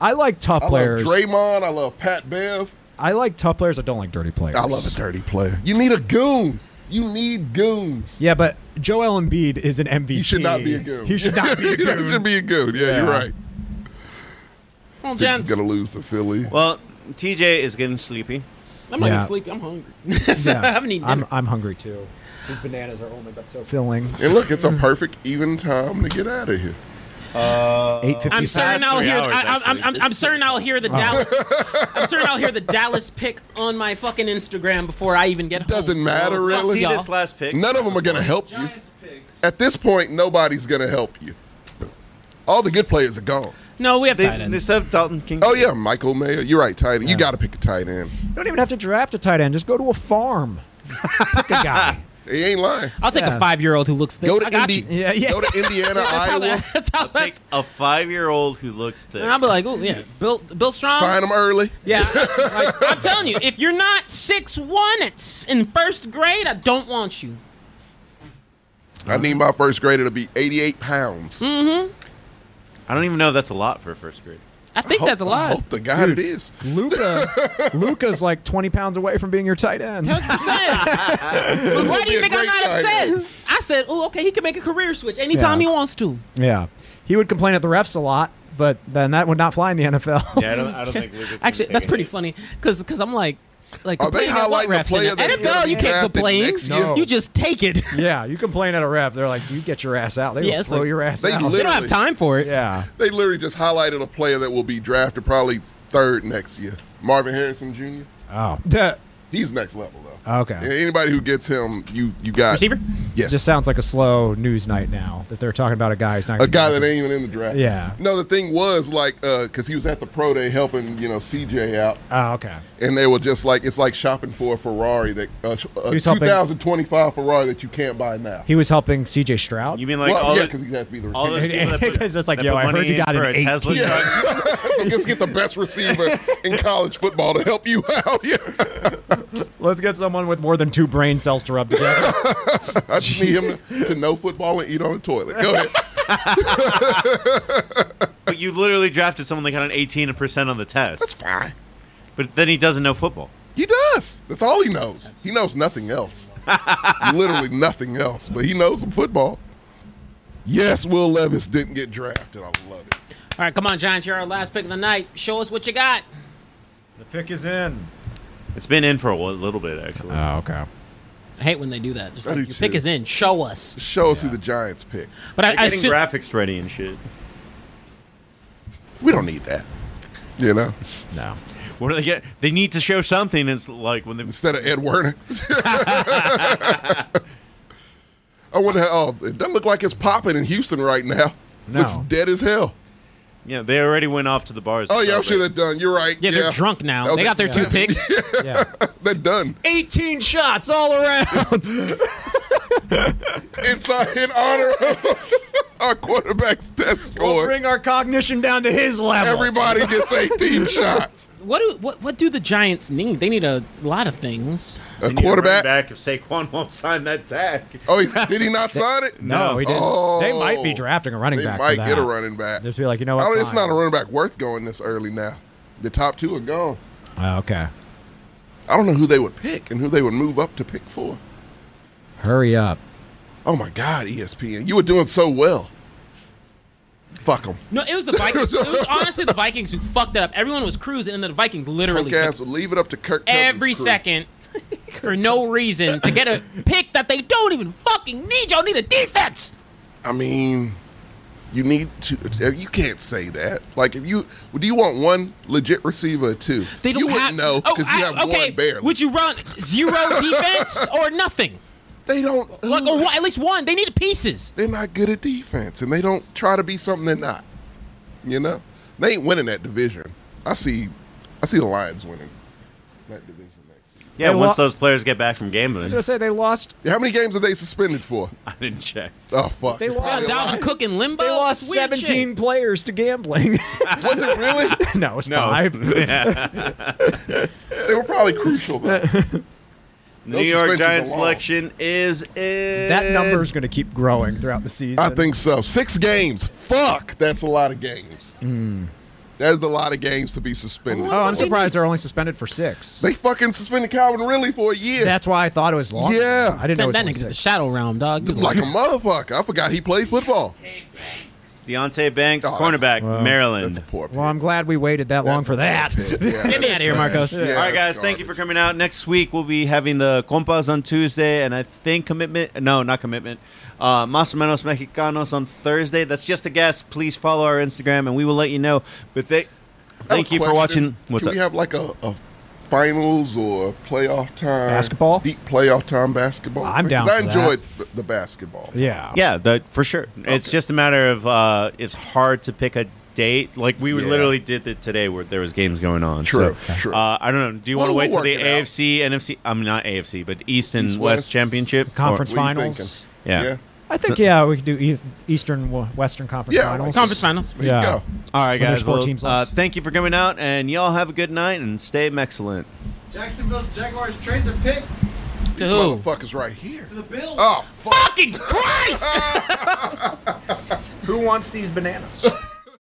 I like tough I players. love Draymond. I love Pat Bev. I like tough players. I don't like dirty players. I love a dirty player. You need a goon. You need goons. Yeah, but Joel Embiid is an MVP. You should not be a goon. He should not *laughs* be a You goon. should be a goon. Yeah, you're Yeah. right. Well, He's gents, gonna lose to Philly. well, TJ is getting sleepy. I'm not Yeah. even sleepy. I'm hungry. *laughs* so Yeah. I haven't eaten I'm, dinner. I'm hungry too. These bananas are only but oh so filling. And look, it's a perfect even time to get out of here. Eight fifty. Uh, I'm certain I'll three hear. hours, I, I'm, I'm, I'm, I'm actually. certain I'll hear *laughs* the Dallas. I'm certain I'll hear the Dallas pick on my fucking Instagram before I even get home. Doesn't matter, fuck really. See y'all. this last pick? None of them are going to help you. Giants picked. At this point, nobody's going to help you. All the good players are gone. No, we have tight They, ends. they still have Dalton King. Oh yeah, Michael Mayer. You're right, tight end. You got to pick a tight end. You don't even have to draft a tight end. Just go to a farm. Pick a guy. He ain't lying. I'll take Yeah. a five year old who looks thick. Go to I got Indi- you. Yeah, yeah. Go to Indiana, *laughs* That's how, Iowa. that, that's how Take that's. a five-year-old who looks thick. And I'll be like, oh yeah, Bill, Bill Strong. Sign him early. Um, Yeah, *laughs* like, I'm telling you, if you're not six one, it's in first grade. I don't want you. I need my first grader to be 88 pounds. Mm, I don't even know if that's a lot for a first grade. I think that's a I lot. hope to God it is. Luca. Luca's like twenty pounds away from being your tight end. Hundred percent. *laughs* Why do be a you think I'm great not tight end. upset? I said, oh, okay, he can make a career switch anytime Yeah. he wants to. Yeah, he would complain at the refs a lot, but then that would not fly in the NFL. Yeah, I don't. I *laughs* don't think Lucas. Actually, that's pretty funny because I'm like, like Are they complaining at what highlighting the refs in player it? that's gonna NFL, be you can't drafted complain. next year? You just take it. *laughs* yeah, you complain at a ref, they're like, "You get your ass out." They will Yeah, it's throw like- your ass They out. they don't Literally. have time for *laughs* it. yeah, They literally just highlighted a player that will be drafted probably third next year. Marvin Harrison Jr. Oh, Duh. He's next level though. Okay. Yeah, Anybody who gets him, you you got Receiver? Yes. just sounds like a slow news night now that they're talking about a guy who's not a gonna guy be- that ain't even in the draft. Yeah. No, the thing was like because he was at the pro day helping you know CJ out, Oh, okay. and they were just like it's like shopping for a Ferrari that uh, a He's helping- 2025 Ferrari that you can't buy now. He was helping C.J. Stroud. You mean like well, all yeah, the- because he has to be the all receiver. those people *laughs* that put, 'Cause it's like, that yo, put I heard money you in got for an a Tesla *laughs* 18. truck. so let's get the best receiver in college football to help you *laughs* out. Yeah. Let's get someone with more than two brain cells to rub *laughs* together. I just need him to, to know football and eat on the toilet. Go ahead. But you literally drafted someone that got an 18 percent on the test. That's fine. But then he doesn't know football. He does. That's all he knows. He knows nothing *laughs* else. Literally nothing else. But he knows some football. Yes, Will Levis didn't get drafted. I love it. All right, come on, Giants. You're our last pick of the night. Show us what you got. the pick is in. It's been in for a wa- little bit actually. Oh, okay. I hate when they do that. Just I like, do your too. pick is in. Show us. Show us who the Giants pick. But I, They're I getting assume, graphics ready and shit. We don't need that. You know, No. What do they get? They need to show something. It's like when they instead of Ed Werner. *laughs* I wonder how. Oh, it doesn't look like it's popping in Houston right now. No. It's dead as hell. yeah they already went off to the bars. to Oh yeah, I'm sure celebrate. they're done. You're right. yeah, they're drunk That now. was They got their two exactly- *laughs* picks. Yeah. They're done. 18 shots all around. It's uh, in honor of our quarterback's death We'll scores. bring our cognition down to his level. Everybody gets *laughs* 18 shots. What do what what do the Giants need? They need a lot of things. A They need running quarterback. back. If Saquon won't sign that tag, Oh, he's, did he not sign it? No, he didn't. Oh. They might be drafting a running They back. might for get that. a running back. Just be like, you know what? Oh, it's fine. not a running back worth going this early now. The top two are gone. Oh, okay. I don't know who they would pick and who they would move up to pick for. Hurry up. Oh my God, ESPN, you were doing so well. Fuck them. No, it was the Vikings. it was honestly the Vikings who fucked it up. Everyone was cruising, and then the Vikings literally took Podcast would leave it up to Kirk. Cousins' every crew. *laughs* second for no reason to get a pick that they don't even fucking need. Y'all need a defense. I mean, you need to. You can't say that. Like, if you do, you want one legit receiver or two? They don't you have wouldn't know Oh, because I- you have okay. one barely. Would you run *laughs* zero defense or nothing? They don't. Like or one- at least one. They need pieces. they're not good at defense, and they don't try to be something they're not. You know, they ain't winning that division. I see, I see the Lions winning that division. next season. yeah. They once lo- those players get back from gambling, I was gonna say they lost. Yeah, How many games are they suspended *laughs* for? I didn't check. Oh fuck! They It's lost- probably Yeah, a Dalvin lot. Cook in limbo. They lost Weird shit. 17 players to gambling. Was it *laughs* really? *laughs* no, it's No, *laughs* five. they were probably crucial. Man. the New York suspensions Giants are long. selection is in. That number is going to keep growing throughout the season. I think so. Six games. Fuck, that's a lot of games. Hmm. That's a lot of games to be suspended. Oh, I'm for. surprised they're only suspended for six. They fucking suspended Calvin Ridley for a year. That's why I thought it was long. Yeah. I didn't know it Send was that only nigga to the six. shadow realm, dog. Good like a lord. motherfucker. I forgot he played football. Deontay Banks, Oh, that's- cornerback, Wow. Maryland. That's a poor pick. Well, I'm glad we waited that long That's for a poor that. *laughs* *laughs* pick. Yeah, Get me that's out of here, trash. Marcos. Yeah, All right, guys, that's thank you for coming garbage. out. Next week we'll be having the compas on Tuesday, and I think commitment. No, not commitment. Uh, Más o menos mexicanos on Thursday. That's just a guess. Please follow our Instagram, and we will let you know. But they, I have thank a you for watching. question. What's Can up? we have like a, a finals or playoff time Basketball? deep playoff time basketball? I'm Because down I for that. enjoyed th- the basketball. Yeah. yeah, the, for sure. It's Okay. just a matter of uh, it's hard to pick a date. Like we Yeah. literally did it today, where there was games going on. True, So, true. Uh, I don't know. Do you want to Well, wait till we'll the work it out. AFC, NFC? I'm not AFC, but East and East, West, West. Championship Or- Conference What are you finals. thinking? Yeah. yeah. I think yeah, we could do e- Eastern W- Western Conference Yeah, I finals. like Conference finals. There Yeah. you go. All right, Well, there's guys. four well, teams uh, left. thank you for coming out, and y'all have a good night and stay excellent. Jacksonville Jaguars trade their pick These who? motherfuckers right here. to the Bills. Oh, fuck. Fucking Christ! Who wants these bananas?